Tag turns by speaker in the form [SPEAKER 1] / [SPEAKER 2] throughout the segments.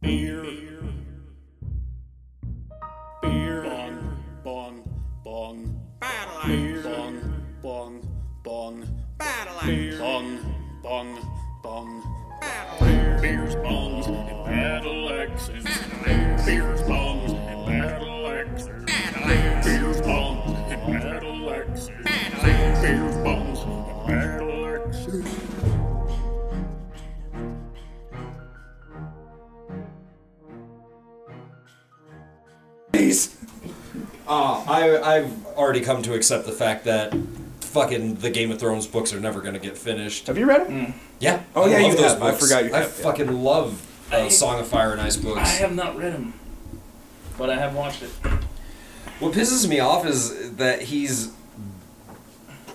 [SPEAKER 1] Beer. Beer. Bong. Bong. Bong.
[SPEAKER 2] Battle
[SPEAKER 1] Beer. Bong. Bong. Bong.
[SPEAKER 2] Battle
[SPEAKER 1] Beer. Bong. Bong. Bong.
[SPEAKER 2] Battle
[SPEAKER 1] Beers, bongs, and battle axes. Beers, bongs, and battle axes. Beers, bongs, and battle axes. Beers, bongs, and battle axes.
[SPEAKER 3] Uh, I, I've already come to accept the fact that fucking the Game of Thrones books are never going to get finished.
[SPEAKER 4] Have you read it?
[SPEAKER 5] Mm.
[SPEAKER 3] Yeah.
[SPEAKER 4] Oh,
[SPEAKER 3] I
[SPEAKER 4] yeah,
[SPEAKER 3] love
[SPEAKER 4] you
[SPEAKER 3] those
[SPEAKER 4] have. I
[SPEAKER 3] books.
[SPEAKER 4] forgot you
[SPEAKER 3] I
[SPEAKER 4] have, yeah.
[SPEAKER 3] fucking love uh,
[SPEAKER 5] I-
[SPEAKER 3] Song of Fire and Ice books.
[SPEAKER 5] I have not read them, but I have watched it.
[SPEAKER 3] What pisses me off is that he's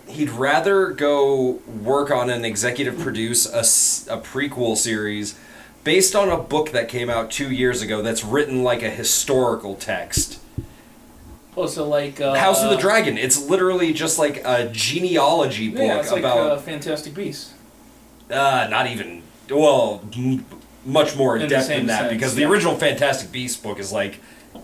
[SPEAKER 3] he'd rather go work on an executive produce a, s- a prequel series based on a book that came out two years ago that's written like a historical text.
[SPEAKER 5] Oh, so like uh,
[SPEAKER 3] House of the Dragon. It's literally just like a genealogy book
[SPEAKER 5] Yeah, it's like uh,
[SPEAKER 3] about
[SPEAKER 5] Fantastic Beasts.
[SPEAKER 3] uh, not even well m- much more in
[SPEAKER 5] In the
[SPEAKER 3] depth than
[SPEAKER 5] same
[SPEAKER 3] that
[SPEAKER 5] sense,
[SPEAKER 3] because
[SPEAKER 5] yeah.
[SPEAKER 3] the original Fantastic Beasts book is like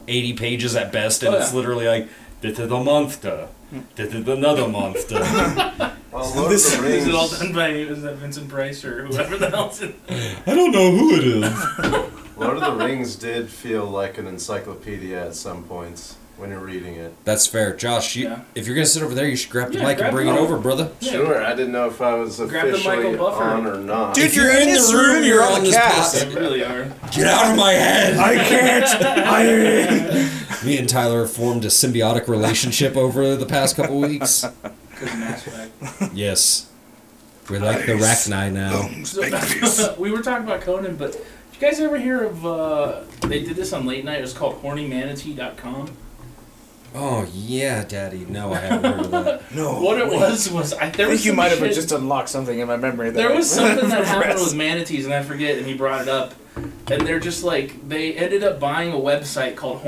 [SPEAKER 3] 80 pages at best and
[SPEAKER 5] Oh,
[SPEAKER 3] it's
[SPEAKER 5] yeah.
[SPEAKER 3] literally like this is a monster. This is another monster.
[SPEAKER 6] Well, Lord of the
[SPEAKER 5] Is it all
[SPEAKER 6] Rings.
[SPEAKER 5] done by is that Vincent Price or whoever the hell's in?
[SPEAKER 3] I don't know who it is.
[SPEAKER 6] Lord of the Rings did feel like an encyclopedia at some points when you're reading it.
[SPEAKER 3] That's fair, Josh. You,
[SPEAKER 5] Yeah.
[SPEAKER 3] If you're gonna sit over there, you should grab the
[SPEAKER 5] Yeah,
[SPEAKER 3] mic
[SPEAKER 5] grab
[SPEAKER 3] and bring
[SPEAKER 5] the
[SPEAKER 3] it
[SPEAKER 5] mic.
[SPEAKER 3] over, brother.
[SPEAKER 5] Yeah.
[SPEAKER 6] Sure, I didn't know if I was
[SPEAKER 5] Grab the Michael
[SPEAKER 6] officially
[SPEAKER 5] Buffer.
[SPEAKER 6] on or not.
[SPEAKER 4] Dude, you're in this room, you're on the cast.
[SPEAKER 5] They really are.
[SPEAKER 3] Get out of my head.
[SPEAKER 4] I can't. I.
[SPEAKER 3] Me and Tyler have formed a symbiotic relationship over the past couple weeks.
[SPEAKER 5] Because Mass Effect.
[SPEAKER 3] Yes. We're like the Rachni
[SPEAKER 4] Oh.
[SPEAKER 3] now.
[SPEAKER 5] So, we were talking about Conan, but did you guys ever hear of? uh They did this on late night. It was called HornyManatee.com.
[SPEAKER 3] Oh yeah, Daddy. No, I haven't heard of that.
[SPEAKER 4] No.
[SPEAKER 5] What it was was I, there
[SPEAKER 4] Oh, I
[SPEAKER 5] was
[SPEAKER 4] think you
[SPEAKER 5] some
[SPEAKER 4] might have
[SPEAKER 5] shit-
[SPEAKER 4] just unlocked something in my memory. That
[SPEAKER 5] There
[SPEAKER 4] I
[SPEAKER 5] was something that happened
[SPEAKER 4] repressed.
[SPEAKER 5] with manatees, and I forget, and he brought it up. And they're just like, they ended up buying a website called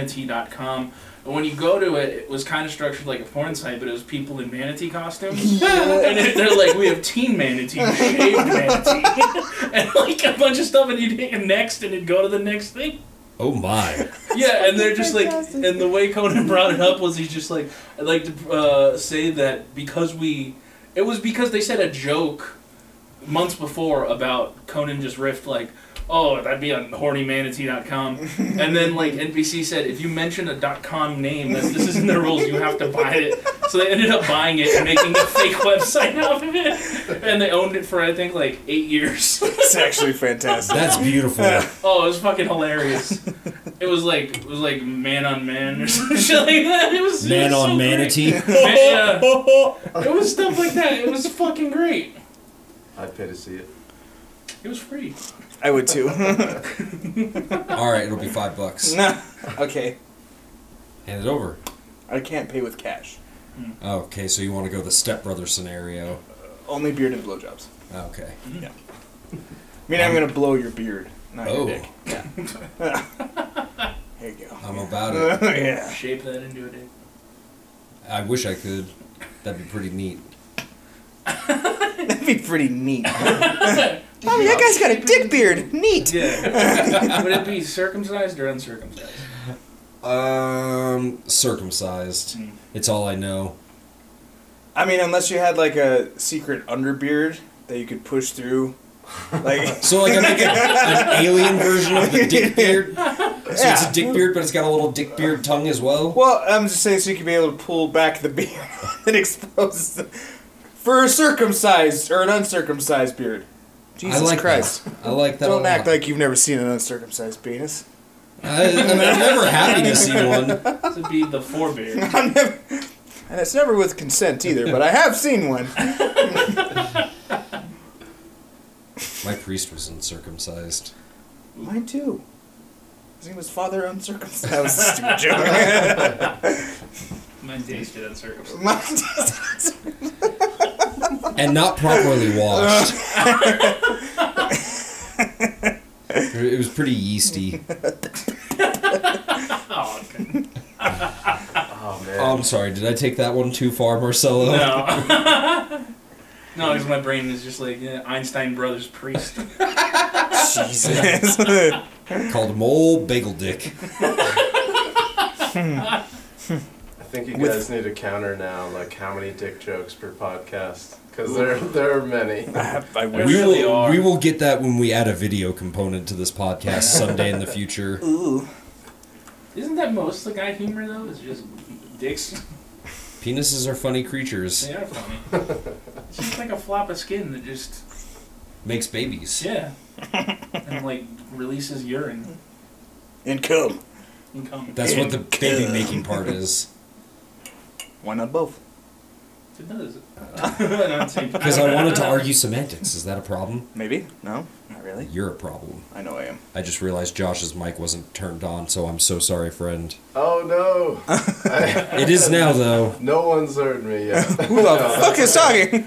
[SPEAKER 5] hornymanatee.com. And when you go to it, it was kind of structured like a porn site, but it was people in manatee costumes. and it- they're like, we have teen manatee, shaved manatee, and like a bunch of stuff, and you'd hit next, and it'd go to the next thing.
[SPEAKER 3] Oh my.
[SPEAKER 5] Yeah, and they're just like, and the way Conan brought it up was he's just like, I'd like to uh, say that because we, it was because they said a joke months before about Conan just riffed like, oh, that'd be on hornymanatee.com. and then like NBC said, if you mention a .com name, that this is in their rules, you have to buy it. So they ended up buying it and making a fake website out of it. And they owned it for, I think, like eight years.
[SPEAKER 4] It's actually fantastic.
[SPEAKER 3] That's beautiful.
[SPEAKER 5] Oh, it was fucking hilarious. it was like it was like man on man or some shit like that. It was it
[SPEAKER 3] Man
[SPEAKER 5] was so
[SPEAKER 3] on
[SPEAKER 5] great.
[SPEAKER 3] manatee.
[SPEAKER 5] Man- yeah. It was stuff like that. It was fucking great.
[SPEAKER 6] I'd pay to see it.
[SPEAKER 5] It was free.
[SPEAKER 4] I would too.
[SPEAKER 3] Alright, it'll be five bucks.
[SPEAKER 4] Nah. Okay.
[SPEAKER 3] Hand it over.
[SPEAKER 4] I can't pay with cash.
[SPEAKER 3] Okay, so you want to go the stepbrother scenario.
[SPEAKER 4] Only beard and blowjobs.
[SPEAKER 3] Okay.
[SPEAKER 4] I mean, I'm gonna blow your beard, not
[SPEAKER 3] Oh.
[SPEAKER 4] your dick. Here you go.
[SPEAKER 3] I'm about it.
[SPEAKER 4] yeah.
[SPEAKER 5] Shape that into a dick.
[SPEAKER 3] I wish I could. That'd be pretty neat.
[SPEAKER 4] That'd be pretty neat. Mommy, that guy's got a dick beard. Neat.
[SPEAKER 5] Yeah. Would it be circumcised or uncircumcised?
[SPEAKER 3] Um, circumcised.
[SPEAKER 4] Hmm.
[SPEAKER 3] It's all I know.
[SPEAKER 4] I mean, unless you had like a secret underbeard that you could push through, like
[SPEAKER 3] So like I make a, an alien version of the dick beard. So it's a dick beard, but it's got a little dick beard tongue as well.
[SPEAKER 4] Well, I'm just saying, so you could be able to pull back the beard and expose the, for a circumcised or an uncircumcised beard. Jesus
[SPEAKER 3] I like
[SPEAKER 4] Christ!
[SPEAKER 3] That. I like that. a
[SPEAKER 4] Don't
[SPEAKER 3] lot.
[SPEAKER 4] act like you've never seen an uncircumcised penis.
[SPEAKER 3] I, I'm never happy to see one.
[SPEAKER 5] This would be the forebear.
[SPEAKER 4] I'm never, and it's never with consent either. But I have seen one.
[SPEAKER 3] My priest was uncircumcised.
[SPEAKER 4] Mine too. His name was Father Uncircumcised. That was a stupid joke.
[SPEAKER 5] Mine tasted uncircumcised.
[SPEAKER 4] Mine-
[SPEAKER 3] and not properly washed. it was pretty yeasty.
[SPEAKER 5] Oh, okay.
[SPEAKER 6] Oh man.
[SPEAKER 3] Oh, I'm sorry. Did I take that one too far, Marcelo?
[SPEAKER 5] no. No, because my brain is just like yeah, Einstein Brothers priest.
[SPEAKER 4] Jesus.
[SPEAKER 3] called Mole Bagel Dick.
[SPEAKER 6] I think you
[SPEAKER 3] With-
[SPEAKER 6] guys need to counter now, like how many dick jokes per podcast, because there there are many.
[SPEAKER 4] I
[SPEAKER 5] We really
[SPEAKER 3] will,
[SPEAKER 5] are.
[SPEAKER 3] We will get that when we add a video component to this podcast someday in the future.
[SPEAKER 4] Ooh.
[SPEAKER 5] Isn't that most the guy humor though? It's just dicks.
[SPEAKER 3] Penises are funny creatures.
[SPEAKER 5] They are funny. it's just like a flop of skin that just
[SPEAKER 3] Makes babies.
[SPEAKER 5] yeah, and like releases urine
[SPEAKER 4] And come.
[SPEAKER 5] and cum.
[SPEAKER 3] That's what the baby making part is.
[SPEAKER 4] Why not both?
[SPEAKER 5] it does. Because
[SPEAKER 3] Because I wanted to argue semantics. Is that a problem?
[SPEAKER 4] Maybe? No? Not really.
[SPEAKER 3] You're a problem.
[SPEAKER 4] I know I am.
[SPEAKER 3] I just realized Josh's mic wasn't turned on, so I'm so sorry, friend.
[SPEAKER 6] Oh no! I-
[SPEAKER 3] It is now, though.
[SPEAKER 6] no one's heard me yet.
[SPEAKER 4] Who the fuck is talking?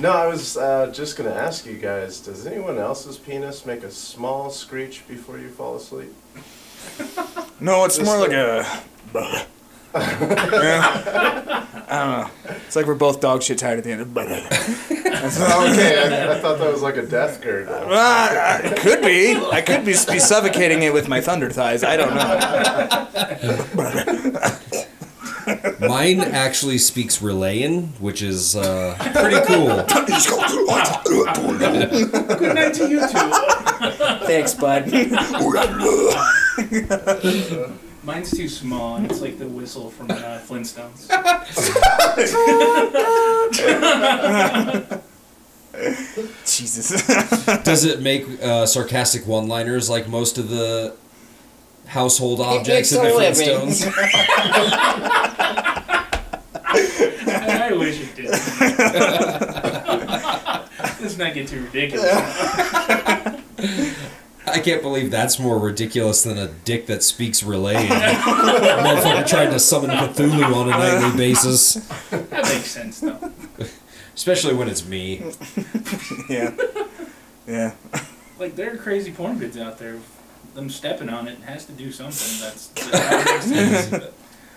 [SPEAKER 6] No, I was uh, just gonna ask you guys. Does anyone else's penis make a small screech before you fall asleep?
[SPEAKER 4] No, it's
[SPEAKER 6] This
[SPEAKER 4] more like
[SPEAKER 6] thing.
[SPEAKER 4] a. Bah. yeah. I don't know. It's like we're both dog shit tired at the end of. Bah. That's all-
[SPEAKER 6] Okay, I, I thought that was like a death gurgle.
[SPEAKER 4] Ah, it could be. I could be, be suffocating it with my thunder thighs. I don't know.
[SPEAKER 3] Mine actually speaks Relayan, which is uh, pretty cool.
[SPEAKER 5] Good night to you two.
[SPEAKER 4] Thanks, bud.
[SPEAKER 5] Mine's too small. and It's like the whistle from uh, Flintstones.
[SPEAKER 4] Jesus.
[SPEAKER 3] Does it make uh, sarcastic one-liners like most of the household objects in the
[SPEAKER 4] makes a living.
[SPEAKER 3] Flintstones?
[SPEAKER 5] I wish it did. Let's not get too ridiculous.
[SPEAKER 3] I can't believe that's more ridiculous than a dick that speaks Relayan. Motherfucker trying to summon Cthulhu on a nightly basis,
[SPEAKER 5] That makes sense though.
[SPEAKER 3] especially when it's me.
[SPEAKER 4] Yeah. Yeah.
[SPEAKER 5] Like there are crazy porn vids out there. Them stepping on it has to do something. That's that makes sense. But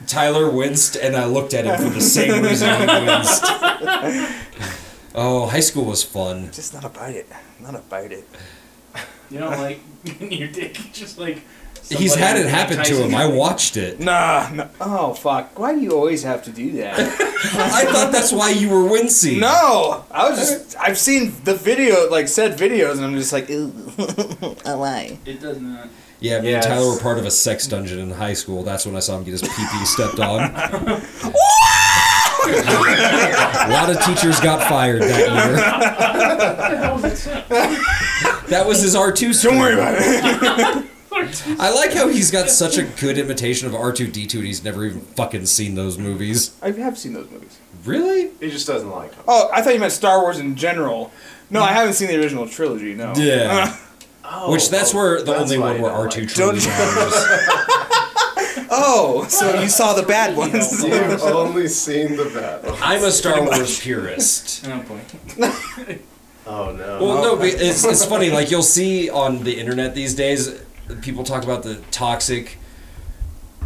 [SPEAKER 3] Tyler winced, and I looked at him for the same reason he winced. Oh, high school was fun.
[SPEAKER 4] Just not about it. Not about it.
[SPEAKER 5] you know, like your dick just like.
[SPEAKER 3] He's
[SPEAKER 5] somebody
[SPEAKER 3] had it happen to
[SPEAKER 5] enticing
[SPEAKER 3] him.
[SPEAKER 5] you.
[SPEAKER 3] I watched it.
[SPEAKER 4] Nah. No. Oh fuck. Why do you always have to do that?
[SPEAKER 3] I thought that's why you were wincing.
[SPEAKER 4] no. I was just. I've seen the video, like said videos, and I'm just like, ew. I lie.
[SPEAKER 5] It does not.
[SPEAKER 3] Yeah, me
[SPEAKER 6] Yes.
[SPEAKER 3] and Tyler were part of a sex dungeon in high school. That's when I saw him get his pee pee stepped on. a lot of teachers got fired that
[SPEAKER 5] What the hell is that?
[SPEAKER 3] year. That was his R2 story.
[SPEAKER 4] Don't worry about it.
[SPEAKER 3] I like how he's got such a good imitation of R2D2 and he's never even fucking seen those movies.
[SPEAKER 4] I have seen those movies.
[SPEAKER 3] Really?
[SPEAKER 6] He just doesn't like them.
[SPEAKER 4] Oh, I thought you meant Star Wars in general. No, I haven't seen the original trilogy. No.
[SPEAKER 3] Yeah. Which that's where the
[SPEAKER 6] Oh, that's
[SPEAKER 3] only
[SPEAKER 6] why
[SPEAKER 3] one
[SPEAKER 6] you
[SPEAKER 3] where
[SPEAKER 6] don't
[SPEAKER 3] R2
[SPEAKER 6] like-
[SPEAKER 3] truly
[SPEAKER 4] Don't-
[SPEAKER 3] matters.
[SPEAKER 4] Oh, so you saw the bad ones.
[SPEAKER 6] You've only seen the battle.
[SPEAKER 3] I'm a Star Wars purist.
[SPEAKER 5] Oh boy.
[SPEAKER 6] Oh no.
[SPEAKER 3] Well, no, but it's, it's funny. Like you'll see on the internet these days, people talk about the toxic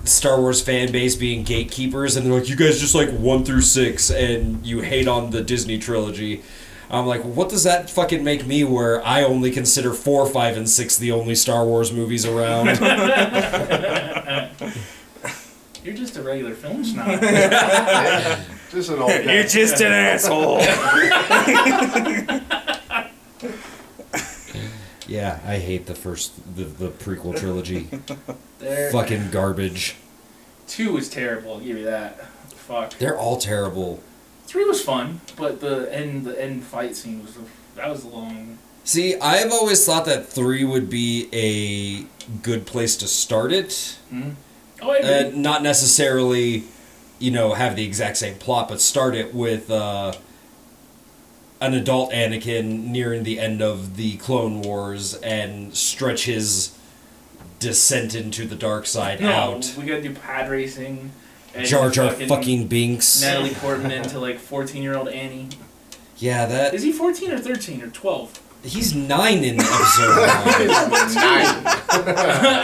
[SPEAKER 3] Star Wars fan base being gatekeepers, and they're like, "You guys just like one through six, and you hate on the Disney trilogy." I'm like, what does that fucking make me? Where I only consider four, five, and six the only Star Wars movies around.
[SPEAKER 5] You're just a regular film snob.
[SPEAKER 6] just an old guy.
[SPEAKER 4] just an asshole.
[SPEAKER 3] yeah, I hate the first, the, the prequel trilogy.
[SPEAKER 5] There.
[SPEAKER 3] fucking garbage.
[SPEAKER 5] Two was terrible. I'll give you that. Fuck.
[SPEAKER 3] They're all terrible.
[SPEAKER 5] Three was fun, but the end the end fight scene was that was a long.
[SPEAKER 3] See, I've always thought that three would be a good place to start it.
[SPEAKER 5] Oh, I
[SPEAKER 3] Uh,
[SPEAKER 5] agree.
[SPEAKER 3] not necessarily, you know, have the exact same plot, but start it with uh, an adult Anakin nearing the end of the Clone Wars and stretch his descent into the dark side
[SPEAKER 5] no,
[SPEAKER 3] Uh, out.
[SPEAKER 5] we gotta do pad racing. and
[SPEAKER 3] Jar Jar fucking Binks.
[SPEAKER 5] Natalie Portman into like fourteen year old Annie.
[SPEAKER 3] Yeah,
[SPEAKER 5] Is
[SPEAKER 3] that
[SPEAKER 5] he fourteen or thirteen or twelve?
[SPEAKER 3] he's nine in episode one.
[SPEAKER 5] Uh,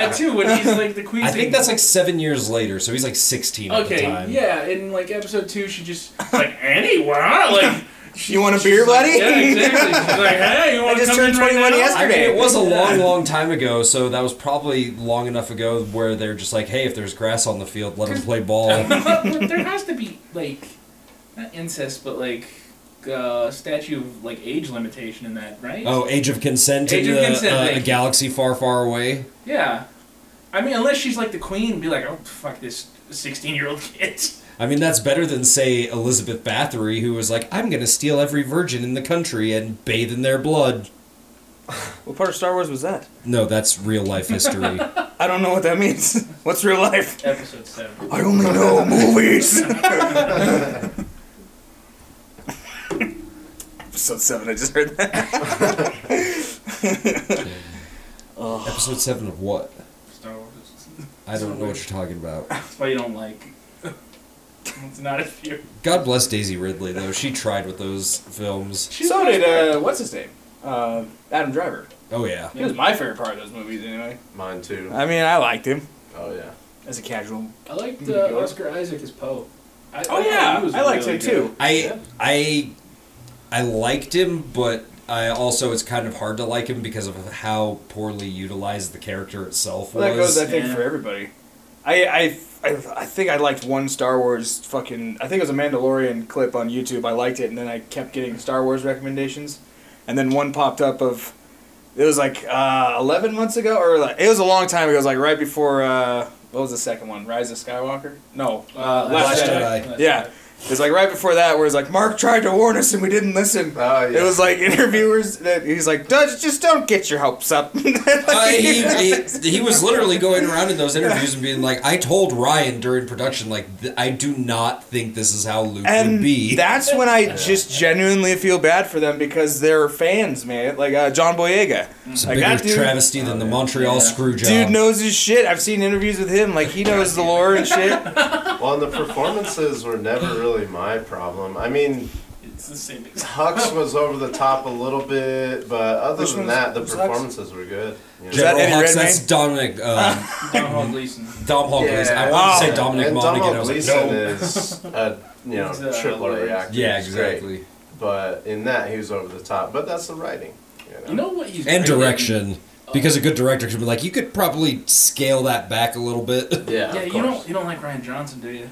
[SPEAKER 5] At two, when he's like the queen.
[SPEAKER 3] I think that's like seven years later, so he's like sixteen at the
[SPEAKER 5] Okay,
[SPEAKER 3] time.
[SPEAKER 5] yeah, in like episode two, she just like Annie, wow, like
[SPEAKER 4] You want a beer, buddy?
[SPEAKER 5] Yeah, exactly. She's like, hey, you want to
[SPEAKER 4] just
[SPEAKER 5] come
[SPEAKER 4] turned
[SPEAKER 5] in right
[SPEAKER 4] 21
[SPEAKER 5] now?
[SPEAKER 4] yesterday.
[SPEAKER 3] I mean, it was a long, long time ago, so that was probably long enough ago where they're just like, hey, if there's grass on the field, let them play ball.
[SPEAKER 5] But there has to be like not incest, but like uh, statue of like age limitation in that, right?
[SPEAKER 3] Oh, Age of Consent
[SPEAKER 5] Age
[SPEAKER 3] in
[SPEAKER 5] of
[SPEAKER 3] the,
[SPEAKER 5] Consent,
[SPEAKER 3] uh,
[SPEAKER 5] thank
[SPEAKER 3] a
[SPEAKER 5] you.
[SPEAKER 3] galaxy far, far away.
[SPEAKER 5] Yeah. I mean, unless she's like the queen, be like, oh fuck this sixteen-year-old kid.
[SPEAKER 3] I mean, that's better than, say, Elizabeth Bathory, who was like, I'm going to steal every virgin in the country and bathe in their blood.
[SPEAKER 4] What part of Star Wars was that?
[SPEAKER 3] No, that's real life history.
[SPEAKER 4] I don't know what that means. What's real life?
[SPEAKER 5] Episode seven.
[SPEAKER 4] I only know movies. Episode seven. I just heard that.
[SPEAKER 3] Episode 7 of what?
[SPEAKER 5] Star Wars.
[SPEAKER 3] I don't know what you're talking about.
[SPEAKER 5] That's why you don't like. it's not a fear.
[SPEAKER 3] God bless Daisy Ridley, though. She tried with those films.
[SPEAKER 4] So did uh, what's his name? Uh, Adam Driver.
[SPEAKER 3] Oh, yeah.
[SPEAKER 4] He was my favorite part of those movies, anyway.
[SPEAKER 6] Mine too.
[SPEAKER 4] I mean, I liked him
[SPEAKER 6] Oh yeah.
[SPEAKER 4] as a casual.
[SPEAKER 5] I liked
[SPEAKER 4] uh,
[SPEAKER 5] Oscar Isaac as Poe. I,
[SPEAKER 4] Oh yeah, I liked him too.
[SPEAKER 3] I, I, I liked him, but I also, it's kind of hard to like him because of how poorly utilized the character itself was.
[SPEAKER 4] Well, that goes, I think,
[SPEAKER 5] yeah.
[SPEAKER 4] for everybody. I, I, I, I think I liked one Star Wars fucking. I think it was a Mandalorian clip on YouTube. I liked it, and then I kept getting Star Wars recommendations, and then one popped up of. It was like uh, eleven months ago, or like, it was a long time ago. It was like right before uh, what was the second one? Rise of Skywalker? No, uh, Last
[SPEAKER 3] Last
[SPEAKER 4] Jedi.
[SPEAKER 3] Jedi.
[SPEAKER 4] Yeah. It's like right before that, where it's like Mark tried to warn us and we didn't listen.
[SPEAKER 6] Oh, yeah.
[SPEAKER 4] It was like interviewers that he's like, Dutch, just don't get your hopes up.
[SPEAKER 3] Uh, he, he, he was literally going around in those interviews and being like, I told Ryan during production, like, th- I do not think this is how Luke would
[SPEAKER 4] and
[SPEAKER 3] be.
[SPEAKER 4] that's when I just genuinely feel bad for them because they're fans, man. Like uh, John Boyega,
[SPEAKER 3] it's a
[SPEAKER 4] like,
[SPEAKER 3] bigger
[SPEAKER 4] that dude-
[SPEAKER 3] travesty
[SPEAKER 6] Oh,
[SPEAKER 3] than the Montreal
[SPEAKER 5] Yeah.
[SPEAKER 3] screw job.
[SPEAKER 4] dude knows his shit. I've seen interviews with him, like he knows the lore and shit.
[SPEAKER 6] Well, and the performances were never really my problem. I mean,
[SPEAKER 5] It's the same. Exact.
[SPEAKER 6] Hux was over the top a little bit, but other
[SPEAKER 4] Which
[SPEAKER 6] than
[SPEAKER 4] one's-
[SPEAKER 6] that, the
[SPEAKER 4] who's Hux?
[SPEAKER 6] performances were good. you know.
[SPEAKER 4] Is that
[SPEAKER 3] General
[SPEAKER 4] Eddie
[SPEAKER 3] Hux,
[SPEAKER 4] Redmayne?
[SPEAKER 3] that's Dominic, um,
[SPEAKER 5] Don Hall Gleason.
[SPEAKER 3] Dom Hall
[SPEAKER 6] Yeah.
[SPEAKER 3] Gleason. I wanted to say
[SPEAKER 4] Oh.
[SPEAKER 3] Dominic
[SPEAKER 6] and
[SPEAKER 3] Monaghan.
[SPEAKER 6] Donald
[SPEAKER 3] I was like,
[SPEAKER 6] Gleason
[SPEAKER 3] no.
[SPEAKER 6] is a you know
[SPEAKER 5] He's, uh,
[SPEAKER 6] triple A
[SPEAKER 5] hilarious.
[SPEAKER 6] actor.
[SPEAKER 3] Yeah,
[SPEAKER 6] He's great.
[SPEAKER 3] exactly.
[SPEAKER 6] But in that, he was over the top. But that's the writing. You know?
[SPEAKER 5] You know what he's
[SPEAKER 3] And
[SPEAKER 5] great at?
[SPEAKER 3] direction. Because a good director should be like, you could probably scale that back a little bit.
[SPEAKER 6] Yeah.
[SPEAKER 5] Yeah,
[SPEAKER 6] of
[SPEAKER 5] you
[SPEAKER 6] course.
[SPEAKER 5] don't you don't like Ryan Johnson, do you?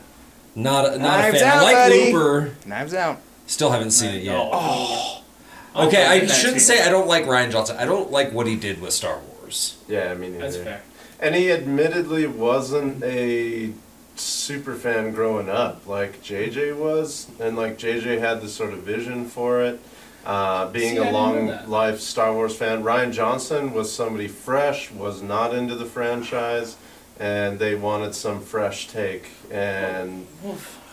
[SPEAKER 3] Not a, not a
[SPEAKER 4] Knives
[SPEAKER 3] fan. I
[SPEAKER 4] out,
[SPEAKER 3] like
[SPEAKER 4] buddy.
[SPEAKER 3] Looper.
[SPEAKER 4] Knives out.
[SPEAKER 3] Still haven't seen it yet.
[SPEAKER 5] No.
[SPEAKER 3] Uh,
[SPEAKER 5] Oh.
[SPEAKER 3] Okay,
[SPEAKER 5] I'll
[SPEAKER 3] I
[SPEAKER 5] give that
[SPEAKER 3] shouldn't
[SPEAKER 5] to
[SPEAKER 3] say
[SPEAKER 5] you.
[SPEAKER 3] I don't like Ryan Johnson. I don't like what he did with Star Wars.
[SPEAKER 6] Yeah, I mean,
[SPEAKER 5] That's
[SPEAKER 6] neither.
[SPEAKER 5] fair.
[SPEAKER 6] And he admittedly wasn't a super fan growing up like JJ was, and like JJ had this sort of vision for it. Uh, being
[SPEAKER 5] See, I
[SPEAKER 6] a
[SPEAKER 5] didn't
[SPEAKER 6] long
[SPEAKER 5] know that.
[SPEAKER 6] life Star Wars fan, Ryan Johnson was somebody fresh, was not into the franchise, and they wanted some fresh take. And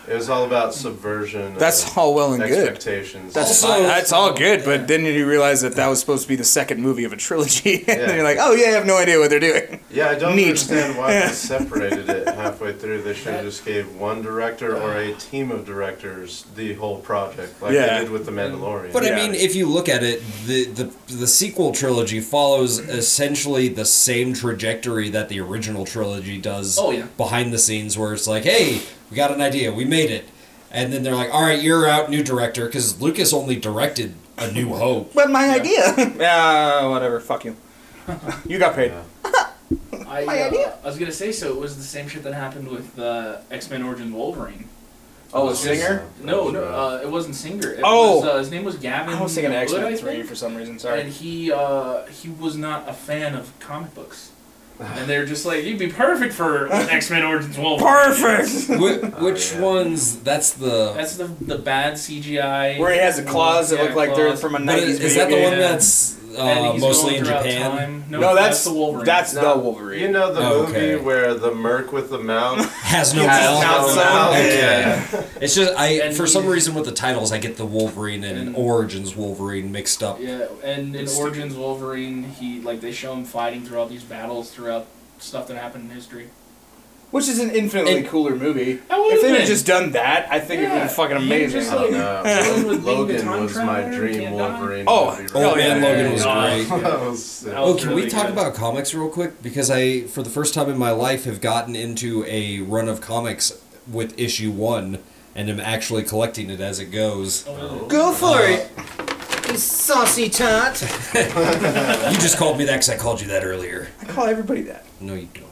[SPEAKER 6] it was all about subversion.
[SPEAKER 4] That's
[SPEAKER 6] of
[SPEAKER 4] all well and good.
[SPEAKER 6] expectations.
[SPEAKER 4] That's
[SPEAKER 3] Also-
[SPEAKER 4] that's all good, but then you realize that that was supposed to be the second movie of a trilogy, and
[SPEAKER 6] Yeah.
[SPEAKER 4] then you're like, oh yeah, I have no idea what they're doing.
[SPEAKER 6] Yeah, I don't
[SPEAKER 4] Neat.
[SPEAKER 6] understand why they separated it halfway through. They should have just gave one director or a team of directors the whole project, like
[SPEAKER 4] Yeah.
[SPEAKER 6] they did with The Mandalorian.
[SPEAKER 3] But
[SPEAKER 4] Yeah.
[SPEAKER 3] I mean, if you look at it, the, the the sequel trilogy follows essentially the same trajectory that the original trilogy does.
[SPEAKER 5] Oh, yeah.
[SPEAKER 3] Behind the scenes, where it's like, hey, we got an idea, we made it, and then they're like, all right, you're out, new director, because Lucas only directed A New Hope.
[SPEAKER 4] But my idea. Yeah, whatever. Fuck you. You got paid.
[SPEAKER 6] Yeah.
[SPEAKER 5] I,
[SPEAKER 4] My
[SPEAKER 5] uh,
[SPEAKER 4] idea.
[SPEAKER 5] I was gonna say so. It was the same shit that happened with uh, X Men Origins Wolverine.
[SPEAKER 4] Oh, a
[SPEAKER 6] Just-
[SPEAKER 4] singer?
[SPEAKER 5] No,
[SPEAKER 6] that was
[SPEAKER 5] no,
[SPEAKER 6] rough.
[SPEAKER 5] uh, it wasn't Singer. It
[SPEAKER 4] Oh.
[SPEAKER 5] was, uh, his name was Gavin.
[SPEAKER 4] I was thinking X
[SPEAKER 5] Wood, I
[SPEAKER 4] Men
[SPEAKER 5] think?
[SPEAKER 4] Three for some reason.
[SPEAKER 5] And
[SPEAKER 4] Sorry.
[SPEAKER 5] he uh, he was not a fan of comic books, and they're just like, you'd be perfect for X Men Origins Wolverine.
[SPEAKER 4] Perfect.
[SPEAKER 3] Wh- which
[SPEAKER 6] yeah.
[SPEAKER 3] ones? That's the.
[SPEAKER 5] That's the the bad CGI.
[SPEAKER 4] Where he has the claws that
[SPEAKER 5] Yeah,
[SPEAKER 4] look like they're
[SPEAKER 5] claws.
[SPEAKER 4] from a
[SPEAKER 3] but
[SPEAKER 4] nineties
[SPEAKER 3] is,
[SPEAKER 4] video
[SPEAKER 3] is that the
[SPEAKER 4] game.
[SPEAKER 3] one that's
[SPEAKER 5] And
[SPEAKER 3] uh,
[SPEAKER 5] he's
[SPEAKER 3] mostly
[SPEAKER 5] going
[SPEAKER 3] in
[SPEAKER 5] throughout
[SPEAKER 3] Japan?
[SPEAKER 5] time. No,
[SPEAKER 4] No, that's
[SPEAKER 5] the Wolverine.
[SPEAKER 4] That's
[SPEAKER 6] No,
[SPEAKER 4] the Wolverine.
[SPEAKER 6] You know the
[SPEAKER 3] Oh,
[SPEAKER 6] movie
[SPEAKER 3] okay.
[SPEAKER 6] where the merc with the mouth?
[SPEAKER 3] Has no
[SPEAKER 4] Has no
[SPEAKER 3] mouth.
[SPEAKER 4] mouth.
[SPEAKER 3] Okay. It's just I
[SPEAKER 5] And
[SPEAKER 3] for some
[SPEAKER 5] he's-
[SPEAKER 3] reason with the titles I get the Wolverine and,
[SPEAKER 5] And-
[SPEAKER 3] Origins Wolverine mixed up.
[SPEAKER 5] Yeah, and in
[SPEAKER 4] It's stupid.
[SPEAKER 5] Origins Wolverine, he like they show him fighting through all these battles throughout stuff that happened in history.
[SPEAKER 4] Which is an infinitely
[SPEAKER 3] And-
[SPEAKER 4] cooler movie.
[SPEAKER 5] That would've
[SPEAKER 4] If they would
[SPEAKER 5] been.
[SPEAKER 4] have just done that, I think it would
[SPEAKER 5] Yeah,
[SPEAKER 4] have been fucking
[SPEAKER 5] you
[SPEAKER 4] amazing.
[SPEAKER 5] just,
[SPEAKER 6] I don't
[SPEAKER 5] Someone
[SPEAKER 6] know.
[SPEAKER 5] was being the
[SPEAKER 6] Oh, Logan
[SPEAKER 5] time
[SPEAKER 6] was my
[SPEAKER 5] traveler,
[SPEAKER 6] dream
[SPEAKER 5] can't die.
[SPEAKER 6] Wolverine.
[SPEAKER 4] Oh,
[SPEAKER 6] movie,
[SPEAKER 4] oh,
[SPEAKER 6] right?
[SPEAKER 3] Old Man
[SPEAKER 4] yeah,
[SPEAKER 3] Logan
[SPEAKER 4] yeah,
[SPEAKER 3] was
[SPEAKER 5] yeah.
[SPEAKER 3] great.
[SPEAKER 6] That was-
[SPEAKER 5] That
[SPEAKER 3] Oh,
[SPEAKER 5] was
[SPEAKER 3] can
[SPEAKER 5] really
[SPEAKER 3] we talk
[SPEAKER 5] good.
[SPEAKER 3] about comics real quick? Because I, for the first time in my life, have gotten into a run of comics with issue one, and am actually collecting it as it
[SPEAKER 5] Oh,
[SPEAKER 3] goes.
[SPEAKER 7] Go for it,
[SPEAKER 4] Uh,
[SPEAKER 7] you saucy tot.
[SPEAKER 3] You just called me that because I called you that earlier.
[SPEAKER 4] I call everybody that.
[SPEAKER 3] No, you don't.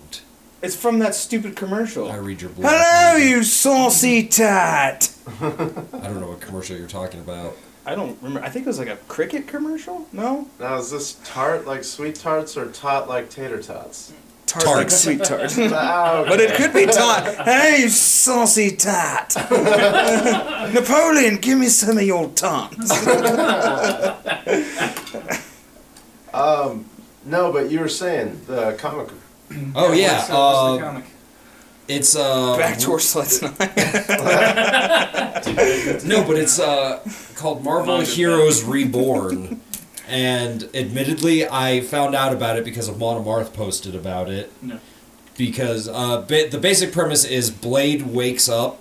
[SPEAKER 4] It's from that stupid commercial.
[SPEAKER 3] I read your blog.
[SPEAKER 4] Hello, you saucy tat.
[SPEAKER 3] I don't know what commercial you're talking about.
[SPEAKER 4] I don't remember. I think it was like a cricket commercial. No,
[SPEAKER 6] Now, is this tart like sweet tarts or tot like tater tots?
[SPEAKER 4] tart like
[SPEAKER 3] Tarts.
[SPEAKER 4] sweet tart.
[SPEAKER 6] Ah, okay.
[SPEAKER 4] But it could be tot. Hey, you saucy tot. Napoleon, give me some of your tots.
[SPEAKER 6] No, but you were saying the comic.
[SPEAKER 3] Oh yeah,
[SPEAKER 5] What's, uh, what's the
[SPEAKER 3] uh,
[SPEAKER 5] comic?
[SPEAKER 3] it's uh,
[SPEAKER 4] Back to our sluts night.
[SPEAKER 3] No, but it's uh, called Marvel
[SPEAKER 5] Manga
[SPEAKER 3] Heroes Reborn. And admittedly, I found out about it because of Monomarth posted about it.
[SPEAKER 5] No.
[SPEAKER 3] Because uh, ba- the basic premise is Blade wakes up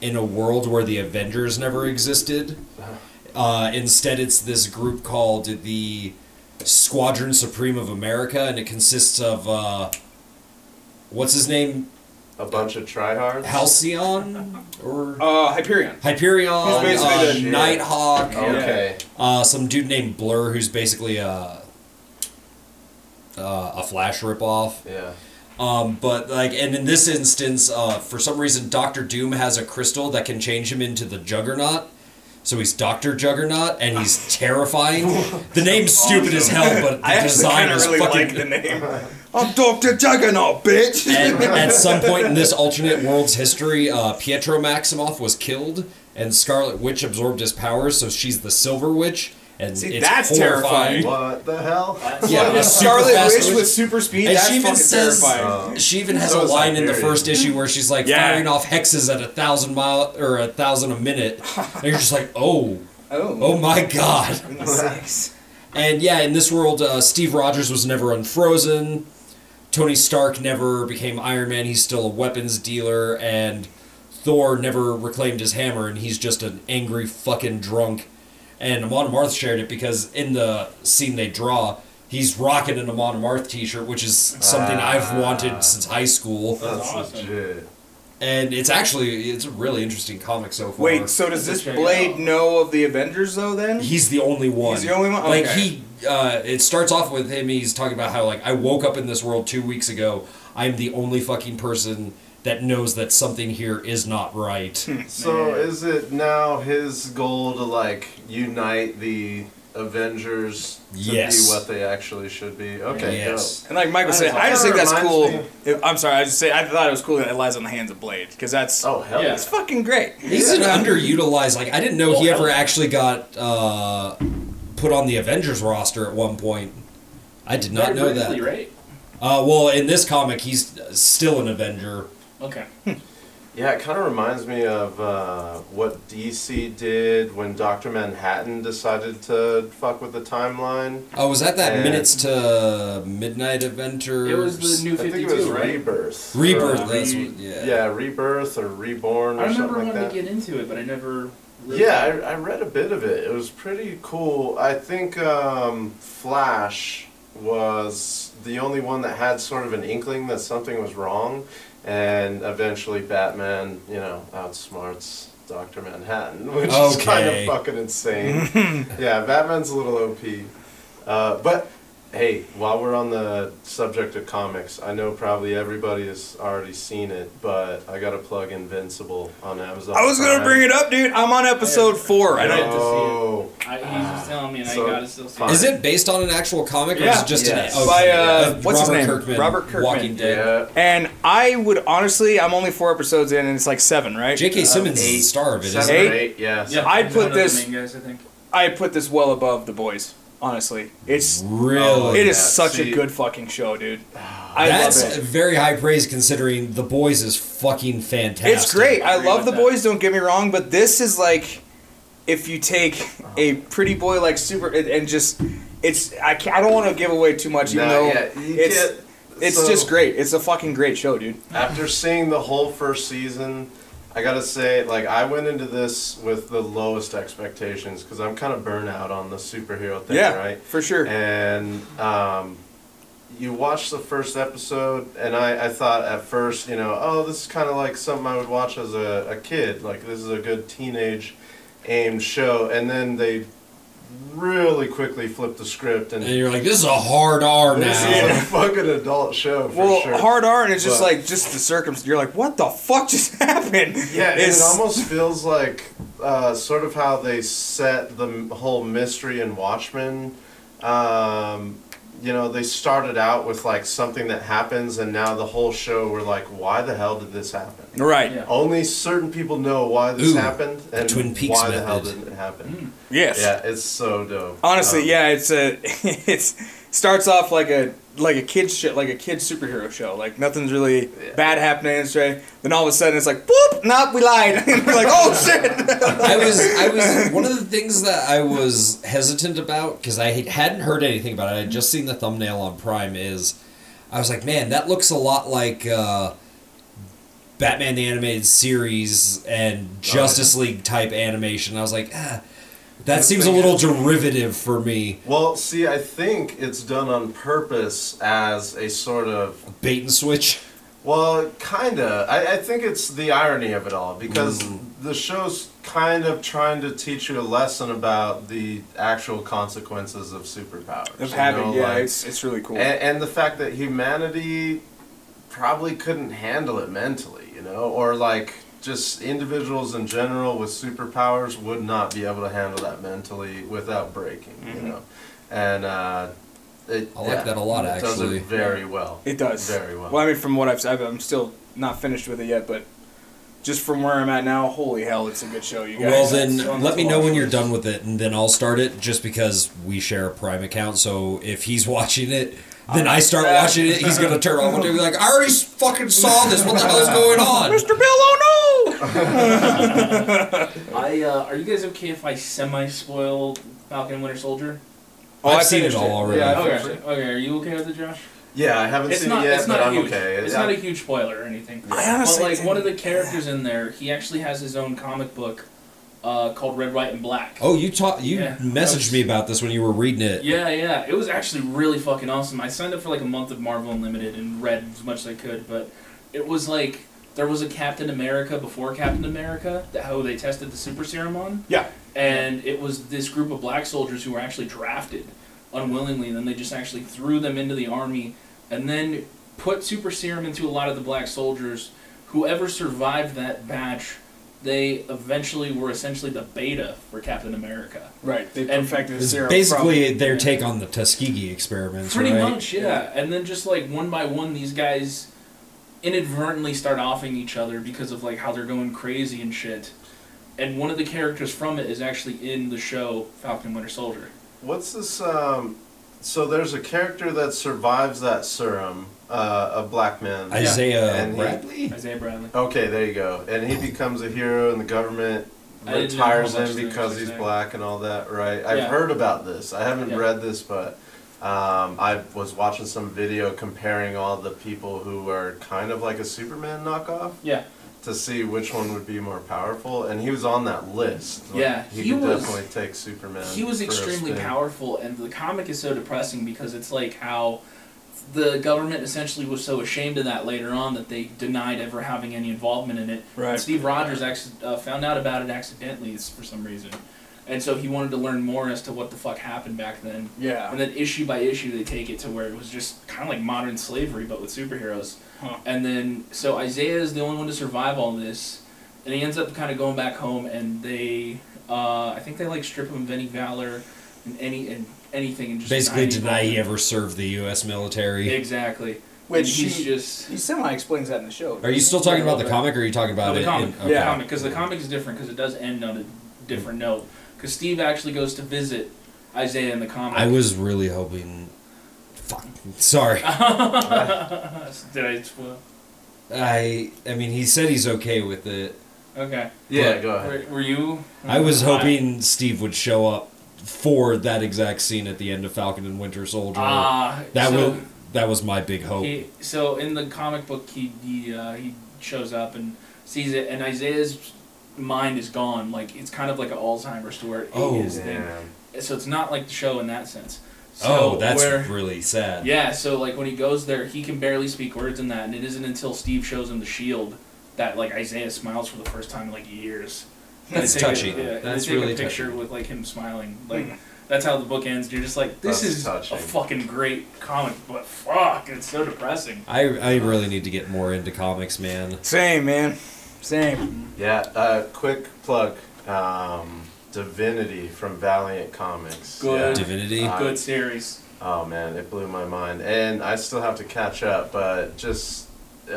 [SPEAKER 3] in a world where the Avengers never existed.
[SPEAKER 5] Uh-huh.
[SPEAKER 3] Uh, instead, it's this group called the Squadron Supreme of America, and it consists of uh, what's his name,
[SPEAKER 6] A bunch of tryhards.
[SPEAKER 3] Halcyon or
[SPEAKER 4] Uh, Hyperion.
[SPEAKER 3] Hyperion,
[SPEAKER 4] He's basically
[SPEAKER 3] uh,
[SPEAKER 6] the-
[SPEAKER 3] Nighthawk,
[SPEAKER 6] Okay.
[SPEAKER 3] uh, some dude named Blur, who's basically a uh, a Flash ripoff.
[SPEAKER 6] Yeah.
[SPEAKER 3] Um, but like, and in this instance, uh, for some reason, Doctor Doom has a crystal that can change him into the Juggernaut. So he's Doctor Juggernaut, and he's terrifying. The name's stupid as hell, but the
[SPEAKER 4] I actually
[SPEAKER 3] design
[SPEAKER 4] kind of
[SPEAKER 3] is
[SPEAKER 4] really
[SPEAKER 3] fucking.
[SPEAKER 4] like the name. I'm Doctor Juggernaut, bitch.
[SPEAKER 3] and at some point in this alternate world's history, uh, Pietro Maximoff was killed, and Scarlet Witch absorbed his powers, so she's the Silver Witch, and
[SPEAKER 4] See,
[SPEAKER 3] it's
[SPEAKER 4] that's
[SPEAKER 3] horrifying.
[SPEAKER 4] terrifying.
[SPEAKER 6] What the hell?
[SPEAKER 3] Yeah, a super
[SPEAKER 4] Scarlet
[SPEAKER 3] fast
[SPEAKER 4] Witch
[SPEAKER 3] witch.
[SPEAKER 4] with super speed.
[SPEAKER 3] And
[SPEAKER 4] that's
[SPEAKER 3] she even
[SPEAKER 4] fucking
[SPEAKER 3] says uh,
[SPEAKER 4] terrifying.
[SPEAKER 3] she even has
[SPEAKER 6] So
[SPEAKER 3] a
[SPEAKER 6] is
[SPEAKER 3] line in the
[SPEAKER 6] Hyperion.
[SPEAKER 3] first issue where she's like
[SPEAKER 4] Yeah.
[SPEAKER 3] firing off hexes at a thousand mile or a thousand a minute, and you're just like, oh,
[SPEAKER 4] oh.
[SPEAKER 3] oh my god. And yeah, in this world, uh, Steve Rogers was never unfrozen. Tony Stark never became Iron Man. He's still a weapons dealer, and Thor never reclaimed his hammer, and he's just an angry fucking drunk. And Amon Marth shared it because in the scene they draw, he's rocking an Amon Marth T-shirt, which is something I've wanted since high school.
[SPEAKER 6] That's
[SPEAKER 5] awesome.
[SPEAKER 6] legit.
[SPEAKER 3] And it's actually it's a really interesting comic so far.
[SPEAKER 4] Wait, so does this
[SPEAKER 5] Check it
[SPEAKER 4] Blade
[SPEAKER 5] out.
[SPEAKER 4] know of the Avengers though? Then
[SPEAKER 3] He's the only one.
[SPEAKER 4] He's the only one?
[SPEAKER 3] Like
[SPEAKER 4] Okay.
[SPEAKER 3] he, uh, it starts off with him. He's talking about how like I woke up in this world two weeks ago. I'm the only fucking person that knows that something here is not right.
[SPEAKER 4] Hmm.
[SPEAKER 6] So is it now his goal to like unite the Avengers to
[SPEAKER 3] Yes.
[SPEAKER 6] be what they actually should be? Okay.
[SPEAKER 3] yes.
[SPEAKER 4] And like Michael said,
[SPEAKER 6] That
[SPEAKER 4] I just think that's
[SPEAKER 6] reminds
[SPEAKER 4] cool.
[SPEAKER 6] me-
[SPEAKER 4] If- I'm sorry, I just say I thought it was cool that it lies on the hands of Blade because that's
[SPEAKER 6] Dope. Oh hell yeah.
[SPEAKER 5] Yeah.
[SPEAKER 4] it's fucking great.
[SPEAKER 3] He's an underutilized. Like I didn't know
[SPEAKER 4] Oh,
[SPEAKER 3] he ever actually got uh, put on the Avengers roster at one point. I did not know
[SPEAKER 5] Very briefly,
[SPEAKER 3] that.
[SPEAKER 5] Right?
[SPEAKER 3] Uh, well, in this comic, he's still an Avenger.
[SPEAKER 5] Okay.
[SPEAKER 6] Yeah, it kind of reminds me of uh, what DC did when Doctor Manhattan decided to fuck with the timeline.
[SPEAKER 3] Oh, was that that
[SPEAKER 6] And-
[SPEAKER 3] minutes to midnight Avengers?
[SPEAKER 5] It was the
[SPEAKER 6] I
[SPEAKER 5] new
[SPEAKER 6] think
[SPEAKER 5] 52,
[SPEAKER 6] it was
[SPEAKER 5] right?
[SPEAKER 6] Rebirth.
[SPEAKER 3] Rebirth,
[SPEAKER 6] Or
[SPEAKER 3] that's
[SPEAKER 6] Re-
[SPEAKER 3] what- yeah.
[SPEAKER 6] yeah, Rebirth or Reborn or
[SPEAKER 5] I remember
[SPEAKER 6] something like
[SPEAKER 5] wanting
[SPEAKER 6] that.
[SPEAKER 5] to get into it, but I never. Really
[SPEAKER 6] Yeah, I, I read a bit of it. It was pretty cool. I think um, Flash was the only one that had sort of an inkling that something was wrong, and eventually Batman, you know, outsmarts Doctor Manhattan, which is kind
[SPEAKER 3] Okay.
[SPEAKER 6] of fucking insane. yeah, Batman's a little OP, uh, but. Hey, while we're on the subject of comics, I know probably everybody has already seen it, but I gotta plug Invincible on Amazon.
[SPEAKER 4] I was gonna
[SPEAKER 6] Prime.
[SPEAKER 4] bring it up, dude. I'm on episode four. I
[SPEAKER 5] I
[SPEAKER 4] don't.
[SPEAKER 5] had to see it.
[SPEAKER 6] Oh.
[SPEAKER 5] I, he's just telling me, and
[SPEAKER 6] So-
[SPEAKER 5] I gotta still see.
[SPEAKER 6] fine.
[SPEAKER 3] Is it based on an actual comic or is
[SPEAKER 4] Yeah.
[SPEAKER 3] it just
[SPEAKER 6] Yes.
[SPEAKER 3] an?
[SPEAKER 4] By, uh,
[SPEAKER 3] Uh,
[SPEAKER 4] what's his
[SPEAKER 3] Robert
[SPEAKER 4] name?
[SPEAKER 3] Kirkman,
[SPEAKER 4] Robert Kirkman.
[SPEAKER 3] Walking Dead.
[SPEAKER 6] Oh. Yeah.
[SPEAKER 4] And I would honestly, I'm only four episodes in, and it's like seven, right?
[SPEAKER 3] J.K. Simmons is the
[SPEAKER 6] eight,
[SPEAKER 3] star of it.
[SPEAKER 6] Seven
[SPEAKER 3] Isn't
[SPEAKER 6] or
[SPEAKER 3] it?
[SPEAKER 4] Um, Eight?
[SPEAKER 6] eight, yes.
[SPEAKER 5] Yeah,
[SPEAKER 4] I'd
[SPEAKER 5] he's
[SPEAKER 4] put
[SPEAKER 5] one of the
[SPEAKER 4] this-
[SPEAKER 5] main guys, I think.
[SPEAKER 4] I put this well above the boys. Honestly, it's
[SPEAKER 3] Really,
[SPEAKER 4] Oh, it is
[SPEAKER 6] yeah,
[SPEAKER 4] such
[SPEAKER 6] see-
[SPEAKER 4] a good fucking show, dude. I
[SPEAKER 3] That's
[SPEAKER 4] love it.
[SPEAKER 3] very high praise considering The Boys is fucking fantastic.
[SPEAKER 4] It's great. I
[SPEAKER 5] Agree
[SPEAKER 4] love
[SPEAKER 5] with
[SPEAKER 4] the
[SPEAKER 5] that.
[SPEAKER 4] boys. Don't get me wrong, but this is like if you take a pretty boy like super and, and just it's I can't, I don't want to give away too much, even
[SPEAKER 6] Not
[SPEAKER 4] though
[SPEAKER 6] yet. You
[SPEAKER 4] it's
[SPEAKER 6] can't-
[SPEAKER 4] it's
[SPEAKER 6] so,
[SPEAKER 4] just great. It's a fucking great show, dude.
[SPEAKER 6] After seeing the whole first season, I gotta say, like, I went into this with the lowest expectations because I'm kind of burnt out on the superhero thing,
[SPEAKER 4] yeah,
[SPEAKER 6] right?
[SPEAKER 4] for sure.
[SPEAKER 6] And um, you watch the first episode, and I, I thought at first, you know, oh, this is kind of like something I would watch as a, a kid. Like, this is a good teenage aimed show. And then they really quickly flip the script, and
[SPEAKER 3] And you're like, this is a hard R
[SPEAKER 6] this
[SPEAKER 3] now.
[SPEAKER 6] is a fucking adult show for
[SPEAKER 4] well,
[SPEAKER 6] sure.
[SPEAKER 4] hard R, and it's just
[SPEAKER 6] But-
[SPEAKER 4] like just the circumstance. You're like, what the fuck just happened?
[SPEAKER 6] Yeah, and
[SPEAKER 4] it's
[SPEAKER 6] it almost feels like uh, sort of how they set the m- whole mystery in Watchmen. Um, you know, they started out with like something that happens, and now the whole show we're like, why the hell did this happen?
[SPEAKER 4] right.
[SPEAKER 5] Yeah.
[SPEAKER 6] Only certain people know why this
[SPEAKER 3] Ooh,
[SPEAKER 6] happened and
[SPEAKER 3] Twin Peaks
[SPEAKER 6] why the hell
[SPEAKER 3] method.
[SPEAKER 6] did it happen.
[SPEAKER 4] Yes.
[SPEAKER 6] Yeah, it's so dope.
[SPEAKER 4] Honestly,
[SPEAKER 6] Um,
[SPEAKER 4] yeah, it's a it's starts off like a like a kids shit like a kids superhero show. Like nothing's really bad happening straight. Then all of a sudden it's like boop, nope, we lied. And we're like, oh shit.
[SPEAKER 3] I was, I was one of the things that I was hesitant about because I had- hadn't heard anything about it. I had just seen the thumbnail on Prime. Is I was like, man, that looks a lot like uh, Batman the animated series and Justice League type animation. I was like, ah, that seems a
[SPEAKER 6] thing
[SPEAKER 3] little
[SPEAKER 6] is-
[SPEAKER 3] derivative for me,
[SPEAKER 6] Well, see, I think it's done on purpose as a sort of
[SPEAKER 3] bait and switch.
[SPEAKER 6] Well, kinda. I, I think it's the irony of it all because
[SPEAKER 4] Mm.
[SPEAKER 6] the show's kind of trying to teach you a lesson about the actual consequences of superpowers.
[SPEAKER 4] Of
[SPEAKER 6] you
[SPEAKER 4] having
[SPEAKER 6] know,
[SPEAKER 4] yeah,
[SPEAKER 6] like-
[SPEAKER 4] it's it's really cool.
[SPEAKER 6] and, and the fact that humanity probably couldn't handle it mentally, you know, or like just individuals in general with superpowers would not be able to handle that mentally without breaking,
[SPEAKER 4] Mm-hmm.
[SPEAKER 6] you know, and uh, it,
[SPEAKER 3] I like that a lot,
[SPEAKER 6] it
[SPEAKER 3] actually.
[SPEAKER 6] does it very well.
[SPEAKER 4] It does
[SPEAKER 6] very well.
[SPEAKER 4] Well, I mean, from what I've, I've I'm still not finished with it yet, but just from where I'm at now, holy hell, it's a good show, you guys.
[SPEAKER 3] Well, then
[SPEAKER 4] It's on
[SPEAKER 3] let me
[SPEAKER 4] the
[SPEAKER 3] know when
[SPEAKER 4] watch
[SPEAKER 3] you're
[SPEAKER 4] list.
[SPEAKER 3] done with it, and then I'll start it. Just because we share a Prime account, so if he's watching it, then I start watching it. He's gonna turn on one day and be like, "I already s- fucking saw this. What the hell is going on?"
[SPEAKER 4] Mr. Bill, oh no!
[SPEAKER 5] I uh, are you guys okay if I semi spoil Falcon and Winter Soldier?
[SPEAKER 4] Oh,
[SPEAKER 3] I've
[SPEAKER 4] I
[SPEAKER 3] seen it
[SPEAKER 4] finished
[SPEAKER 3] all
[SPEAKER 4] it.
[SPEAKER 3] already.
[SPEAKER 6] Yeah, I
[SPEAKER 5] Okay,
[SPEAKER 6] finished it.
[SPEAKER 5] okay. Are you okay with it, Josh?
[SPEAKER 6] Yeah, I haven't
[SPEAKER 5] It's
[SPEAKER 6] seen
[SPEAKER 5] not.
[SPEAKER 6] it yet,
[SPEAKER 5] it's not
[SPEAKER 6] but I'm
[SPEAKER 5] huge.
[SPEAKER 6] okay.
[SPEAKER 5] It's
[SPEAKER 6] Yeah.
[SPEAKER 5] not a huge spoiler or anything.
[SPEAKER 4] I honestly
[SPEAKER 5] but like one of the
[SPEAKER 4] didn't-
[SPEAKER 5] characters in there, he actually has his own comic book uh, called Red, White, and Black.
[SPEAKER 3] Oh, you taught you
[SPEAKER 5] Yeah.
[SPEAKER 3] messaged me about this when you were reading it.
[SPEAKER 5] Yeah, yeah. It was actually really fucking awesome. I signed up for like a month of Marvel Unlimited and read as much as I could, but it was like there was a Captain America before Captain America that how they tested the super serum on.
[SPEAKER 4] Yeah.
[SPEAKER 5] And it was this group of black soldiers who were actually drafted unwillingly, and then they just actually threw them into the army and then put super serum into a lot of the black soldiers. Whoever survived that batch, they eventually were essentially the beta for Captain America.
[SPEAKER 4] Right, they
[SPEAKER 5] And
[SPEAKER 4] perfected the
[SPEAKER 3] It's
[SPEAKER 4] serum.
[SPEAKER 3] basically their take on the Tuskegee experiments,
[SPEAKER 5] Pretty
[SPEAKER 3] right?
[SPEAKER 5] much, yeah. And then just like one by one, these guys inadvertently start offing each other because of like how they're going crazy and shit. And one of the characters from it is actually in the show Falcon Winter Soldier.
[SPEAKER 6] What's this? Um, so there's a character that survives that serum, uh, a black man.
[SPEAKER 3] Isaiah
[SPEAKER 6] And he-
[SPEAKER 3] Bradley.
[SPEAKER 5] Isaiah Bradley.
[SPEAKER 6] Okay, there you go. And he becomes a hero, and the government
[SPEAKER 5] I didn't know
[SPEAKER 6] retires
[SPEAKER 5] how much
[SPEAKER 6] him
[SPEAKER 5] there
[SPEAKER 6] because
[SPEAKER 5] was
[SPEAKER 6] he's
[SPEAKER 5] there.
[SPEAKER 6] black and all that, right? I've
[SPEAKER 5] Yeah.
[SPEAKER 6] heard about this. I haven't
[SPEAKER 5] Yeah.
[SPEAKER 6] read this, but um, I was watching some video comparing all the people who are kind of like a Superman knockoff
[SPEAKER 5] Yeah.
[SPEAKER 6] to see which one would be more powerful, and he was on that list.
[SPEAKER 5] Yeah,
[SPEAKER 6] he,
[SPEAKER 5] he
[SPEAKER 6] could
[SPEAKER 5] was-
[SPEAKER 6] definitely take Superman.
[SPEAKER 5] He was
[SPEAKER 6] for a
[SPEAKER 5] extremely
[SPEAKER 6] spin.
[SPEAKER 5] powerful, and the comic is so depressing because it's like how the government essentially was so ashamed of that later on that they denied ever having any involvement in it.
[SPEAKER 4] Right.
[SPEAKER 5] And Steve Rogers acc- uh, found out about it accidentally s- for some reason, and so he wanted to learn more as to what the fuck happened back then.
[SPEAKER 4] Yeah.
[SPEAKER 5] And then issue by issue, they take it to where it was just kind of like modern slavery, but with superheroes.
[SPEAKER 4] Huh.
[SPEAKER 5] And then, so Isaiah is the only one to survive all this, and he ends up kind of going back home. And they, uh, I think they like strip him of any valor and any and anything, and just
[SPEAKER 3] Basically,
[SPEAKER 5] deny
[SPEAKER 3] deny he
[SPEAKER 5] him.
[SPEAKER 3] ever served the U.S. military.
[SPEAKER 5] Exactly.
[SPEAKER 4] Which
[SPEAKER 5] And he's
[SPEAKER 4] he-
[SPEAKER 5] just
[SPEAKER 4] He semi explains that in the show.
[SPEAKER 3] Are you still talking about the comic, or are you talking about
[SPEAKER 5] No, the
[SPEAKER 3] it?
[SPEAKER 5] comic,
[SPEAKER 3] in-
[SPEAKER 5] the
[SPEAKER 3] okay.
[SPEAKER 4] Yeah.
[SPEAKER 5] comic, because the comic is different because it does end on a different note. Because Steve actually goes to visit Isaiah in the comic.
[SPEAKER 3] I was really hoping. Fuck. Sorry.
[SPEAKER 5] Did I spoil?
[SPEAKER 3] I. I mean, he said he's okay with it.
[SPEAKER 5] Okay.
[SPEAKER 6] Yeah,
[SPEAKER 3] But-
[SPEAKER 6] go ahead.
[SPEAKER 5] Were, were you?
[SPEAKER 3] I was hoping Steve would show up for that exact scene at the end of Falcon and Winter Soldier.
[SPEAKER 5] Ah,
[SPEAKER 3] Uh, that
[SPEAKER 5] so
[SPEAKER 3] was that was my big hope.
[SPEAKER 5] He, so in the comic book, he he, uh, he shows up and sees it, and Isaiah's mind is gone. Like it's kind of like an Alzheimer's to where it
[SPEAKER 3] Oh.
[SPEAKER 5] is thing.
[SPEAKER 6] Yeah.
[SPEAKER 5] So it's not like the show in that sense.
[SPEAKER 3] oh, that's
[SPEAKER 5] where-
[SPEAKER 3] really sad.
[SPEAKER 5] Yeah, so like when he goes there, he can barely speak words in that, and it isn't until Steve shows him the shield that like Isaiah smiles for the first time in like years. And they
[SPEAKER 3] That's
[SPEAKER 5] take a-
[SPEAKER 3] touching.
[SPEAKER 5] yeah, and they
[SPEAKER 3] That's
[SPEAKER 5] take
[SPEAKER 3] really
[SPEAKER 5] a picture
[SPEAKER 3] touching.
[SPEAKER 5] with like him smiling. Like that's how the book ends. and You're just like, this
[SPEAKER 6] That's
[SPEAKER 5] is
[SPEAKER 6] touching.
[SPEAKER 5] a fucking great comic, but fuck, it's so depressing.
[SPEAKER 3] I, I really need to get more into comics, man.
[SPEAKER 4] Same, man. Same.
[SPEAKER 6] Yeah, uh, quick plug. Um, Divinity from Valiant Comics.
[SPEAKER 5] Good.
[SPEAKER 6] Yeah.
[SPEAKER 3] Divinity.
[SPEAKER 6] Uh,
[SPEAKER 5] Good series.
[SPEAKER 6] Oh man, it blew my mind, and I still have to catch up. But just, um,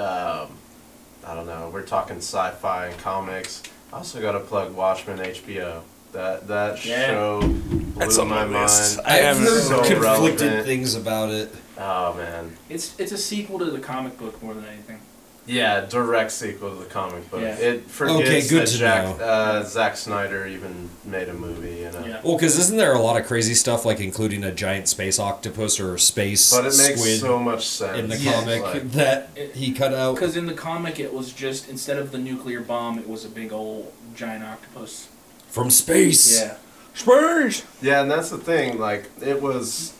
[SPEAKER 6] I don't know. We're talking sci-fi and comics. I also got to plug Watchmen HBO. That that
[SPEAKER 5] Yeah.
[SPEAKER 6] show blew
[SPEAKER 4] That's on my
[SPEAKER 6] my,
[SPEAKER 4] list.
[SPEAKER 6] mind.
[SPEAKER 4] I
[SPEAKER 3] I've
[SPEAKER 4] haven't-
[SPEAKER 3] heard
[SPEAKER 6] So
[SPEAKER 3] conflicted
[SPEAKER 6] relevant.
[SPEAKER 3] things about it.
[SPEAKER 6] Oh man,
[SPEAKER 5] It's it's a sequel to the comic book more than anything.
[SPEAKER 6] yeah, direct sequel to the comic book.
[SPEAKER 5] Yeah.
[SPEAKER 6] It forgets
[SPEAKER 3] Okay, good
[SPEAKER 6] that
[SPEAKER 3] to
[SPEAKER 6] Jack,
[SPEAKER 3] know.
[SPEAKER 6] uh, Zack Snyder even made a movie. You know,
[SPEAKER 5] Yeah.
[SPEAKER 3] Well, because isn't there a lot of crazy stuff, like including a giant space octopus or space
[SPEAKER 6] but it makes
[SPEAKER 3] squid
[SPEAKER 6] so much sense
[SPEAKER 3] in the
[SPEAKER 5] Yeah.
[SPEAKER 3] comic
[SPEAKER 6] Like,
[SPEAKER 3] that
[SPEAKER 5] It-
[SPEAKER 3] he cut out?
[SPEAKER 5] Because in the comic, it was just instead of the nuclear bomb, it was a big old giant octopus.
[SPEAKER 3] From space!
[SPEAKER 5] Yeah,
[SPEAKER 4] Spurs.
[SPEAKER 6] yeah, and that's the thing. Like it was.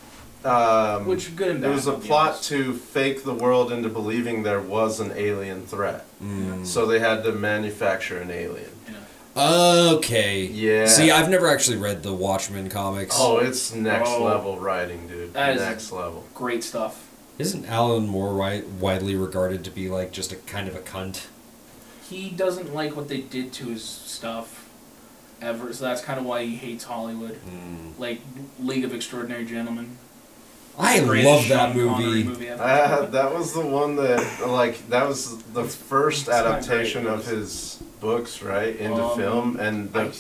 [SPEAKER 6] Um,
[SPEAKER 5] which good and bad.
[SPEAKER 6] There was a
[SPEAKER 5] I'll be
[SPEAKER 6] plot
[SPEAKER 5] honest.
[SPEAKER 6] to fake the world into believing there was an alien threat.
[SPEAKER 3] Mm. Hmm.
[SPEAKER 6] So they had to manufacture an alien.
[SPEAKER 3] Okay.
[SPEAKER 6] Yeah.
[SPEAKER 3] See, I've never actually read the Watchmen comics.
[SPEAKER 6] Oh, it's next
[SPEAKER 5] Oh.
[SPEAKER 6] level writing, dude.
[SPEAKER 5] That is-
[SPEAKER 6] next level.
[SPEAKER 5] Great stuff.
[SPEAKER 3] Isn't Alan Moore wi- widely regarded to be, like, just a kind of a cunt?
[SPEAKER 5] he doesn't like what they did to his stuff ever so that's kind of why he hates hollywood
[SPEAKER 3] Mm.
[SPEAKER 5] like league of extraordinary gentlemen
[SPEAKER 3] I
[SPEAKER 5] Greatest
[SPEAKER 3] love that
[SPEAKER 5] Sean Connery
[SPEAKER 3] movie.
[SPEAKER 5] ever.
[SPEAKER 6] Uh, that was the one that, like, that was the first
[SPEAKER 5] not great,
[SPEAKER 6] adaptation
[SPEAKER 5] but
[SPEAKER 6] of
[SPEAKER 5] it's-
[SPEAKER 6] his books, right, into
[SPEAKER 5] Um,
[SPEAKER 6] film, and
[SPEAKER 5] i
[SPEAKER 6] the,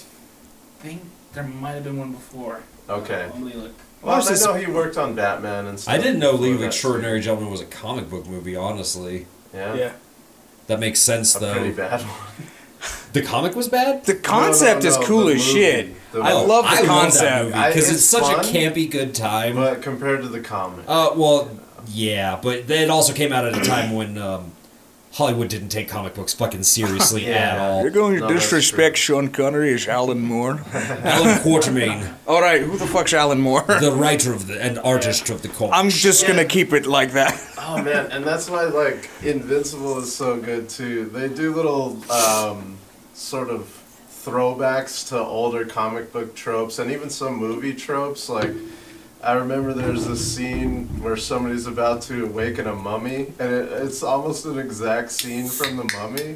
[SPEAKER 5] think there might have been one before
[SPEAKER 6] okay.
[SPEAKER 5] Let me look.
[SPEAKER 6] Well, I
[SPEAKER 3] Versus-
[SPEAKER 6] know he worked on Batman and stuff.
[SPEAKER 3] I didn't know League
[SPEAKER 6] before
[SPEAKER 3] of
[SPEAKER 6] that, too.
[SPEAKER 3] Extraordinary Gentlemen was a comic book movie, honestly.
[SPEAKER 6] Yeah,
[SPEAKER 4] Yeah.
[SPEAKER 3] That makes sense,
[SPEAKER 6] a pretty
[SPEAKER 3] though.
[SPEAKER 6] bad one.
[SPEAKER 3] The comic was bad? Oh,
[SPEAKER 4] The concept
[SPEAKER 6] no,
[SPEAKER 4] is
[SPEAKER 6] no,
[SPEAKER 4] cool
[SPEAKER 6] the
[SPEAKER 4] as
[SPEAKER 6] movie.
[SPEAKER 4] shit.
[SPEAKER 6] The
[SPEAKER 4] I
[SPEAKER 6] movie.
[SPEAKER 4] love
[SPEAKER 3] I
[SPEAKER 4] the
[SPEAKER 3] that
[SPEAKER 4] concept.
[SPEAKER 3] movie because
[SPEAKER 6] I-
[SPEAKER 3] it's,
[SPEAKER 6] it's
[SPEAKER 3] such
[SPEAKER 6] fun,
[SPEAKER 3] a campy good time.
[SPEAKER 6] But compared to the comic.
[SPEAKER 3] Uh, well, yeah, but it also came out at a time when um, Hollywood didn't take comic books fucking seriously
[SPEAKER 6] Yeah.
[SPEAKER 3] at all.
[SPEAKER 4] You're going to
[SPEAKER 6] No, that's
[SPEAKER 4] disrespect
[SPEAKER 6] true.
[SPEAKER 4] Sean Connery as Alan Moore?
[SPEAKER 3] Alan Quatermain,
[SPEAKER 4] All right, who the fuck's Alan Moore?
[SPEAKER 3] the writer of the and artist of the comic.
[SPEAKER 4] I'm just gonna keep it like that.
[SPEAKER 6] Oh man, and that's why like Invincible is so good too. They do little um, sort of throwbacks to older comic book tropes and even some movie tropes. Like I remember there's this scene where somebody's about to awaken a mummy, and it, it's almost an exact scene from the mummy,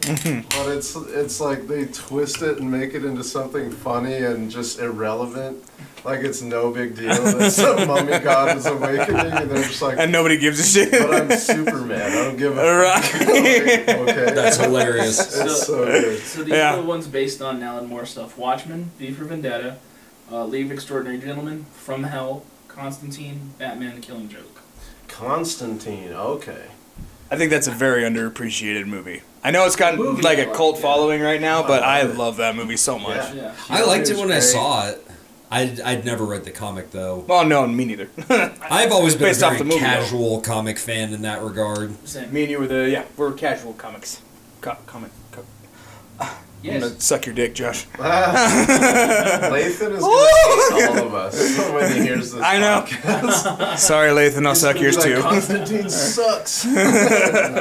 [SPEAKER 6] but it's it's like they twist it and make it into something funny and just irrelevant. Like it's no big deal that some mummy god is awakening, and they're just like,
[SPEAKER 4] And nobody gives a shit.
[SPEAKER 6] but I'm Superman. I don't give a
[SPEAKER 4] All
[SPEAKER 6] fuck.
[SPEAKER 4] right.
[SPEAKER 6] Like, okay.
[SPEAKER 3] That's hilarious.
[SPEAKER 6] That's so good.
[SPEAKER 5] so these
[SPEAKER 4] Yeah.
[SPEAKER 5] are the ones based on alan moore stuff watchmen v for vendetta uh, league of extraordinary gentlemen from hell constantine batman the killing joke
[SPEAKER 6] Constantine. Okay.
[SPEAKER 4] I think that's a very underappreciated movie. I know it's got
[SPEAKER 5] Movie,
[SPEAKER 4] like
[SPEAKER 5] I
[SPEAKER 4] a
[SPEAKER 5] like
[SPEAKER 4] cult
[SPEAKER 5] it.
[SPEAKER 4] following right now, but I
[SPEAKER 6] I love it.
[SPEAKER 4] love that movie so much.
[SPEAKER 6] Yeah.
[SPEAKER 5] yeah
[SPEAKER 3] I liked it when I
[SPEAKER 6] Great.
[SPEAKER 3] saw it. I'd, I'd never read the comic though.
[SPEAKER 4] Well, no, me neither.
[SPEAKER 3] I've always been a
[SPEAKER 4] Based off
[SPEAKER 3] very
[SPEAKER 4] the movie, though.
[SPEAKER 3] casual comic fan in that regard.
[SPEAKER 5] Same.
[SPEAKER 4] me and you were the yeah, we're casual comics. Co- comic. Co- I'm
[SPEAKER 5] yes
[SPEAKER 4] gonna suck your dick, Josh.
[SPEAKER 6] Ah, Lathan is gonna hate all of us when he hears this.
[SPEAKER 4] I know. Sorry, Lathan, I'll
[SPEAKER 6] He's
[SPEAKER 4] suck
[SPEAKER 6] gonna be
[SPEAKER 4] yours
[SPEAKER 6] like,
[SPEAKER 4] too.
[SPEAKER 6] Constantine sucks.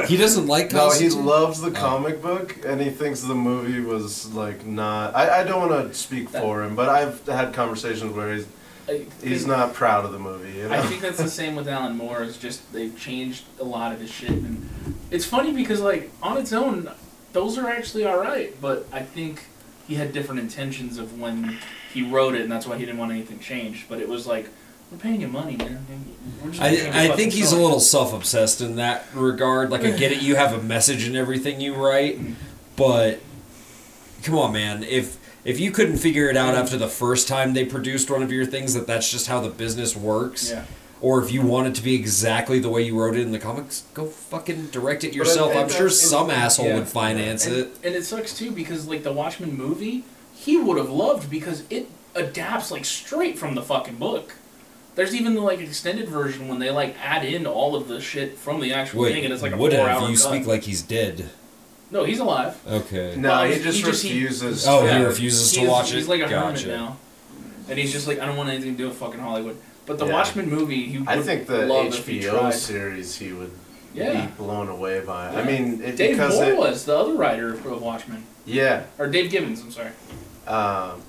[SPEAKER 3] He doesn't like
[SPEAKER 6] no, he
[SPEAKER 3] comics.
[SPEAKER 6] loves
[SPEAKER 4] Oh.
[SPEAKER 6] the comic book, and he thinks the movie was like not. I, I don't want to speak for him, but I've had conversations where he's
[SPEAKER 5] I
[SPEAKER 6] he's
[SPEAKER 5] think-
[SPEAKER 6] not proud of the movie. You know?
[SPEAKER 5] I think that's the same with Alan Moore. Is just they've changed a lot of his shit, and it's funny because like on its own, those are actually all right. But I think he had different intentions of when he wrote it, and that's why he didn't want anything changed. But it was like we're paying you money, man. We're just making
[SPEAKER 3] I, I
[SPEAKER 5] fucking
[SPEAKER 3] think he's a
[SPEAKER 5] film.
[SPEAKER 3] little self obsessed in that regard. Like, I get it, you have a message in everything you write, but come on, man. If if you couldn't figure it out after the first time they produced one of your things that that's just how the business works,
[SPEAKER 5] Yeah.
[SPEAKER 3] or if you want it to be exactly the way you wrote it in the comics, go fucking direct it yourself.
[SPEAKER 6] it-
[SPEAKER 3] I'm sure
[SPEAKER 6] it-
[SPEAKER 3] some asshole
[SPEAKER 5] yeah.
[SPEAKER 3] would finance
[SPEAKER 5] and,
[SPEAKER 3] it.
[SPEAKER 5] And it sucks too because like the Watchmen movie, he would have loved because it adapts like straight from the fucking book. There's even the like extended version when they like add in all of the shit from the actual
[SPEAKER 3] Would,
[SPEAKER 5] thing, and it's like a
[SPEAKER 3] would
[SPEAKER 5] four
[SPEAKER 3] have.
[SPEAKER 5] hour
[SPEAKER 3] You
[SPEAKER 5] cut.
[SPEAKER 3] speak like he's dead.
[SPEAKER 5] no, he's alive.
[SPEAKER 3] Okay.
[SPEAKER 6] no, he
[SPEAKER 5] He
[SPEAKER 6] just
[SPEAKER 5] just- he-
[SPEAKER 6] refuses.
[SPEAKER 3] Oh,
[SPEAKER 6] to-
[SPEAKER 3] he
[SPEAKER 5] Yeah.
[SPEAKER 3] refuses to
[SPEAKER 5] He's-
[SPEAKER 3] watch it.
[SPEAKER 5] He's like a
[SPEAKER 3] Gotcha.
[SPEAKER 5] hermit now, and he's just like, I don't want anything to do with fucking Hollywood. But the
[SPEAKER 6] Yeah.
[SPEAKER 5] Watchmen movie, you
[SPEAKER 6] I
[SPEAKER 5] would
[SPEAKER 6] think the
[SPEAKER 5] love if you
[SPEAKER 6] HBO
[SPEAKER 5] tried.
[SPEAKER 6] series he would
[SPEAKER 5] Yeah.
[SPEAKER 6] be blown away by.
[SPEAKER 5] Yeah.
[SPEAKER 6] I mean, it,
[SPEAKER 5] Dave
[SPEAKER 6] because
[SPEAKER 5] Moore
[SPEAKER 6] it,
[SPEAKER 5] was the other writer of Watchmen,
[SPEAKER 6] yeah,
[SPEAKER 5] or Dave Gibbons. I'm sorry.
[SPEAKER 6] um,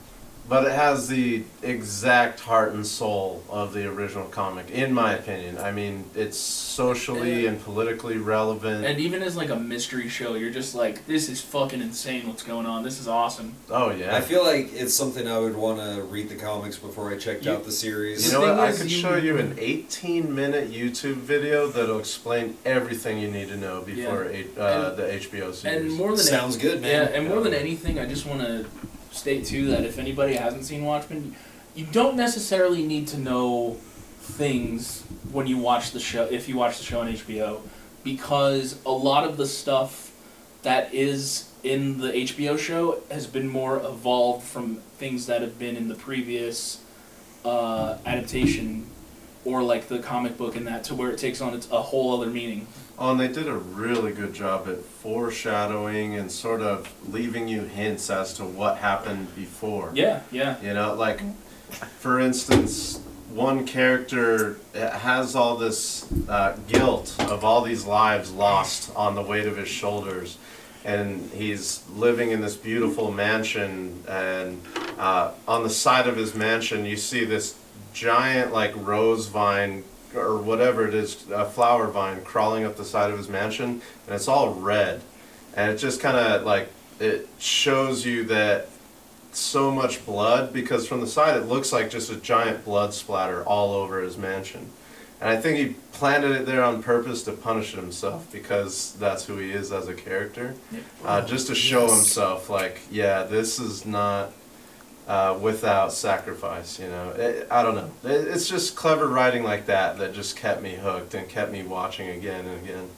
[SPEAKER 6] but it has the exact heart and soul of the original comic, in my opinion. I mean, it's socially
[SPEAKER 5] Yeah.
[SPEAKER 6] and politically relevant.
[SPEAKER 5] And even as like a mystery show, you're just like, this is fucking insane. What's going on? This is awesome.
[SPEAKER 6] oh
[SPEAKER 8] I
[SPEAKER 6] yeah,
[SPEAKER 8] feel like it's something I would want to read the comics before I checked
[SPEAKER 5] You-
[SPEAKER 8] out the series.
[SPEAKER 6] you know what?
[SPEAKER 5] thing
[SPEAKER 6] I
[SPEAKER 5] is,
[SPEAKER 6] could
[SPEAKER 5] you-
[SPEAKER 6] show you an 18-minute YouTube video that'll explain everything you need to know before eight, uh,
[SPEAKER 5] And-
[SPEAKER 6] the HBO series.
[SPEAKER 5] And more than
[SPEAKER 3] Sounds good,
[SPEAKER 5] yeah,
[SPEAKER 3] man.
[SPEAKER 5] and more than anything, I just want to state too that if anybody hasn't seen Watchmen, you don't necessarily need to know things when you watch the show. If you watch the show on HBO, because a lot of the stuff that is in the HBO show has been more evolved from things that have been in the previous uh, adaptation or like the comic book and that to where it takes on its, a whole other meaning.
[SPEAKER 6] Oh, and they did a really good job at foreshadowing and sort of leaving you hints as to what happened before.
[SPEAKER 5] Yeah, yeah.
[SPEAKER 6] You know, like, for instance, one character has all this uh, guilt of all these lives lost on the weight of his shoulders. And he's living in this beautiful mansion, and uh, on the side of his mansion, you see this giant, like, rose vine or whatever it is, a flower vine crawling up the side of his mansion, and it's all red. And it just kind of, like, it shows you that so much blood because from the side it looks like just a giant blood splatter all over his mansion. And I think he planted it there on purpose to punish himself because that's who he is as a character.
[SPEAKER 5] Yeah.
[SPEAKER 6] Uh, just to show
[SPEAKER 3] Yes.
[SPEAKER 6] himself, like, yeah, this is not uh, without sacrifice, you know. It, I don't know. It, it's just clever writing like that that just kept me hooked and kept me watching again and again.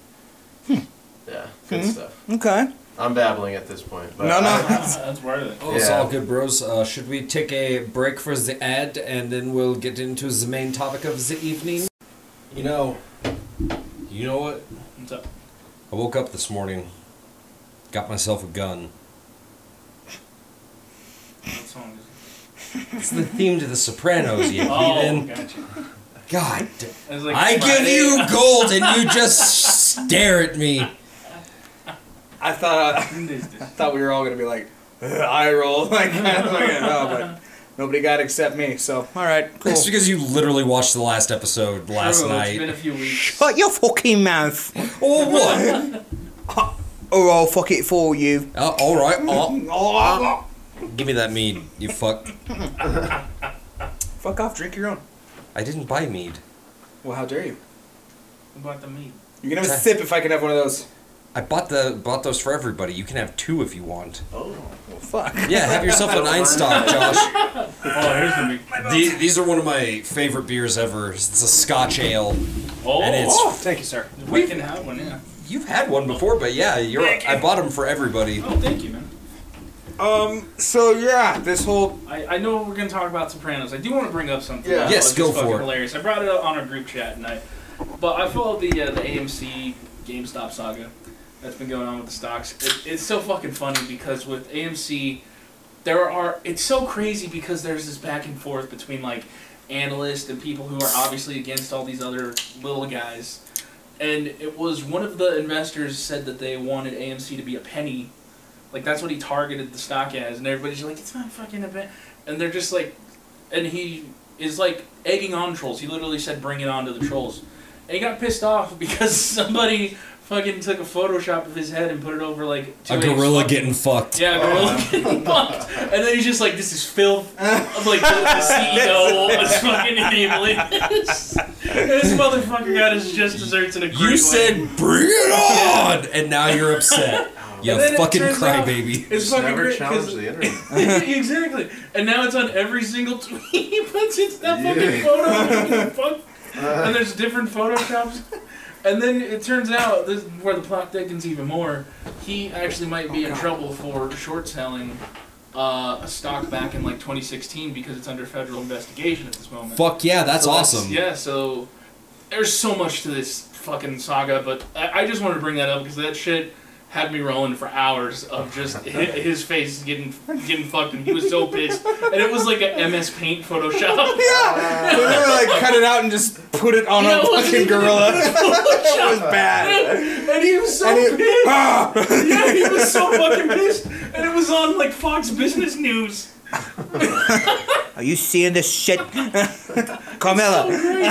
[SPEAKER 5] Hmm.
[SPEAKER 6] Yeah, good stuff.
[SPEAKER 4] Okay.
[SPEAKER 6] I'm babbling at this point. But
[SPEAKER 4] No, no.
[SPEAKER 6] I-
[SPEAKER 5] that's worth it.
[SPEAKER 3] Oh, it's
[SPEAKER 6] Yeah.
[SPEAKER 3] all good, bros. Uh, should we take a break for the ad and then we'll get into the main topic of the evening? You know, you know what?
[SPEAKER 5] What's up?
[SPEAKER 3] I woke up this morning, got myself a gun.
[SPEAKER 5] What song is it?
[SPEAKER 3] It's the theme to The Sopranos, you
[SPEAKER 5] Oh,
[SPEAKER 3] heathen.
[SPEAKER 5] gotcha.
[SPEAKER 3] God, d-
[SPEAKER 5] It's like
[SPEAKER 3] I give
[SPEAKER 5] Friday.
[SPEAKER 3] you gold and you just stare at me.
[SPEAKER 4] I thought I thought we were all gonna be like "Ugh, eye roll like, I was like no, but nobody got it except me. So all right, cool.
[SPEAKER 3] That's because you literally watched the last episode last
[SPEAKER 5] True, It's been
[SPEAKER 3] night.
[SPEAKER 5] a few weeks.
[SPEAKER 4] Shut your fucking mouth,
[SPEAKER 3] Oh, what?
[SPEAKER 4] or I'll fuck it for you.
[SPEAKER 3] Uh, all right. uh,
[SPEAKER 4] Oh.
[SPEAKER 3] give me that mead, you fuck.
[SPEAKER 4] Fuck off, drink your own.
[SPEAKER 3] I didn't buy mead.
[SPEAKER 4] Well, how dare you?
[SPEAKER 5] What about the meat?
[SPEAKER 4] You can have a
[SPEAKER 3] Okay.
[SPEAKER 4] sip if I can have one of those.
[SPEAKER 3] I bought the bought those for everybody. You can have two if you want.
[SPEAKER 4] Well, fuck.
[SPEAKER 3] Yeah, have yourself an Einstock, Josh.
[SPEAKER 5] Oh, here's the meat.
[SPEAKER 3] These, these are one of my favorite beers ever. It's a Scotch ale.
[SPEAKER 5] Oh,
[SPEAKER 3] And it's-
[SPEAKER 4] Oh, thank you, sir.
[SPEAKER 5] we can have one, yeah.
[SPEAKER 3] You've had one before, but yeah, you're. I bought them for everybody.
[SPEAKER 5] Oh, thank you, man.
[SPEAKER 4] Um. So yeah, this whole
[SPEAKER 5] I, I know we're gonna talk about Sopranos. I do want to bring up something.
[SPEAKER 4] Yeah.
[SPEAKER 5] I thought
[SPEAKER 3] Yes,
[SPEAKER 5] was
[SPEAKER 3] go
[SPEAKER 5] just fucking
[SPEAKER 3] for it.
[SPEAKER 5] Hilarious. I brought it up on our group chat, and I, but I followed the uh, the AMC GameStop saga that's been going on with the stocks. It, it's so fucking funny because with AMC, there are it's so crazy because there's this back and forth between like analysts and people who are obviously against all these other little guys. And it was one of the investors said that they wanted AMC to be a penny. Like that's what he targeted the stock as, and everybody's like, "It's not fucking a penny," and they're just like, and he is like egging on trolls. He literally said, "Bring it on to the trolls," and he got pissed off because somebody fucking took a Photoshop of his head and put it over like
[SPEAKER 3] A
[SPEAKER 5] 2H
[SPEAKER 3] gorilla
[SPEAKER 5] fucking-
[SPEAKER 3] getting fucked.
[SPEAKER 5] yeah, gorilla getting fucked, and then he's just like, "This is filth." I'm like, "The, the CEO is fucking enabling this." this motherfucker got his just desserts in a great
[SPEAKER 3] You
[SPEAKER 5] way.
[SPEAKER 3] said bring it on, and now you're upset. You
[SPEAKER 5] And then it
[SPEAKER 3] fucking
[SPEAKER 5] turns out-
[SPEAKER 3] crybaby.
[SPEAKER 5] It's
[SPEAKER 6] Just
[SPEAKER 5] fucking
[SPEAKER 6] never
[SPEAKER 5] great, 'cause-
[SPEAKER 6] challenge the internet.
[SPEAKER 5] exactly. And now it's on every single tweet he puts. It's that fucking
[SPEAKER 6] Yeah.
[SPEAKER 5] photo. Fuck. and there's different photoshops. And then it turns out this is where the plot thickens even more. He actually might be in trouble for short selling uh, a stock back in like 2016 because it's under federal investigation at this moment.
[SPEAKER 3] Fuck yeah, that's
[SPEAKER 5] So
[SPEAKER 3] awesome.
[SPEAKER 5] Yeah, so there's so much to this fucking saga, but I, I just wanted to bring that up because that shit had me rolling for hours of just hi- his face getting getting fucked, and he was so pissed. And it was like a MS Paint Photoshop.
[SPEAKER 4] Yeah, they literally like cut it out and just put it on
[SPEAKER 5] Yeah,
[SPEAKER 4] a
[SPEAKER 5] it was-
[SPEAKER 4] fucking gorilla. that was bad.
[SPEAKER 5] and he was so
[SPEAKER 4] And it-
[SPEAKER 5] pissed.
[SPEAKER 4] Ah!
[SPEAKER 5] yeah, he was so fucking pissed, and it was on like Fox Business News.
[SPEAKER 2] Are you seeing this shit? Carmela,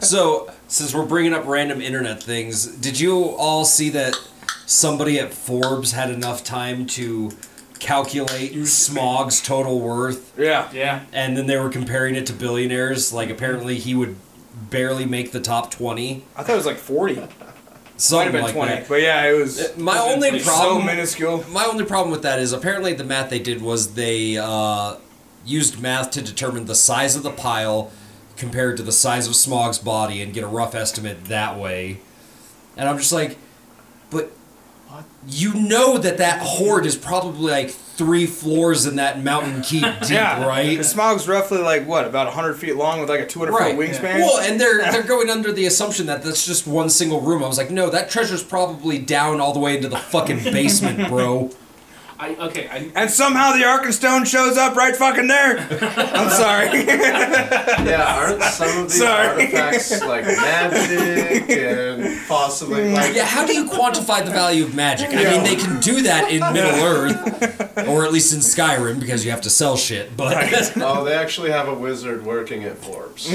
[SPEAKER 3] So, since we're bringing up random internet things, did you all see that somebody at Forbes had enough time to calculate Smog's total worth?
[SPEAKER 4] yeah.
[SPEAKER 5] Yeah,
[SPEAKER 3] And then they were comparing it to billionaires. Like, apparently, he would barely make the top 20.
[SPEAKER 4] I thought it was like 40. Might have
[SPEAKER 3] Something
[SPEAKER 4] been
[SPEAKER 3] like
[SPEAKER 4] 20.
[SPEAKER 3] that.
[SPEAKER 4] But yeah, it was
[SPEAKER 3] My only
[SPEAKER 4] it's
[SPEAKER 3] problem.
[SPEAKER 4] so minuscule.
[SPEAKER 3] my only problem with that is apparently the math they did was they uh, used math to determine the size of the pile compared to the size of Smog's body and get a rough estimate that way. And I'm just like, but you know that that horde is probably like three floors in that mountain keep deep,
[SPEAKER 4] Yeah.
[SPEAKER 3] right?
[SPEAKER 4] The smog's roughly like, what, about 100 feet long with like a 200
[SPEAKER 3] Right.
[SPEAKER 4] foot wingspan?
[SPEAKER 3] Well, and they're they're going under the assumption that that's just one single room. I was like, no, that treasure's probably down all the way into the fucking basement, bro.
[SPEAKER 5] I okay. I,
[SPEAKER 4] And somehow the Arkenstone shows up right fucking there. I'm sorry.
[SPEAKER 6] Yeah, aren't some of these
[SPEAKER 4] Sorry.
[SPEAKER 6] artifacts like magic and possibly like
[SPEAKER 3] Yeah, how do you quantify the value of magic? I mean, they can do that in Middle Earth, or at least in Skyrim, because you have to sell shit. But
[SPEAKER 6] Oh, they actually have a wizard working at Forbes.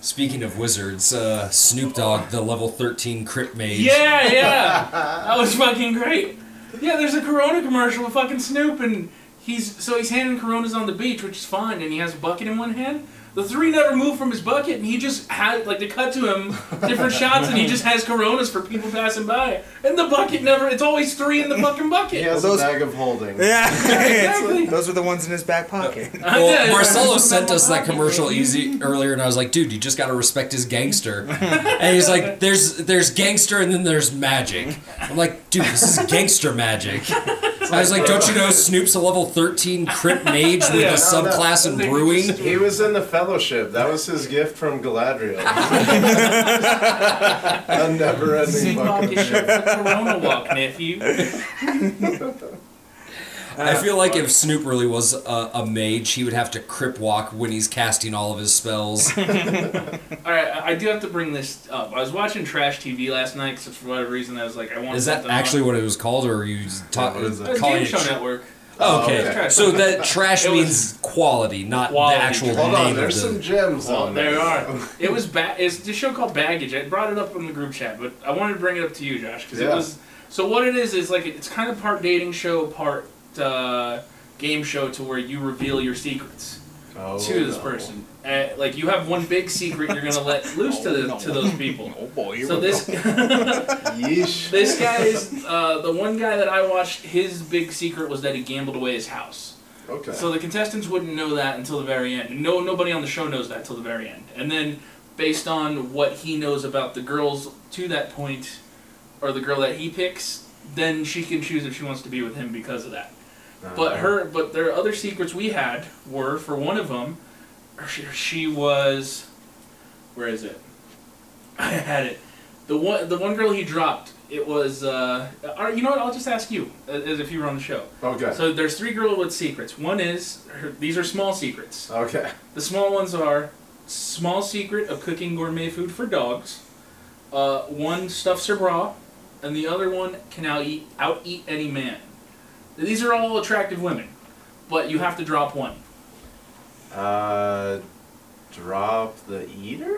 [SPEAKER 3] speaking of wizards, uh, Snoop Dogg, the level thirteen crit mage.
[SPEAKER 5] yeah, yeah, that was fucking great. Yeah, there's a Corona commercial with fucking Snoop, and he's so he's handing Coronas on the beach, which is fine, and he has a bucket in one hand. The three never move from his bucket, and he just had like they cut to him different shots, and he just has Coronas for people passing by, and the bucket never. It's always three in the fucking bucket.
[SPEAKER 6] He has
[SPEAKER 4] Well, those-
[SPEAKER 6] a bag of holding.
[SPEAKER 4] yeah.
[SPEAKER 5] Exactly.
[SPEAKER 4] Those were the ones in his back pocket.
[SPEAKER 5] Yeah,
[SPEAKER 3] Well,
[SPEAKER 5] yeah.
[SPEAKER 3] Marcelo sent us that commercial easy earlier, and I was like, "Dude, you just gotta respect his gangster." And he's like, "There's there's gangster, and then there's magic." I'm like, "Dude, this is gangster magic." I was like, "Don't you know Snoop's a level thirteen crit mage with
[SPEAKER 5] Yeah,
[SPEAKER 3] a
[SPEAKER 5] no,
[SPEAKER 3] subclass in
[SPEAKER 5] that-
[SPEAKER 3] brewing?"
[SPEAKER 6] He was in the fellowship. That was his gift from Galadriel. a never-ending bucket.
[SPEAKER 5] Bucket shirt, Corona walk, nephew.
[SPEAKER 3] I
[SPEAKER 5] Uh,
[SPEAKER 3] feel like if Snoop really was a, a mage, he would have to crip walk when he's casting all of his spells.
[SPEAKER 5] All right, I I do have to bring this up. I was watching trash TV last night because for whatever reason I was like, I want.
[SPEAKER 3] Is that
[SPEAKER 5] something
[SPEAKER 3] actually
[SPEAKER 5] on.
[SPEAKER 3] what it was called, or are you just ta-
[SPEAKER 6] Yeah, what is it?
[SPEAKER 5] It was
[SPEAKER 3] calling
[SPEAKER 5] Game
[SPEAKER 3] it?
[SPEAKER 5] Show
[SPEAKER 3] tr-
[SPEAKER 5] Network.
[SPEAKER 3] Oh,
[SPEAKER 6] Oh,
[SPEAKER 3] okay,
[SPEAKER 6] okay.
[SPEAKER 3] so that trash
[SPEAKER 5] It was-
[SPEAKER 3] means quality, not
[SPEAKER 5] Quality.
[SPEAKER 3] the actual
[SPEAKER 6] Hold
[SPEAKER 3] name
[SPEAKER 6] on, there's
[SPEAKER 3] of
[SPEAKER 6] some
[SPEAKER 3] the.
[SPEAKER 6] gems
[SPEAKER 5] Oh,
[SPEAKER 6] on
[SPEAKER 5] there
[SPEAKER 6] this.
[SPEAKER 5] are. It was ba- It's this show called Baggage. I brought it up in the group chat, but I wanted to bring it up to you, Josh, because it
[SPEAKER 6] Yeah.
[SPEAKER 5] was. So what it is is like it's kind of part dating show, part uh, game show, to where you reveal your secrets
[SPEAKER 6] Oh,
[SPEAKER 5] to this
[SPEAKER 6] no.
[SPEAKER 5] person. Uh, like you have one big secret you're gonna let loose to the, to those people.
[SPEAKER 4] Oh boy, here
[SPEAKER 5] So
[SPEAKER 4] we
[SPEAKER 5] this
[SPEAKER 6] Yeesh.
[SPEAKER 5] This guy is uh, the one guy that I watched. His big secret was that he gambled away his house.
[SPEAKER 6] Okay.
[SPEAKER 5] So the contestants wouldn't know that until the very end. No, nobody on the show knows that till the very end. And then, based on what he knows about the girls to that point, or the girl that he picks, then she can choose if she wants to be with him because of that.
[SPEAKER 6] Uh-huh.
[SPEAKER 5] But her, but their other secrets we had were for one of them, she, she was, where is it? I had it. The one, the one girl he dropped. It was. Uh, all right, you know what? I'll just ask you, uh, as if you were on the show.
[SPEAKER 6] Okay.
[SPEAKER 5] So there's three Girlwood secrets. One is her, these are small secrets.
[SPEAKER 6] okay.
[SPEAKER 5] The small ones are small secret of cooking gourmet food for dogs. Uh, one stuffs her bra, and the other one can out eat out eat any man. These are all attractive women, but you have to drop one.
[SPEAKER 6] Uh, drop the eater?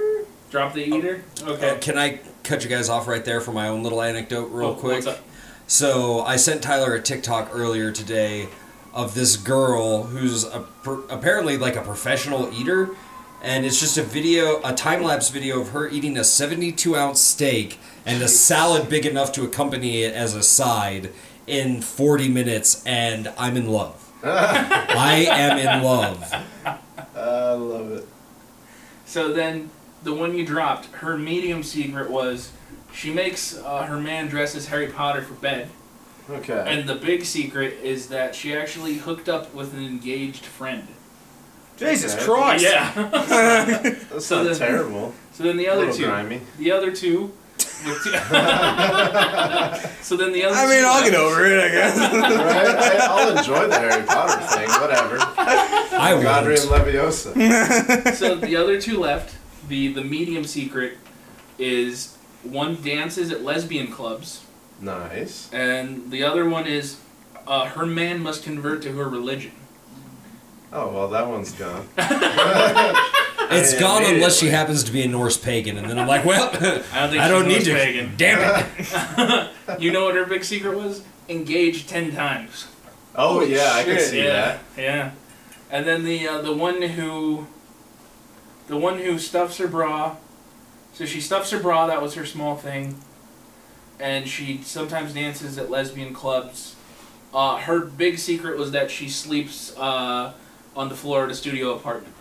[SPEAKER 5] Drop the eater.
[SPEAKER 3] Uh, can I cut you guys off right there for my own little anecdote, real
[SPEAKER 5] Oh,
[SPEAKER 3] quick?
[SPEAKER 5] what's up?
[SPEAKER 3] So I sent Tyler a TikTok earlier today of this girl who's a, per- apparently like a professional eater, and it's just a video, a time lapse video of her eating a 72 ounce steak and a salad big enough to accompany it as a side in 40 minutes, and I'm in love. I am in love.
[SPEAKER 6] I love it.
[SPEAKER 5] So then the one you dropped, her medium secret was she makes uh, her man dress as Harry Potter for bed.
[SPEAKER 6] Okay.
[SPEAKER 5] And the big secret is that she actually hooked up with an engaged friend.
[SPEAKER 4] go. Jesus
[SPEAKER 3] Oh,
[SPEAKER 4] Christ.
[SPEAKER 5] Yeah.
[SPEAKER 6] That's
[SPEAKER 5] so
[SPEAKER 6] not
[SPEAKER 5] the-
[SPEAKER 6] terrible.
[SPEAKER 5] So then the
[SPEAKER 6] A
[SPEAKER 5] other
[SPEAKER 6] little
[SPEAKER 5] two.
[SPEAKER 6] grimy.
[SPEAKER 5] The other two With two- so then the other.
[SPEAKER 4] I mean,
[SPEAKER 5] two
[SPEAKER 4] I'll get
[SPEAKER 5] left-
[SPEAKER 4] over it, I guess.
[SPEAKER 6] Right? I, I'll enjoy the Harry Potter thing, whatever.
[SPEAKER 3] I
[SPEAKER 6] Godric
[SPEAKER 3] won't.
[SPEAKER 6] Leviosa.
[SPEAKER 5] So the other two left. The the medium secret is one dances at lesbian clubs,
[SPEAKER 6] Nice.
[SPEAKER 5] and the other one is uh, her man must convert to her religion.
[SPEAKER 6] Oh, well, that one's gone.
[SPEAKER 3] It's
[SPEAKER 6] I
[SPEAKER 3] gone
[SPEAKER 6] immediately-
[SPEAKER 3] unless she happens to be a Norse pagan, and then I'm like, well,
[SPEAKER 5] I don't think
[SPEAKER 3] I
[SPEAKER 5] she
[SPEAKER 3] don't
[SPEAKER 5] was
[SPEAKER 3] need to.
[SPEAKER 5] pagan.
[SPEAKER 3] Damn it.
[SPEAKER 5] You know what her big secret was? Engage ten times.
[SPEAKER 6] Oh, yeah, I can
[SPEAKER 4] shit,
[SPEAKER 6] see
[SPEAKER 5] yeah, yeah. And then the uh, the one who, the one who stuffs her bra, so she stuffs her bra. That was her small thing. And she sometimes dances at lesbian clubs. Uh, her big secret was that she sleeps uh, on the floor at a studio apartment.
[SPEAKER 6] that.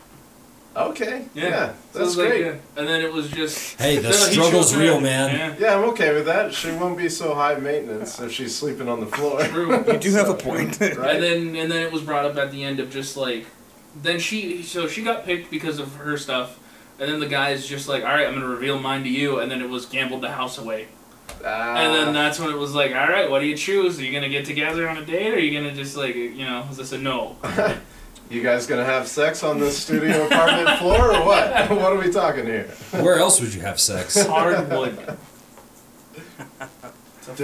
[SPEAKER 6] Okay.
[SPEAKER 5] Yeah.
[SPEAKER 6] Yeah,
[SPEAKER 5] So it
[SPEAKER 6] that's
[SPEAKER 5] was like,
[SPEAKER 6] great.
[SPEAKER 5] yeah. And then it was just
[SPEAKER 3] Hey, the
[SPEAKER 5] so he
[SPEAKER 3] struggle's
[SPEAKER 5] shows her-
[SPEAKER 3] real, man.
[SPEAKER 5] Yeah,
[SPEAKER 6] Yeah, I'm okay with that. She won't be so high maintenance if she's sleeping on the floor.
[SPEAKER 5] true.
[SPEAKER 4] You do have a point.
[SPEAKER 6] Right?
[SPEAKER 5] And then and then it was brought up at the end of just like then she so she got picked because of her stuff and then the guy's just like all right I'm gonna reveal mine to you and then it was gambled the house away and then uh,
[SPEAKER 6] Ah,
[SPEAKER 5] that's when it was like all right what do you choose are you gonna get together on a date or are you gonna just like you know is this a no
[SPEAKER 6] you guys gonna have sex on this studio apartment floor or what? What are we talking here?
[SPEAKER 3] Where else would you have sex?
[SPEAKER 5] hardwood it's a floor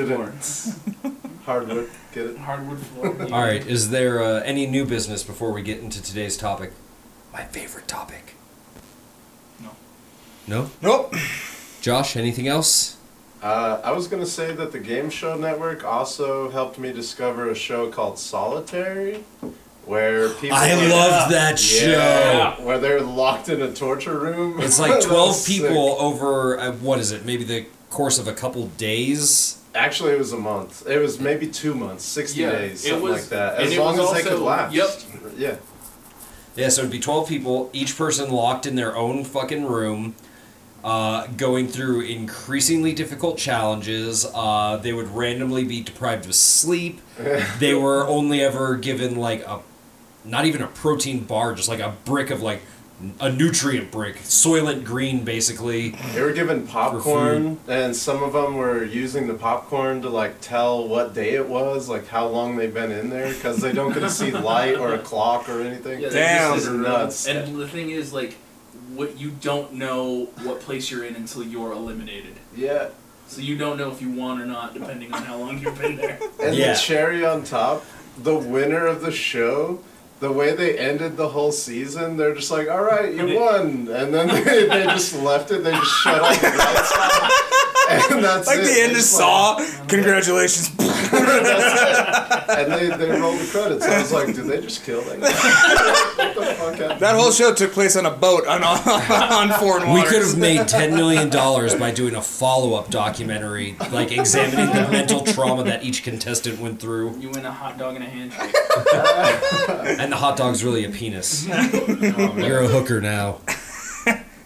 [SPEAKER 6] Didn't. Hardwood, get it?
[SPEAKER 5] hardwood floor
[SPEAKER 3] All right, is there uh, any new business before we get into today's topic? My favorite topic.
[SPEAKER 5] No.
[SPEAKER 3] No?
[SPEAKER 4] Nope.
[SPEAKER 3] Josh, anything else?
[SPEAKER 6] Uh, I was gonna say that the Game Show Network also helped me discover a show called Solitary, where people
[SPEAKER 3] I
[SPEAKER 6] Yeah.
[SPEAKER 3] loved that show.
[SPEAKER 6] Yeah, where they're locked in a torture room.
[SPEAKER 3] It's
[SPEAKER 6] That
[SPEAKER 3] like
[SPEAKER 6] was
[SPEAKER 3] 12
[SPEAKER 6] sick.
[SPEAKER 3] people over, uh, what is it, maybe the course of a couple days?
[SPEAKER 6] Actually, it was a month. It was maybe two months, sixty
[SPEAKER 5] Yeah,
[SPEAKER 6] days,
[SPEAKER 5] it
[SPEAKER 6] something
[SPEAKER 5] was-
[SPEAKER 6] like that.
[SPEAKER 5] and
[SPEAKER 6] As
[SPEAKER 5] it
[SPEAKER 6] long as
[SPEAKER 5] was
[SPEAKER 6] they could
[SPEAKER 5] also-
[SPEAKER 6] last.
[SPEAKER 5] yep.
[SPEAKER 6] Yeah.
[SPEAKER 3] Yeah, so it'd be 12 people, each person locked in their own fucking room, uh, going through increasingly difficult challenges. Uh, they would randomly be deprived of sleep. they were only ever given, like, a not even a protein bar, just like a brick of, like, n- a nutrient brick, soylent green, basically.
[SPEAKER 6] They were given popcorn, and some of them were using the popcorn to like tell what day it was, like how long they've been in there, because they don't get to see light or a clock or anything.
[SPEAKER 5] Yeah, they
[SPEAKER 4] Damn.
[SPEAKER 5] just-
[SPEAKER 6] These are nuts.
[SPEAKER 5] and the thing is like what you don't know what place you're in until you're eliminated
[SPEAKER 6] Yeah.
[SPEAKER 5] So you don't know if you won or not, depending on how long you've been there.
[SPEAKER 6] And
[SPEAKER 3] Yeah.
[SPEAKER 6] the cherry on top, the winner of the show, the way they ended the whole season, they're just like, all right, you won. And then they, they just left it. They just shut all the lights off. And that's
[SPEAKER 4] Like
[SPEAKER 6] it.
[SPEAKER 4] the
[SPEAKER 6] They
[SPEAKER 4] end of
[SPEAKER 6] just
[SPEAKER 4] Saw. Congratulations.
[SPEAKER 6] like- and they, they rolled the credits. I was like, did they just kill that guy? what the fuck happened?
[SPEAKER 4] That whole show took place on a boat on on foreign
[SPEAKER 3] We
[SPEAKER 4] waters.
[SPEAKER 3] could have made $10 million by doing a follow up documentary, like, examining the mental trauma that each contestant went through.
[SPEAKER 5] You win a hot dog and a handshake.
[SPEAKER 3] And the hot dog's really a penis. You're a hooker now.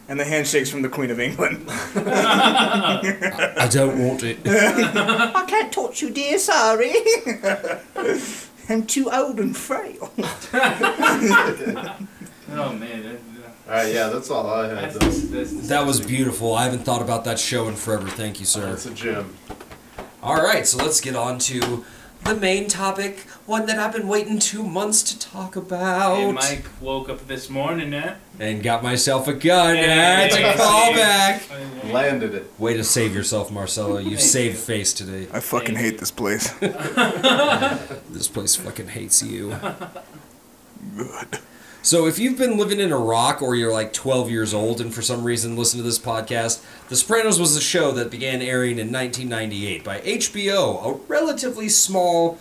[SPEAKER 4] and the handshakes from the Queen of England.
[SPEAKER 3] I don't want it.
[SPEAKER 2] I can't touch you, dear. Sorry. I'm too old and frail.
[SPEAKER 5] Oh man, that,
[SPEAKER 6] All right, yeah, that's all I had.
[SPEAKER 5] that's,
[SPEAKER 6] That's,
[SPEAKER 5] that's, that's
[SPEAKER 3] That was beautiful. I haven't thought about that show in forever. Thank you, sir.
[SPEAKER 6] that's a gym.
[SPEAKER 3] All right, so let's get on to the main topic, one that I've been waiting two months to talk about.
[SPEAKER 5] Hey, Mike woke up this morning, eh?
[SPEAKER 3] And got myself a gun. Yeah, it's a
[SPEAKER 5] Hey.
[SPEAKER 3] callback.
[SPEAKER 6] Landed it.
[SPEAKER 3] Way to save yourself, Marcelo. You
[SPEAKER 5] Thank
[SPEAKER 3] saved
[SPEAKER 5] you.
[SPEAKER 3] face today.
[SPEAKER 4] I fucking hate this place.
[SPEAKER 3] This place fucking hates you. So if you've been living in Iraq or you're like 12 years old and for some reason listen to this podcast, The Sopranos was a show that began airing in 1998 by HBO, a relatively small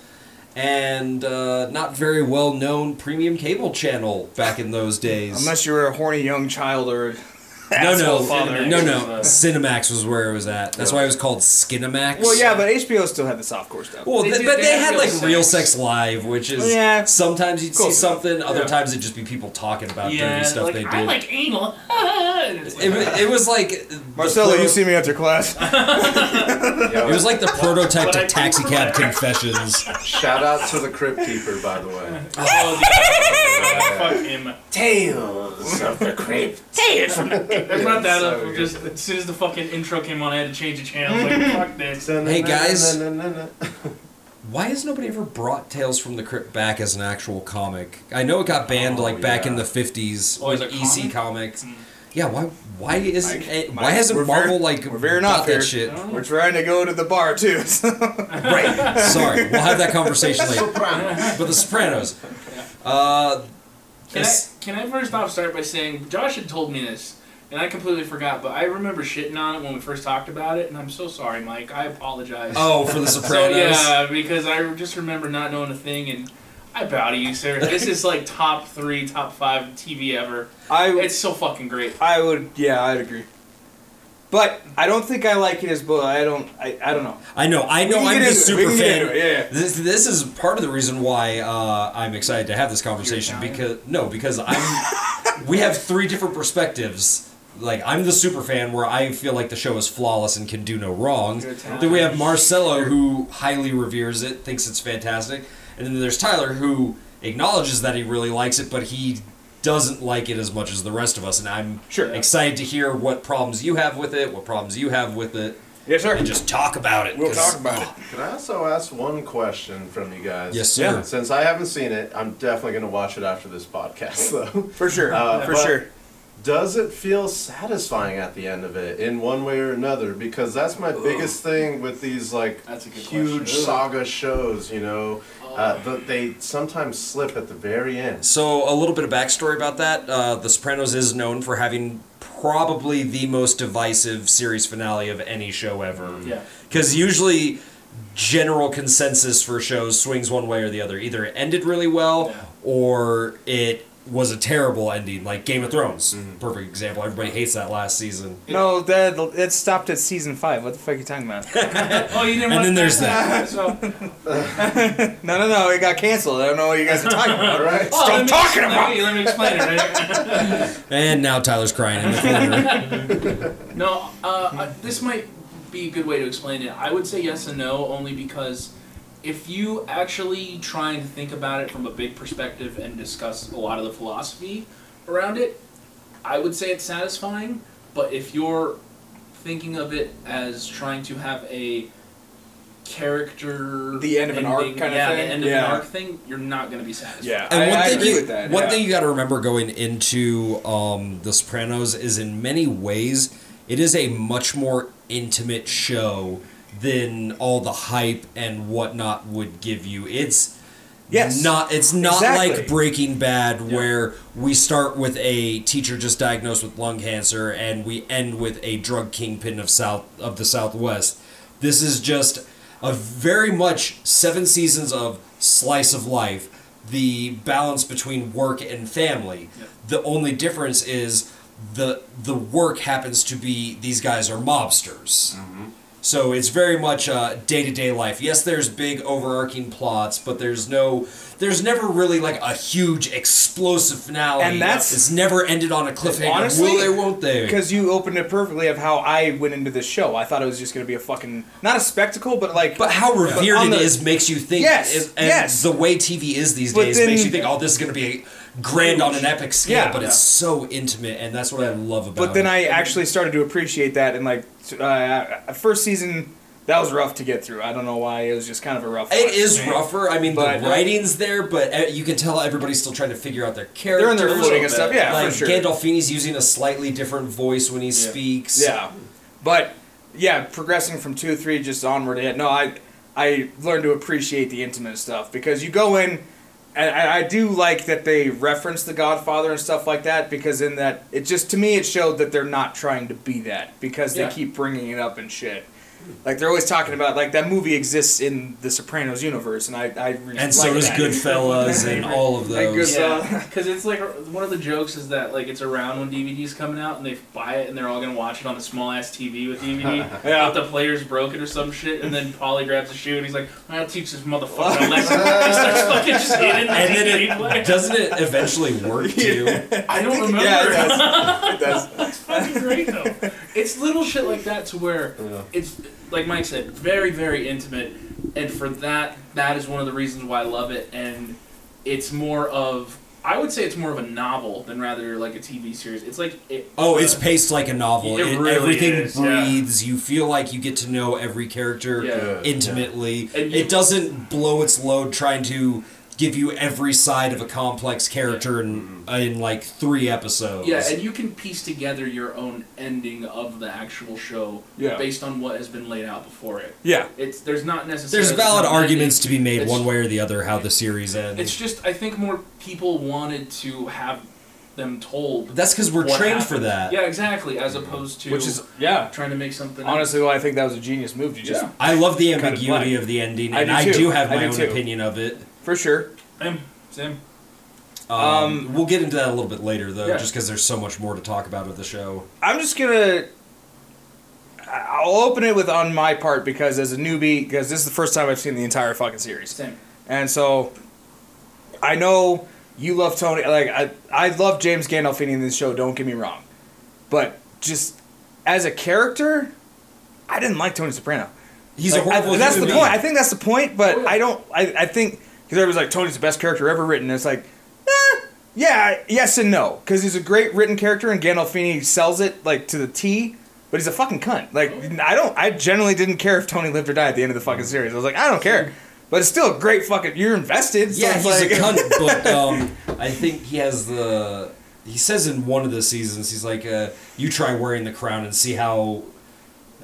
[SPEAKER 3] and uh, not very well known premium cable channel back in those days.
[SPEAKER 4] Unless you were a horny young child or
[SPEAKER 3] no, no,
[SPEAKER 4] asshole father.
[SPEAKER 3] no, no,
[SPEAKER 5] Cinemax was,
[SPEAKER 3] Cinemax was where it was at. That's why it was called Skinemax.
[SPEAKER 4] Well, yeah, but HBO still had the softcore stuff.
[SPEAKER 3] Well,
[SPEAKER 5] They
[SPEAKER 3] th-
[SPEAKER 5] did-
[SPEAKER 3] but
[SPEAKER 5] they
[SPEAKER 3] they
[SPEAKER 5] had
[SPEAKER 3] had
[SPEAKER 5] real
[SPEAKER 3] like real
[SPEAKER 5] sex.
[SPEAKER 3] sex live, which is
[SPEAKER 4] Yeah.
[SPEAKER 3] sometimes you'd see
[SPEAKER 4] Cool.
[SPEAKER 3] something, other
[SPEAKER 5] Yeah.
[SPEAKER 3] times it'd just be people talking about
[SPEAKER 5] Yeah,
[SPEAKER 3] dirty stuff
[SPEAKER 5] like,
[SPEAKER 3] they did.
[SPEAKER 5] I like anal. And it's like,
[SPEAKER 3] it, wa- it was like
[SPEAKER 4] Marcelo, you see me after class.
[SPEAKER 3] It was like the prototype
[SPEAKER 5] But I
[SPEAKER 3] to
[SPEAKER 5] think-
[SPEAKER 3] Taxi Cab Confessions.
[SPEAKER 6] Shout out to the Crypt Keeper, by the way.
[SPEAKER 5] Oh, the- fuck him.
[SPEAKER 6] Tales of the Crypt.
[SPEAKER 5] I brought that
[SPEAKER 6] So
[SPEAKER 5] up
[SPEAKER 6] good.
[SPEAKER 5] just as soon as the fucking intro came on. I had to change the channel. Like, fuck this.
[SPEAKER 3] Hey, guys. Why has nobody ever brought Tales from the Crypt back as an actual comic? I know it got banned
[SPEAKER 6] Oh,
[SPEAKER 3] like back in
[SPEAKER 6] yeah.
[SPEAKER 3] the fifties
[SPEAKER 5] Oh, as
[SPEAKER 3] with
[SPEAKER 5] a
[SPEAKER 3] EC
[SPEAKER 5] comic? Hmm.
[SPEAKER 3] Comics. Yeah, why? Why is
[SPEAKER 4] Mike,
[SPEAKER 3] it? why
[SPEAKER 4] Mike,
[SPEAKER 3] hasn't
[SPEAKER 4] we're
[SPEAKER 3] Marvel
[SPEAKER 4] very-
[SPEAKER 3] like
[SPEAKER 4] we're very
[SPEAKER 3] bought
[SPEAKER 4] not
[SPEAKER 3] that
[SPEAKER 4] fair.
[SPEAKER 3] shit?
[SPEAKER 4] We're trying to go to the bar too. so-
[SPEAKER 3] Right. Sorry, we'll have that conversation later. But the Sopranos. Uh,
[SPEAKER 5] Can
[SPEAKER 3] Yes.
[SPEAKER 5] I can I first off start by saying Josh had told me this, and I completely forgot, but I remember shitting on it when we first talked about it, and I'm so sorry, Mike. I apologize.
[SPEAKER 3] oh, for the
[SPEAKER 5] so
[SPEAKER 3] Sopranos.
[SPEAKER 5] yeah, because I just remember not knowing a thing, and I bow to you, sir. This is like top three, top five TV ever.
[SPEAKER 4] I,
[SPEAKER 5] It's so fucking great.
[SPEAKER 4] I would, yeah, I'd agree. But I don't think I like it as well. I don't, I, I don't know.
[SPEAKER 3] I know. I
[SPEAKER 4] We
[SPEAKER 3] know.
[SPEAKER 4] can
[SPEAKER 3] I'm
[SPEAKER 4] get into
[SPEAKER 3] the
[SPEAKER 4] it, we
[SPEAKER 3] super
[SPEAKER 4] can get
[SPEAKER 3] fan.
[SPEAKER 4] into it, yeah, yeah.
[SPEAKER 3] This, this is part of the reason why uh, I'm excited to have this conversation
[SPEAKER 5] You're
[SPEAKER 3] because no, because I'm. we have three different perspectives. Like I'm the super fan where I feel like the show is flawless and can do no wrong.
[SPEAKER 4] You're Italian.
[SPEAKER 3] Then we have Marcello who highly reveres it, thinks it's fantastic, and then there's Tyler who acknowledges that he really likes it, but he doesn't like it as much as the rest of us. And I'm
[SPEAKER 4] Sure.
[SPEAKER 3] excited to hear what problems you have with it, what problems you have with it,
[SPEAKER 4] Yes, sir.
[SPEAKER 3] and just talk about it.
[SPEAKER 4] We'll
[SPEAKER 3] 'cause-
[SPEAKER 4] talk about it.
[SPEAKER 6] Can I also ask one question from you guys?
[SPEAKER 3] Yes, sir.
[SPEAKER 4] Yeah.
[SPEAKER 6] Since I haven't seen it, I'm definitely going to watch it after this podcast, though.
[SPEAKER 4] For sure.
[SPEAKER 6] Uh,
[SPEAKER 4] for
[SPEAKER 6] but-
[SPEAKER 4] sure.
[SPEAKER 6] Does it feel satisfying at the end of it in one way or another? Because that's my biggest thing with these like
[SPEAKER 5] That's a good
[SPEAKER 6] huge
[SPEAKER 5] question.
[SPEAKER 6] saga shows, you know, uh, that they sometimes slip at the very end.
[SPEAKER 3] So a little bit of backstory about that: uh, The Sopranos is known for having probably the most divisive series finale of any show ever.
[SPEAKER 5] Yeah.
[SPEAKER 3] Because usually, general consensus for shows swings one way or the other. Either it ended really well,
[SPEAKER 5] Yeah.
[SPEAKER 3] or it was a terrible ending, like Game of Thrones.
[SPEAKER 4] Mm-hmm.
[SPEAKER 3] Perfect example. Everybody hates that last season.
[SPEAKER 4] No, that it stopped at season five. What the fuck are you talking about?
[SPEAKER 5] Oh, you didn't.
[SPEAKER 3] And
[SPEAKER 5] watch
[SPEAKER 3] then there's
[SPEAKER 5] So,
[SPEAKER 4] no, no, no. It got canceled. I don't know what you guys are talking about.
[SPEAKER 6] All right.
[SPEAKER 5] Oh, let me-
[SPEAKER 4] talking
[SPEAKER 5] let
[SPEAKER 4] about-
[SPEAKER 5] me- Let me explain it. Right?
[SPEAKER 3] And now Tyler's crying in the corner.
[SPEAKER 5] No, uh, I, this might be a good way to explain it. I would say yes and no only because if you actually try and think about it from a big perspective and discuss a lot of the philosophy around it, I would say it's satisfying. But if you're thinking of it as trying to have a character
[SPEAKER 4] The end of an arc
[SPEAKER 5] ending-
[SPEAKER 4] kind of
[SPEAKER 5] yeah,
[SPEAKER 4] thing?
[SPEAKER 5] the end
[SPEAKER 4] Yeah.
[SPEAKER 5] of an arc thing, you're not going to be satisfied.
[SPEAKER 4] Yeah,
[SPEAKER 3] And
[SPEAKER 4] I,
[SPEAKER 3] one
[SPEAKER 4] I
[SPEAKER 3] thing
[SPEAKER 4] agree
[SPEAKER 3] you,
[SPEAKER 4] with that.
[SPEAKER 3] One
[SPEAKER 4] yeah.
[SPEAKER 3] thing you got to remember going into um, The Sopranos is in many ways, it is a much more intimate show than all the hype and whatnot would give you. It's
[SPEAKER 4] Yes.
[SPEAKER 3] not it's not
[SPEAKER 4] Exactly.
[SPEAKER 3] like Breaking Bad where we start with a teacher just diagnosed with lung cancer and we end with a drug kingpin of south of the Southwest. This is just a very much seven seasons of slice of life, the balance between work and family. The only difference is the the work happens to be these guys are mobsters. So it's very much day to day life. Yes, there's big overarching plots, but there's no, there's never really like a huge explosive finale.
[SPEAKER 4] And that's-
[SPEAKER 3] it's never ended on a cliffhanger.
[SPEAKER 4] Honestly,
[SPEAKER 3] Will they? Won't they?
[SPEAKER 4] Because you opened it perfectly of how I went into this show. I thought it was just going to be a fucking not a spectacle, but like.
[SPEAKER 3] But how revered
[SPEAKER 4] on
[SPEAKER 3] it
[SPEAKER 4] the-
[SPEAKER 3] is makes you think.
[SPEAKER 4] Yes,
[SPEAKER 3] is- and
[SPEAKER 4] yes.
[SPEAKER 3] The way TV is these
[SPEAKER 4] But
[SPEAKER 3] days
[SPEAKER 4] then-
[SPEAKER 3] makes you think, oh, this is going to be grand on an epic scale,
[SPEAKER 4] Yeah.
[SPEAKER 3] but it's so intimate, and that's what I love about.
[SPEAKER 4] But then
[SPEAKER 3] it.
[SPEAKER 4] I actually started to appreciate that, and like uh, first season, that was rough to get through. I don't know why it was just kind of a rough.
[SPEAKER 3] It
[SPEAKER 4] watch
[SPEAKER 3] is
[SPEAKER 4] for me.
[SPEAKER 3] rougher. I mean,
[SPEAKER 4] But- uh,
[SPEAKER 3] the writing's there, but uh, you can tell everybody's still trying to figure out their characters.
[SPEAKER 4] They're in their footing and stuff. Yeah,
[SPEAKER 3] like
[SPEAKER 4] for sure.
[SPEAKER 3] Gandolfini's using a slightly different voice when he speaks.
[SPEAKER 4] Yeah, but yeah, progressing from two, three, just onward. Yeah, no, I I learned to appreciate the intimate stuff because you go in, and I, I do like that they reference The Godfather and stuff like that because in that it just to me it showed that they're not trying to be that because
[SPEAKER 5] Yeah.
[SPEAKER 4] they keep bringing it up and shit. Like they're always talking about like that movie exists in the Sopranos universe, and I I really
[SPEAKER 3] and so
[SPEAKER 4] like
[SPEAKER 3] does
[SPEAKER 4] that.
[SPEAKER 3] Goodfellas and all of
[SPEAKER 4] Like
[SPEAKER 3] those.
[SPEAKER 4] Good-
[SPEAKER 5] Yeah, because uh, it's like one of the jokes is that like it's around when DVD's coming out and they buy it and they're all gonna watch it on the small ass TV with DVD.
[SPEAKER 4] Yeah.
[SPEAKER 5] But the player's broken or some shit, and then Polly grabs a shoe and he's like, "I'll teach this motherfucker a lesson." he starts fucking just hitting the
[SPEAKER 3] And then
[SPEAKER 5] DVD
[SPEAKER 3] it
[SPEAKER 5] player.
[SPEAKER 3] doesn't it eventually work too?
[SPEAKER 5] I don't remember.
[SPEAKER 4] Yeah, it does. It does.
[SPEAKER 5] that'd be great though. It's little shit like that to where
[SPEAKER 6] Yeah.
[SPEAKER 5] it's like Mike said, very very intimate, and for that, that is one of the reasons why I love it. And it's more of, I would say it's more of a novel than rather like a TV series. It's like it, uh,
[SPEAKER 3] Oh, it's paced like a novel.
[SPEAKER 5] It
[SPEAKER 3] It-
[SPEAKER 5] really
[SPEAKER 3] everything
[SPEAKER 5] is, yeah.
[SPEAKER 3] breathes. You feel like you get to know every character
[SPEAKER 5] Yeah.
[SPEAKER 6] Good.
[SPEAKER 3] intimately.
[SPEAKER 5] And you-
[SPEAKER 3] it doesn't blow its load trying to give you every side of a complex character in in like three episodes.
[SPEAKER 5] Mm-hmm. Yeah, and you can piece together your own ending of the actual show
[SPEAKER 4] Yeah.
[SPEAKER 5] based on what has been laid out before it.
[SPEAKER 4] Yeah.
[SPEAKER 5] It's there's not necessarily
[SPEAKER 3] there's valid
[SPEAKER 5] an
[SPEAKER 3] arguments
[SPEAKER 5] ending.
[SPEAKER 3] to be made
[SPEAKER 5] It's-
[SPEAKER 3] one way or the other how the series ends.
[SPEAKER 5] It's just I think more people wanted to have them told.
[SPEAKER 3] That's because we're
[SPEAKER 5] what
[SPEAKER 3] trained
[SPEAKER 5] happened.
[SPEAKER 3] for that.
[SPEAKER 5] Yeah, exactly. As opposed to
[SPEAKER 4] Which is yeah.
[SPEAKER 5] trying to make something.
[SPEAKER 4] Honestly, well, I think that was a genius move to just
[SPEAKER 5] Yeah.
[SPEAKER 3] I love the
[SPEAKER 4] Kind of
[SPEAKER 3] ambiguity
[SPEAKER 4] blank.
[SPEAKER 3] of, the ending,
[SPEAKER 4] I
[SPEAKER 3] and
[SPEAKER 4] do
[SPEAKER 3] I
[SPEAKER 4] too.
[SPEAKER 3] do have
[SPEAKER 4] I
[SPEAKER 3] my
[SPEAKER 4] do
[SPEAKER 3] own
[SPEAKER 4] too.
[SPEAKER 3] opinion of it.
[SPEAKER 4] for sure.
[SPEAKER 5] same, same.
[SPEAKER 3] Um,
[SPEAKER 4] Um,
[SPEAKER 3] we'll get into that a little bit later, though,
[SPEAKER 5] Yeah.
[SPEAKER 3] just because there's so much more to talk about with the show.
[SPEAKER 4] I'm just gonna. I'll open it with on my part because as a newbie, because this is the first time I've seen the entire fucking series,
[SPEAKER 5] Same.
[SPEAKER 4] and so I know you love Tony. Like I, I love James Gandolfini in this show. Don't get me wrong, but just as a character, I didn't like Tony Soprano.
[SPEAKER 3] He's
[SPEAKER 4] Like,
[SPEAKER 3] a horrible.
[SPEAKER 4] I, that's the
[SPEAKER 3] human
[SPEAKER 4] point.
[SPEAKER 3] being.
[SPEAKER 4] I think that's the point, but
[SPEAKER 5] Oh, yeah.
[SPEAKER 4] I don't. I, I think because everybody's like Tony's the best character ever written. It's like, eh, yeah, yes and no, because he's a great written character, and Gandolfini sells it like to the T. But he's a fucking cunt. Like
[SPEAKER 5] Oh,
[SPEAKER 4] I don't. I generally didn't care if Tony lived or died at the end of the
[SPEAKER 3] Mm.
[SPEAKER 4] fucking series. I was like, I don't
[SPEAKER 5] Mm.
[SPEAKER 4] care. But it's still a great fucking. You're invested. so
[SPEAKER 3] yeah,
[SPEAKER 4] it's like,
[SPEAKER 3] he's a cunt, but um, I think he has the. He says in one of the seasons, he's like, uh, "You try wearing the crown and see how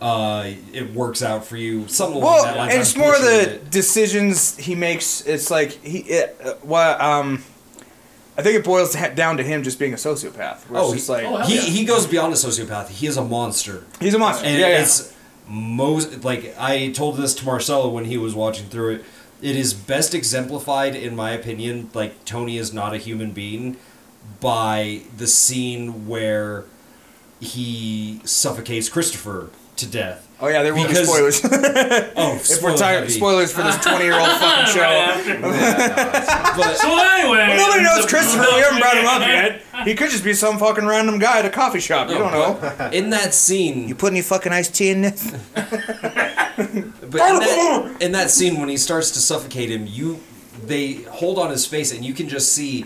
[SPEAKER 3] uh, it works out for you." Something along that
[SPEAKER 4] Well,
[SPEAKER 3] line.
[SPEAKER 4] and it's more the decisions he makes. It's like he, it, uh, what, um, I think it boils ha- down to him just being a sociopath. Where
[SPEAKER 3] Oh,
[SPEAKER 4] it's just like
[SPEAKER 5] oh, hell
[SPEAKER 3] he
[SPEAKER 5] yeah.
[SPEAKER 3] he goes beyond a sociopath. He is a monster.
[SPEAKER 4] he's a monster.
[SPEAKER 3] And
[SPEAKER 4] yeah, yeah.
[SPEAKER 3] it's most like I told this to Marcelo when he was watching through it. It is best exemplified, in my opinion, like Tony is not a human being, by the scene where he suffocates Christopher to death.
[SPEAKER 4] Oh yeah, there will
[SPEAKER 3] Because-
[SPEAKER 4] be spoilers.
[SPEAKER 3] Oh,
[SPEAKER 4] if we're tired, spoilers for this twenty-year-old fucking show.
[SPEAKER 3] But
[SPEAKER 5] So anyway,
[SPEAKER 4] Well, nobody knows Christopher. We haven't brought him up yet. He could just be some fucking random guy at a coffee
[SPEAKER 3] Oh,
[SPEAKER 4] shop.
[SPEAKER 2] Oh,
[SPEAKER 4] You don't know.
[SPEAKER 3] in that scene,
[SPEAKER 4] You put any fucking iced tea in this?
[SPEAKER 3] But in that, in that scene when he starts to suffocate him, you they hold on his face and you can just see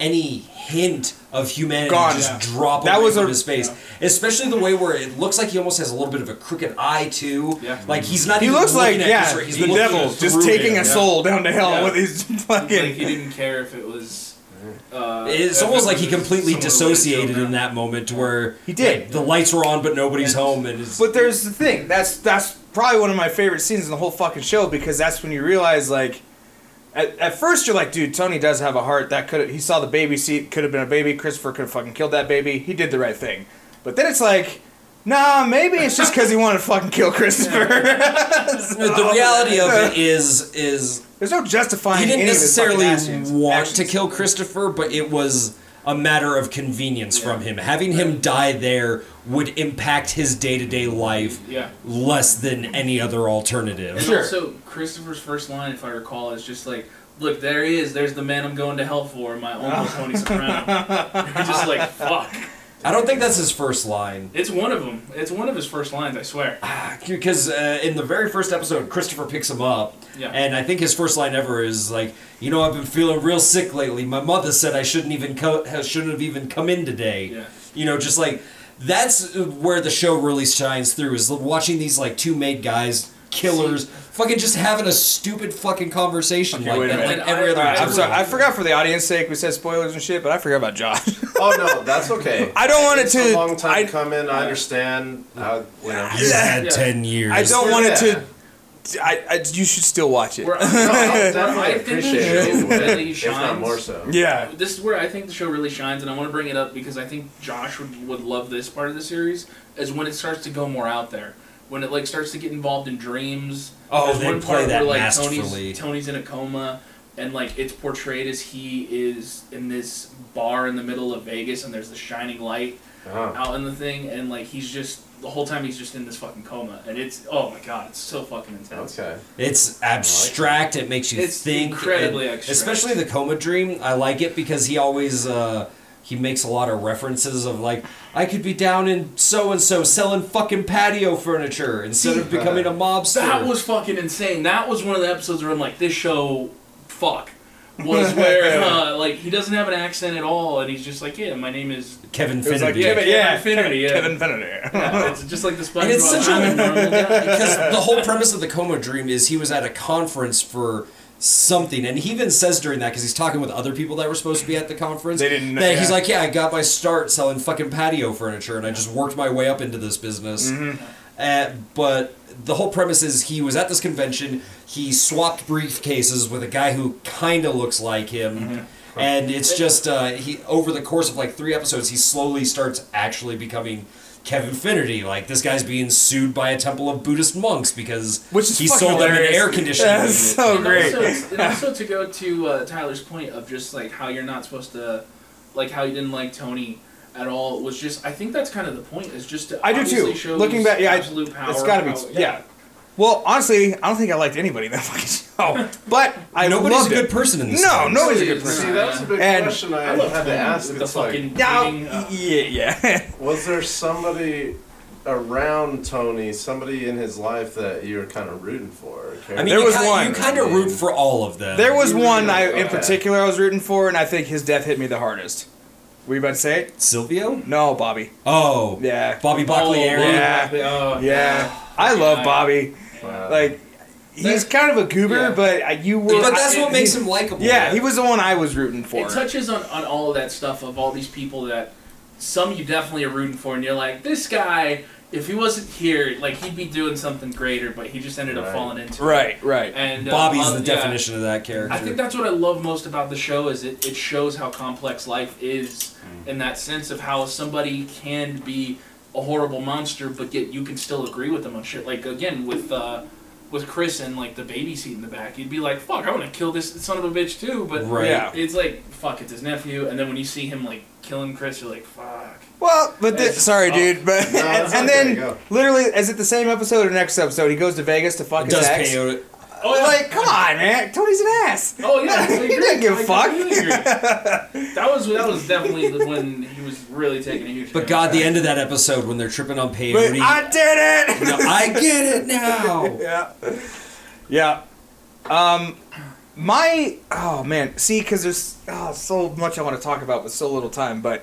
[SPEAKER 3] any hint of humanity
[SPEAKER 4] Gone.
[SPEAKER 3] just
[SPEAKER 4] Yeah.
[SPEAKER 3] drop
[SPEAKER 4] That
[SPEAKER 3] away
[SPEAKER 4] was
[SPEAKER 3] from
[SPEAKER 4] a-
[SPEAKER 3] his face. Especially the way where it looks like he almost has a little bit of a crooked eye too.
[SPEAKER 5] Yeah.
[SPEAKER 3] Like he's not
[SPEAKER 4] He
[SPEAKER 3] even
[SPEAKER 4] looking looks like
[SPEAKER 3] looking at
[SPEAKER 4] yeah,
[SPEAKER 3] Christopher,
[SPEAKER 4] he's
[SPEAKER 3] he's
[SPEAKER 4] the
[SPEAKER 3] looking
[SPEAKER 4] devil, just
[SPEAKER 3] through
[SPEAKER 4] taking
[SPEAKER 3] him.
[SPEAKER 4] a soul down to hell
[SPEAKER 5] Yeah.
[SPEAKER 4] with his
[SPEAKER 5] Like
[SPEAKER 4] fucking.
[SPEAKER 5] he didn't care if it was. Uh,
[SPEAKER 3] It's
[SPEAKER 5] if
[SPEAKER 3] almost
[SPEAKER 5] it
[SPEAKER 3] like he
[SPEAKER 5] was
[SPEAKER 3] completely
[SPEAKER 5] someone related to
[SPEAKER 3] dissociated
[SPEAKER 5] him.
[SPEAKER 3] in that moment to where
[SPEAKER 4] He did.
[SPEAKER 3] like, the lights were on but nobody's home and it's,
[SPEAKER 4] But there's the thing. That's that's probably one of my favorite scenes in the whole fucking show because that's when you realize like. At, at first, you're like, dude, Tony does have a heart. That could he saw the baby seat could have been a baby. Christopher could have fucking killed that baby. He did the right thing. But then it's like, nah, maybe it's just because he wanted to fucking kill Christopher.
[SPEAKER 3] the reality of it is is
[SPEAKER 4] There's no justifying.
[SPEAKER 3] he didn't
[SPEAKER 4] any of his fucking
[SPEAKER 3] necessarily
[SPEAKER 4] actions-
[SPEAKER 3] want
[SPEAKER 4] actions.
[SPEAKER 3] to kill Christopher, but it was a matter of convenience from him. Having him die there would impact his day to day life
[SPEAKER 5] Yeah.
[SPEAKER 3] less than any other alternative.
[SPEAKER 5] And
[SPEAKER 4] Sure.
[SPEAKER 5] also, Christopher's first line, if I recall, is just like, "Look, there he is. There's the man I'm going to hell for. My uncle Tony Soprano." You're just like, "Fuck."
[SPEAKER 3] I don't think that's his first line.
[SPEAKER 5] It's one of them. It's one of his first lines. I swear.
[SPEAKER 3] Because uh, in the very first episode, Christopher picks him up,
[SPEAKER 5] Yeah.
[SPEAKER 3] and I think his first line ever is like, "You know, I've been feeling real sick lately. My mother said I shouldn't even co- ha- shouldn't have even come in today."
[SPEAKER 5] Yeah.
[SPEAKER 3] You know, just like that's where the show really shines through is watching these like two made guys killers fucking just having a stupid fucking conversation
[SPEAKER 4] Okay,
[SPEAKER 3] like
[SPEAKER 4] wait a
[SPEAKER 3] that, like
[SPEAKER 5] minute.
[SPEAKER 3] every other.
[SPEAKER 5] All right,
[SPEAKER 4] I'm sorry. I
[SPEAKER 3] episode.
[SPEAKER 4] forgot for the audience sake. We said spoilers and shit, but I forgot about Josh.
[SPEAKER 6] Oh no, that's okay.
[SPEAKER 4] I don't want it
[SPEAKER 6] It's a
[SPEAKER 4] to.
[SPEAKER 6] long time
[SPEAKER 4] I-
[SPEAKER 6] coming. I understand. I, you know.
[SPEAKER 3] You had
[SPEAKER 5] Yeah.
[SPEAKER 3] ten years.
[SPEAKER 4] I don't want it
[SPEAKER 6] Yeah.
[SPEAKER 4] to. I, I, you should still watch it.
[SPEAKER 5] Where I,
[SPEAKER 6] No, I'll
[SPEAKER 5] where
[SPEAKER 6] definitely
[SPEAKER 5] I think the
[SPEAKER 6] appreciate
[SPEAKER 5] show
[SPEAKER 6] it.
[SPEAKER 5] really
[SPEAKER 6] If not
[SPEAKER 5] shines.
[SPEAKER 6] more so.
[SPEAKER 4] Yeah.
[SPEAKER 5] This is where I think the show really shines, and I want to bring it up because I think Josh would, would love this part of the series. Is when it starts to go more out there, when it like starts to get involved in dreams.
[SPEAKER 3] Oh,
[SPEAKER 5] There's
[SPEAKER 3] they
[SPEAKER 5] one
[SPEAKER 3] play
[SPEAKER 5] part
[SPEAKER 3] that
[SPEAKER 5] where like
[SPEAKER 3] masterfully.
[SPEAKER 5] Tony's Tony's in a coma, and like it's portrayed as he is in this bar in the middle of Vegas, and there's the shining light
[SPEAKER 6] Oh.
[SPEAKER 5] out in the thing, and like he's just the whole time he's just in this fucking coma, and it's oh my god, it's so fucking intense.
[SPEAKER 6] Okay.
[SPEAKER 3] It's abstract. It makes you
[SPEAKER 5] It's
[SPEAKER 3] think.
[SPEAKER 5] incredibly
[SPEAKER 3] and
[SPEAKER 5] abstract.
[SPEAKER 3] Especially the coma dream. I like it because he always uh, he makes a lot of references of like I could be down in so and so selling fucking patio furniture instead of becoming a mobster.
[SPEAKER 5] That was fucking insane. That was one of the episodes where I'm like, this show, fuck. Was where, uh, like, he doesn't have an accent at all, and he's just like, yeah, my name is.
[SPEAKER 3] Kevin
[SPEAKER 4] It was
[SPEAKER 3] Finnegan.
[SPEAKER 4] like, yeah, but yeah,
[SPEAKER 5] Infinity, yeah.
[SPEAKER 4] Kevin Finnegan.
[SPEAKER 5] Yeah, uh, it's just like the SpongeBob.
[SPEAKER 3] And it's such a-
[SPEAKER 5] I'm normal guy.
[SPEAKER 3] because the whole premise of the coma dream is he was at a conference for something and he even says during that because he's talking with other people that were supposed to be at the conference
[SPEAKER 4] They didn't-
[SPEAKER 3] that he's
[SPEAKER 4] yeah.
[SPEAKER 3] like yeah i got my start selling fucking patio furniture and i just worked my way up into this business
[SPEAKER 4] Mm-hmm.
[SPEAKER 3] Uh, but the whole premise is he was at this convention he swapped briefcases with a guy who kind of looks like him and it's just uh, he over the course of like three episodes he slowly starts actually becoming Kevin Finnerty, like this guy's being sued by a temple of Buddhist monks because
[SPEAKER 4] Which is
[SPEAKER 3] he
[SPEAKER 4] fucking
[SPEAKER 3] sold them an
[SPEAKER 4] hilarious.
[SPEAKER 3] air conditioner.
[SPEAKER 4] That's
[SPEAKER 3] unit.
[SPEAKER 4] so
[SPEAKER 5] And
[SPEAKER 4] Oh, great.
[SPEAKER 5] Also, and also to go to uh, Tyler's point of just like how you're not supposed to, like how you didn't like Tony at all was just I think that's kind of the point is just to
[SPEAKER 4] I do
[SPEAKER 5] obviously
[SPEAKER 4] too.
[SPEAKER 5] shows
[SPEAKER 4] Looking back, yeah, I-
[SPEAKER 5] absolute power.
[SPEAKER 4] it's got to be.
[SPEAKER 5] how-
[SPEAKER 4] yeah. Well, honestly, I don't think I liked anybody in that fucking show. But I
[SPEAKER 3] Nobody's
[SPEAKER 4] loved
[SPEAKER 3] a good
[SPEAKER 4] it.
[SPEAKER 3] person in this.
[SPEAKER 4] No,
[SPEAKER 3] thing.
[SPEAKER 4] nobody's a good person.
[SPEAKER 6] See, that was a big
[SPEAKER 4] And-
[SPEAKER 6] question I,
[SPEAKER 5] I love
[SPEAKER 6] had to
[SPEAKER 5] Tony
[SPEAKER 6] ask.
[SPEAKER 5] with the
[SPEAKER 6] It's
[SPEAKER 5] fucking
[SPEAKER 6] like,
[SPEAKER 4] Now,
[SPEAKER 5] beating, uh,
[SPEAKER 4] yeah, yeah.
[SPEAKER 6] was there somebody around Tony, somebody in his life that you were kind of rooting for? or cared
[SPEAKER 3] I mean,
[SPEAKER 4] There
[SPEAKER 3] you
[SPEAKER 4] was
[SPEAKER 3] kinda,
[SPEAKER 4] one.
[SPEAKER 3] You kind of root for all of them.
[SPEAKER 4] there was
[SPEAKER 6] you were
[SPEAKER 4] one
[SPEAKER 6] gonna-
[SPEAKER 4] I, in
[SPEAKER 6] okay.
[SPEAKER 4] particular I was rooting for, and I think his death hit me the hardest. Were you about to say it?
[SPEAKER 3] Silvio.
[SPEAKER 4] No, Bobby.
[SPEAKER 3] Oh,
[SPEAKER 4] Yeah.
[SPEAKER 3] Bobby
[SPEAKER 5] Oh,
[SPEAKER 3] Buckley. Aaron.
[SPEAKER 4] Yeah.
[SPEAKER 5] oh,
[SPEAKER 4] Yeah. I love
[SPEAKER 5] I-
[SPEAKER 4] Bobby.
[SPEAKER 6] about?
[SPEAKER 4] Like, he's kind of a goober,
[SPEAKER 5] Yeah.
[SPEAKER 4] but uh, you were.
[SPEAKER 3] But that's
[SPEAKER 4] I-
[SPEAKER 3] what makes
[SPEAKER 4] he-
[SPEAKER 3] him likable.
[SPEAKER 4] Yeah, he was the one I was rooting for.
[SPEAKER 5] It touches on, on all of that stuff of all these people that some you definitely are rooting for, and you're like, this guy, if he wasn't here, like he'd be doing something greater, but he just ended up
[SPEAKER 6] Right.
[SPEAKER 5] falling into. it.
[SPEAKER 4] right, right.
[SPEAKER 5] And uh,
[SPEAKER 3] Bobby's
[SPEAKER 5] uh,
[SPEAKER 3] the
[SPEAKER 5] yeah.
[SPEAKER 3] definition of that character.
[SPEAKER 5] I think that's what I love most about the show is it, it shows how complex life is
[SPEAKER 4] Mm.
[SPEAKER 5] in that sense of how somebody can be a horrible monster, but yet you can still agree with them on shit. Like again with uh, with Chris and like the baby seat in the back, you'd be like, "Fuck, I want to kill this son of a bitch too." But
[SPEAKER 3] Right.
[SPEAKER 4] Yeah.
[SPEAKER 5] it's like, "Fuck, it's his nephew." And then when you see him like killing Chris, you're like, "Fuck."
[SPEAKER 4] Well, but the,
[SPEAKER 5] It's-
[SPEAKER 4] sorry,
[SPEAKER 5] oh.
[SPEAKER 4] dude. But
[SPEAKER 6] No,
[SPEAKER 4] and,
[SPEAKER 6] it's
[SPEAKER 4] and
[SPEAKER 6] okay,
[SPEAKER 4] then
[SPEAKER 6] go.
[SPEAKER 4] literally, is it the same episode or next episode? He goes to Vegas to fuck
[SPEAKER 3] It does
[SPEAKER 4] his ex.
[SPEAKER 3] peyote.
[SPEAKER 5] Oh yeah.
[SPEAKER 4] Like, come on, man. Tony's an ass.
[SPEAKER 5] Oh yeah, I
[SPEAKER 4] He
[SPEAKER 5] agree.
[SPEAKER 4] didn't give a
[SPEAKER 5] I
[SPEAKER 4] fuck.
[SPEAKER 5] completely agree. that was that was definitely the- when he was really taking a huge.
[SPEAKER 3] But
[SPEAKER 5] hit.
[SPEAKER 3] God, the end of that episode when they're tripping on
[SPEAKER 4] But
[SPEAKER 3] peyote.
[SPEAKER 4] I did it.
[SPEAKER 3] No, I get it now.
[SPEAKER 4] yeah. Yeah. Um, my oh man, see, because there's oh, so much I want to talk about with so little time. But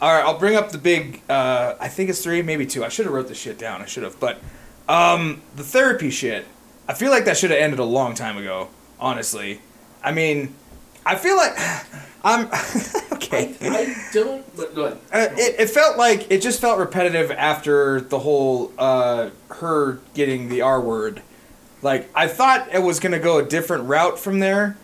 [SPEAKER 4] all right, I'll bring up the big. Uh, I think it's three, maybe two. I should have wrote this shit down. I should have. But um, the therapy shit. I feel like that should have ended a long time ago. Honestly, I mean, I feel like I'm okay.
[SPEAKER 5] I don't. But go ahead.
[SPEAKER 4] Uh, it, it felt like it just felt repetitive after the whole uh, her getting the R word. Like I thought it was gonna go a different route from there,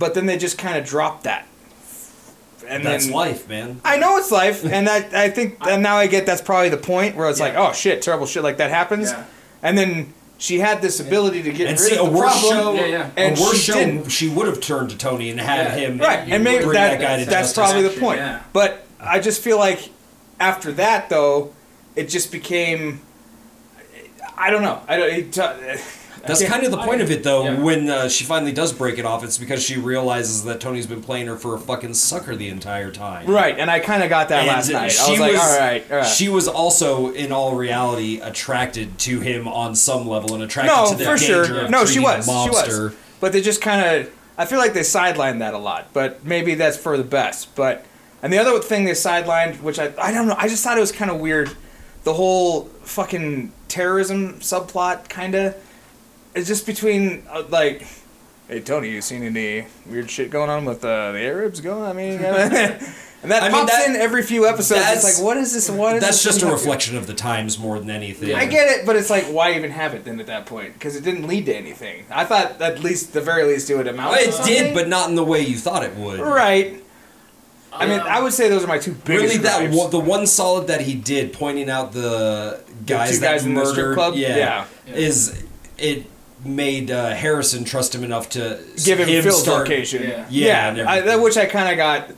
[SPEAKER 4] but then they just kind of dropped that. And
[SPEAKER 3] that's
[SPEAKER 4] then,
[SPEAKER 3] life, man.
[SPEAKER 4] I know it's life, and I, I think and now I get that's probably the point where it's like,
[SPEAKER 5] Yeah.
[SPEAKER 4] oh shit, terrible shit like that happens,
[SPEAKER 5] Yeah.
[SPEAKER 4] and then she had this ability to get
[SPEAKER 3] And
[SPEAKER 4] rid
[SPEAKER 3] see,
[SPEAKER 4] of
[SPEAKER 3] a
[SPEAKER 4] the
[SPEAKER 3] worse
[SPEAKER 4] problem,
[SPEAKER 3] show,
[SPEAKER 5] Yeah, yeah.
[SPEAKER 4] and
[SPEAKER 3] a worse
[SPEAKER 4] she
[SPEAKER 3] show,
[SPEAKER 4] didn't.
[SPEAKER 3] she would have turned to Tony and had
[SPEAKER 5] Yeah.
[SPEAKER 3] him.
[SPEAKER 4] Right,
[SPEAKER 5] you
[SPEAKER 4] and maybe
[SPEAKER 3] bring
[SPEAKER 4] that,
[SPEAKER 3] that guy to
[SPEAKER 4] that's
[SPEAKER 3] justice.
[SPEAKER 4] probably the
[SPEAKER 5] Action,
[SPEAKER 4] point.
[SPEAKER 5] yeah.
[SPEAKER 4] But I just feel like after that, though, it just became. I don't know. I don't. It, uh,
[SPEAKER 3] That's kind of the point of it, though.
[SPEAKER 5] Yeah.
[SPEAKER 3] When uh, she finally does break it off, it's because she realizes that Tony's been playing her for a fucking sucker the entire time.
[SPEAKER 4] right, and I kind of got that
[SPEAKER 3] And
[SPEAKER 4] last night. I was like, all right, all right.
[SPEAKER 3] She was also, in all reality, attracted to him on some level and attracted
[SPEAKER 4] no,
[SPEAKER 3] to the
[SPEAKER 4] for
[SPEAKER 3] danger
[SPEAKER 4] sure.
[SPEAKER 3] of
[SPEAKER 4] No, she
[SPEAKER 3] treating
[SPEAKER 4] was.
[SPEAKER 3] a
[SPEAKER 4] She
[SPEAKER 3] mobster.
[SPEAKER 4] was. But they just kind of. I feel like they sidelined that a lot, but maybe that's for the best. But and the other thing they sidelined, which I I don't know, I just thought it was kind of weird, the whole fucking terrorism subplot kind of. It's just between uh, like. Hey Tony, you seen any weird shit going on with uh, the Arabs going? I mean, and that
[SPEAKER 3] I mean,
[SPEAKER 4] pops
[SPEAKER 3] that-
[SPEAKER 4] in every few episodes.
[SPEAKER 3] that's-
[SPEAKER 4] It's like, what is this? What is
[SPEAKER 3] That's
[SPEAKER 4] this
[SPEAKER 3] just a
[SPEAKER 4] thing?
[SPEAKER 3] reflection of the times more than anything.
[SPEAKER 4] I get it, but it's like, why even have it then at that point? Because it didn't lead to anything. I thought at least, the very least, it would amount.
[SPEAKER 3] Well,
[SPEAKER 4] to
[SPEAKER 3] it
[SPEAKER 4] something.
[SPEAKER 3] did, but not in the way you thought it would.
[SPEAKER 4] right. I mean,
[SPEAKER 5] Um,
[SPEAKER 4] I would say those are my two biggest.
[SPEAKER 3] Really, that
[SPEAKER 4] gripes.
[SPEAKER 3] one, the one solid that he did, pointing out the guys
[SPEAKER 4] two
[SPEAKER 3] that
[SPEAKER 4] guys in the
[SPEAKER 3] murdered,
[SPEAKER 4] strip club?
[SPEAKER 3] Yeah,
[SPEAKER 4] Yeah.
[SPEAKER 3] is it made uh, Harrison trust him enough to
[SPEAKER 4] give him,
[SPEAKER 3] him
[SPEAKER 4] Phil's
[SPEAKER 3] start-
[SPEAKER 4] location.
[SPEAKER 5] Yeah.
[SPEAKER 3] Yeah,
[SPEAKER 4] Yeah,
[SPEAKER 3] and
[SPEAKER 4] I, that
[SPEAKER 3] everything.
[SPEAKER 4] which I kind of got.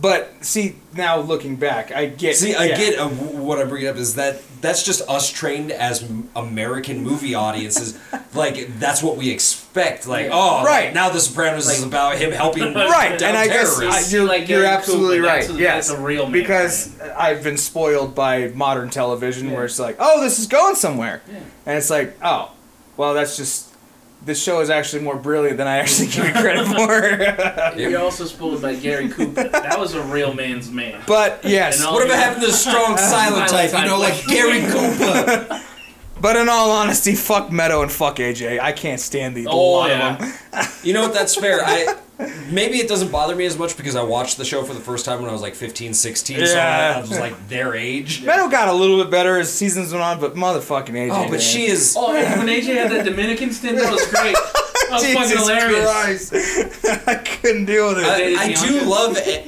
[SPEAKER 4] But see, now looking back, I get.
[SPEAKER 3] See, I
[SPEAKER 4] yeah.
[SPEAKER 3] get uh, w- what I'm bringing up is that that's just us trained as m- American movie audiences. like that's what we expect. Like, oh,
[SPEAKER 4] Right.
[SPEAKER 3] now The Sopranos is about him helping
[SPEAKER 4] Right,
[SPEAKER 3] down
[SPEAKER 4] and I guess I,
[SPEAKER 3] terrorists.
[SPEAKER 5] It's
[SPEAKER 4] you're,
[SPEAKER 5] like
[SPEAKER 4] you're
[SPEAKER 5] Gary
[SPEAKER 4] absolutely
[SPEAKER 5] Cooper,
[SPEAKER 4] right.
[SPEAKER 5] that's a-
[SPEAKER 4] yes,
[SPEAKER 5] that's a real man.
[SPEAKER 4] because I've been spoiled by modern television, where it's like, oh, this is going somewhere, and it's like, oh, well, that's just this show is actually more brilliant than I actually give it credit for.
[SPEAKER 5] You're also spoiled by Gary Cooper. That was a real man's man.
[SPEAKER 4] but yes,
[SPEAKER 5] And all-
[SPEAKER 3] What about having the strong silent
[SPEAKER 5] Silent
[SPEAKER 3] type? You know,
[SPEAKER 5] type.
[SPEAKER 3] like Gary Cooper.
[SPEAKER 4] but in all honesty, fuck Meadow and fuck AJ. I can't stand the, the
[SPEAKER 5] Oh,
[SPEAKER 4] lot
[SPEAKER 5] yeah.
[SPEAKER 4] of them.
[SPEAKER 3] You know what? That's fair. I maybe it doesn't bother me as much because I watched the show for the first time when I was like 15, 16. So I,
[SPEAKER 4] Yeah.
[SPEAKER 3] I was like their age.
[SPEAKER 4] Meadow got a little bit better as seasons went on, but motherfucking AJ.
[SPEAKER 3] Oh,
[SPEAKER 4] man.
[SPEAKER 3] but she is.
[SPEAKER 5] Oh, and when AJ had that Dominican stint, that was great. That was
[SPEAKER 4] Jesus
[SPEAKER 5] fucking hilarious.
[SPEAKER 4] Christ. I couldn't deal with it.
[SPEAKER 3] I,
[SPEAKER 5] They-
[SPEAKER 3] Uh, I
[SPEAKER 5] they
[SPEAKER 3] do
[SPEAKER 5] Bianca?
[SPEAKER 3] love it.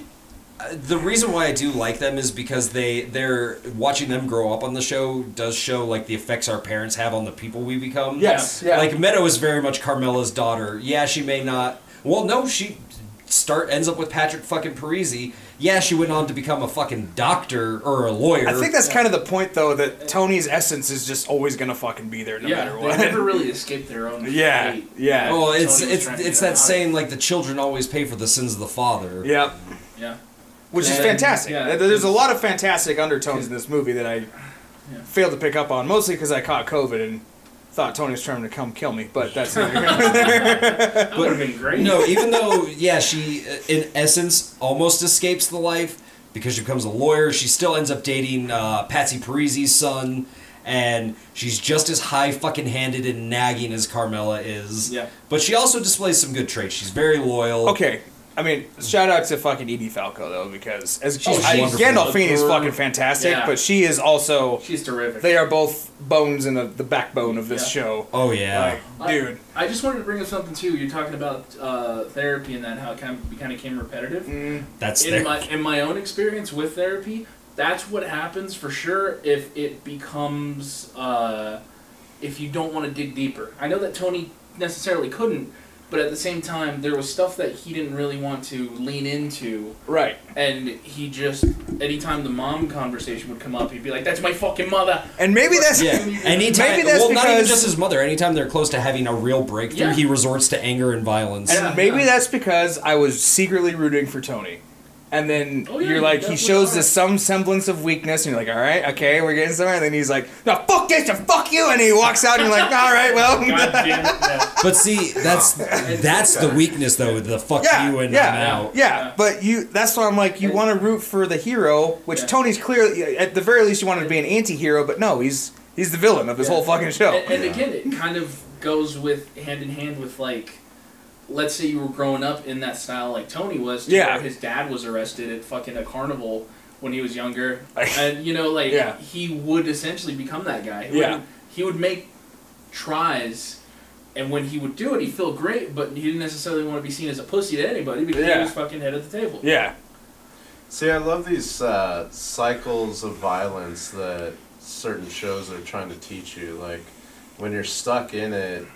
[SPEAKER 3] Uh, The reason why I do like them is because they they're watching them grow up on the show does show like the effects our parents have on the people we become.
[SPEAKER 4] Yes, yeah.
[SPEAKER 3] Like Meadow is very much Carmela's daughter. Yeah, she may not. Well, no, she start ends up with Patrick fucking Parisi. Yeah, she went on to become a fucking doctor or a lawyer.
[SPEAKER 4] I think that's kind of the point, though, that Tony's essence is just always gonna fucking be there, no
[SPEAKER 5] yeah,
[SPEAKER 4] matter
[SPEAKER 5] they
[SPEAKER 4] what.
[SPEAKER 5] never really escaped their own.
[SPEAKER 4] yeah,
[SPEAKER 5] fate.
[SPEAKER 4] yeah,
[SPEAKER 3] Well, Oh, it's
[SPEAKER 5] Tony was
[SPEAKER 3] it's
[SPEAKER 5] trying to
[SPEAKER 3] it's
[SPEAKER 5] get
[SPEAKER 3] that
[SPEAKER 5] out.
[SPEAKER 3] saying like the children always pay for the sins of the father.
[SPEAKER 4] yep.
[SPEAKER 5] yeah.
[SPEAKER 4] Which is
[SPEAKER 5] And-
[SPEAKER 4] fantastic.
[SPEAKER 5] yeah,
[SPEAKER 4] There's a
[SPEAKER 5] it's-
[SPEAKER 4] lot of fantastic undertones in this movie that I failed to pick up on, mostly because I caught COVID and thought Tony was trying to come kill me. But that's
[SPEAKER 5] That would have been great.
[SPEAKER 3] No, even though yeah, she uh, in essence almost escapes the life because she becomes a lawyer. She still ends up dating uh, Patsy Parisi's son, and she's just as high fucking handed and nagging as Carmela is.
[SPEAKER 5] Yeah.
[SPEAKER 3] but she also displays some good traits. She's very loyal.
[SPEAKER 4] okay. I mean, shout out to fucking Edie Falco though, because as
[SPEAKER 3] She's
[SPEAKER 4] I,
[SPEAKER 3] wonderful.
[SPEAKER 4] Gandolfini is fucking fantastic,
[SPEAKER 5] Yeah.
[SPEAKER 4] but she is also
[SPEAKER 5] she's terrific.
[SPEAKER 4] they are both bones in the, the backbone of this
[SPEAKER 5] Yeah.
[SPEAKER 4] show.
[SPEAKER 3] Oh yeah.
[SPEAKER 4] Like, dude.
[SPEAKER 5] I just wanted to bring up something too. You're talking about uh, therapy and that how it kind of, kind of
[SPEAKER 4] Mm-hmm.
[SPEAKER 5] became repetitive.
[SPEAKER 3] That's
[SPEAKER 5] in
[SPEAKER 3] there.
[SPEAKER 5] my in my own experience with therapy, that's what happens for sure if it becomes uh, if you don't want to dig deeper. I know that Tony necessarily couldn't, but at the same time, there was stuff that he didn't really want to lean into,
[SPEAKER 4] Right.
[SPEAKER 5] and he just anytime the mom conversation would come up, he'd be like, "That's my fucking mother."
[SPEAKER 4] And maybe that's
[SPEAKER 3] yeah. Anytime,
[SPEAKER 4] Maybe that's
[SPEAKER 3] well, not even
[SPEAKER 4] because-
[SPEAKER 3] just his mother. Anytime they're close to having a real breakthrough,
[SPEAKER 5] Yeah.
[SPEAKER 3] he resorts to anger and violence.
[SPEAKER 5] And-
[SPEAKER 4] And maybe
[SPEAKER 5] Yeah.
[SPEAKER 4] that's because I was secretly rooting for Tony. And then
[SPEAKER 5] Oh, yeah,
[SPEAKER 4] you're
[SPEAKER 5] you
[SPEAKER 4] like, he
[SPEAKER 5] definitely
[SPEAKER 4] shows
[SPEAKER 5] are.
[SPEAKER 4] this some semblance of weakness, and you're like, all right, okay, we're getting somewhere. And then he's like, no, fuck this, and fuck you. And he walks out, and you're like, all right, well.
[SPEAKER 5] God damn it! no.
[SPEAKER 3] but see, that's that's the weakness though. The fuck
[SPEAKER 4] Yeah,
[SPEAKER 3] you and I'm
[SPEAKER 4] yeah,
[SPEAKER 3] out.
[SPEAKER 4] yeah, but you—that's why I'm like, you want to root for the hero, which
[SPEAKER 5] Yeah.
[SPEAKER 4] Tony's clearly, at the very least, you want him to be an anti-hero, but no, hes he's the villain of this
[SPEAKER 5] Yeah.
[SPEAKER 4] whole fucking show.
[SPEAKER 5] And, and again, it kind of goes with hand in hand with like, let's say you were growing up in that style like Tony was, to
[SPEAKER 4] Yeah.
[SPEAKER 5] where his dad was arrested at fucking a carnival when he was younger, and you know, like
[SPEAKER 4] Yeah.
[SPEAKER 5] he would essentially become that guy. He
[SPEAKER 4] Yeah.
[SPEAKER 5] would, he would make tries. And when he would do it, he'd feel great, but he didn't necessarily want to be seen as a pussy to anybody because
[SPEAKER 4] Yeah.
[SPEAKER 5] he was fucking head at the table.
[SPEAKER 4] yeah,
[SPEAKER 6] See, I love these uh, cycles of violence that certain shows are trying to teach you. Like when you're stuck in it,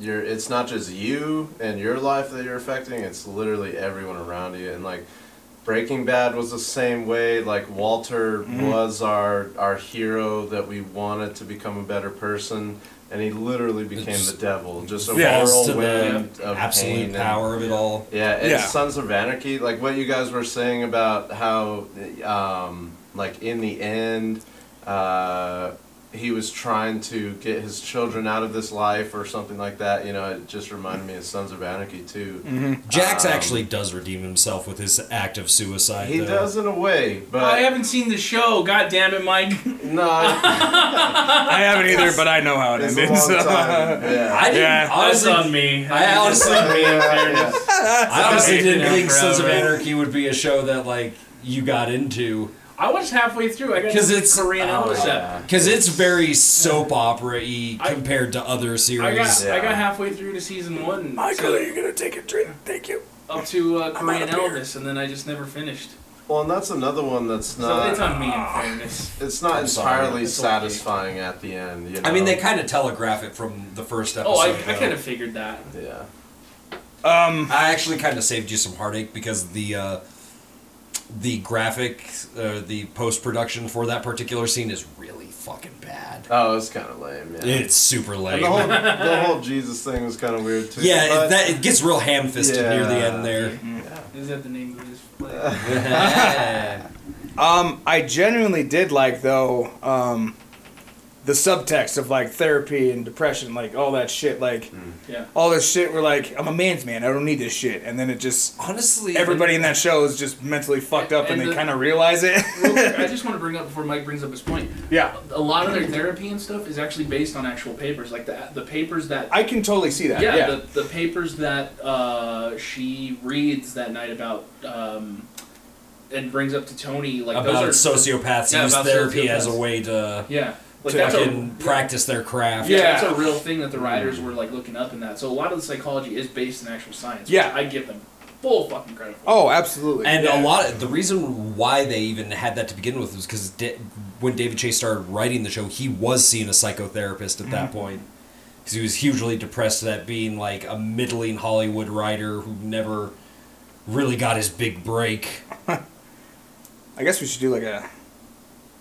[SPEAKER 6] you're it's not just you and your life that you're affecting; it's literally everyone around you. And like Breaking Bad was the same way. Like Walter
[SPEAKER 3] Mm-hmm.
[SPEAKER 6] was our our hero that we wanted to become a better person, and he literally became
[SPEAKER 3] It's-
[SPEAKER 6] the devil, just a
[SPEAKER 4] Yeah.
[SPEAKER 3] falls to the
[SPEAKER 6] whirlwind of pain
[SPEAKER 3] absolute
[SPEAKER 6] and-
[SPEAKER 3] power of it all.
[SPEAKER 6] yeah, and
[SPEAKER 4] Yeah.
[SPEAKER 6] Sons of Anarchy, like what you guys were saying about how, um, like in the end, uh, he was trying to get his children out of this life or something like that. You know, it just reminded me of Sons of Anarchy too.
[SPEAKER 3] Jax
[SPEAKER 6] Um,
[SPEAKER 3] actually does redeem himself with his act of suicide.
[SPEAKER 6] He
[SPEAKER 3] though.
[SPEAKER 6] does in a way,
[SPEAKER 5] I
[SPEAKER 6] but
[SPEAKER 5] haven't seen the show. God damn it, Mike.
[SPEAKER 6] no, I-
[SPEAKER 4] I haven't either, but I know how it
[SPEAKER 6] it's
[SPEAKER 4] ended.
[SPEAKER 6] a long
[SPEAKER 4] so-
[SPEAKER 6] time. Yeah.
[SPEAKER 3] I didn't
[SPEAKER 4] Yeah.
[SPEAKER 3] honestly.
[SPEAKER 5] That's on me.
[SPEAKER 3] I honestly,
[SPEAKER 6] Yeah, yeah.
[SPEAKER 3] I honestly
[SPEAKER 5] That's
[SPEAKER 3] didn't
[SPEAKER 5] on me.
[SPEAKER 3] think Sons of
[SPEAKER 5] Forever.
[SPEAKER 3] Anarchy would be a show that like you got into
[SPEAKER 5] I was halfway through. I got
[SPEAKER 3] 'Cause it's-
[SPEAKER 5] Korean
[SPEAKER 3] oh,
[SPEAKER 5] Elvis
[SPEAKER 6] yeah.
[SPEAKER 3] because it's very soap opera-y
[SPEAKER 5] I-
[SPEAKER 3] compared to other
[SPEAKER 5] I got
[SPEAKER 3] series.
[SPEAKER 5] I
[SPEAKER 6] Yeah.
[SPEAKER 5] got halfway through to season one,
[SPEAKER 4] Michael,
[SPEAKER 5] so-
[SPEAKER 4] are you gonna take a drink? Thank you.
[SPEAKER 5] up to uh, Korean
[SPEAKER 4] out of beer.
[SPEAKER 5] Elvis, and then I just never finished.
[SPEAKER 6] Well, and that's another one that's
[SPEAKER 5] So
[SPEAKER 6] not.
[SPEAKER 5] it's on me in fairness.
[SPEAKER 6] it's not
[SPEAKER 3] I'm sorry.
[SPEAKER 6] entirely
[SPEAKER 5] It's okay.
[SPEAKER 6] satisfying at the end. You know?
[SPEAKER 3] I mean, they kind of telegraph it from the first episode.
[SPEAKER 5] Oh, I, I
[SPEAKER 3] though.
[SPEAKER 5] could have figured that.
[SPEAKER 6] Yeah.
[SPEAKER 4] Um,
[SPEAKER 3] I actually kind of saved you some heartache because the uh, the graphic, uh, the post production for that particular scene is really fucking bad.
[SPEAKER 6] Oh, it's kind of lame. Yeah.
[SPEAKER 3] It's super lame.
[SPEAKER 6] And the whole the whole Jesus thing was kind of weird too.
[SPEAKER 3] yeah,
[SPEAKER 6] but-
[SPEAKER 3] it, that, it gets real ham fisted near the
[SPEAKER 6] Yeah.
[SPEAKER 3] end there.
[SPEAKER 5] Is that the name of this play?
[SPEAKER 4] Um, I genuinely did like though um, the subtext of like therapy and depression, like all that shit, like
[SPEAKER 5] Yeah.
[SPEAKER 4] all this shit. We're like, I'm a man's man. I don't need this shit. And then it just
[SPEAKER 3] Honestly,
[SPEAKER 4] everybody in that show is just mentally fucked up, and,
[SPEAKER 5] And
[SPEAKER 4] they
[SPEAKER 5] the-
[SPEAKER 4] kind of realize it.
[SPEAKER 5] Real quick, I just want to bring up before Mike brings up his point.
[SPEAKER 4] yeah,
[SPEAKER 5] A lot of their therapy and stuff is actually based on actual papers, like the the papers that
[SPEAKER 4] I can totally see that.
[SPEAKER 5] yeah,
[SPEAKER 4] Ah, Yeah,
[SPEAKER 5] The, the papers that uh, she reads that night about um, and brings up to Tony like
[SPEAKER 3] about
[SPEAKER 5] those are
[SPEAKER 3] sociopaths
[SPEAKER 5] Yeah,
[SPEAKER 3] use
[SPEAKER 5] about
[SPEAKER 3] therapy as a
[SPEAKER 5] sociopaths.
[SPEAKER 3] way to,
[SPEAKER 5] yeah like
[SPEAKER 3] to
[SPEAKER 5] that's a,
[SPEAKER 3] fucking practice their craft.
[SPEAKER 5] yeah,
[SPEAKER 4] Yeah.
[SPEAKER 5] that's a real thing that the writers were like looking up in that. So a lot of the psychology is based in actual science.
[SPEAKER 4] Yeah.
[SPEAKER 5] which I give them full fucking credit. For.
[SPEAKER 4] Oh, absolutely.
[SPEAKER 3] And
[SPEAKER 4] Yeah.
[SPEAKER 3] a lot of the reason why they even had that to begin with was because when David Chase started writing the show, he was seeing a psychotherapist at
[SPEAKER 5] Mm-hmm.
[SPEAKER 3] that point because he was hugely depressed at being like a middling Hollywood writer who never really got his big break.
[SPEAKER 4] I guess we should do like a.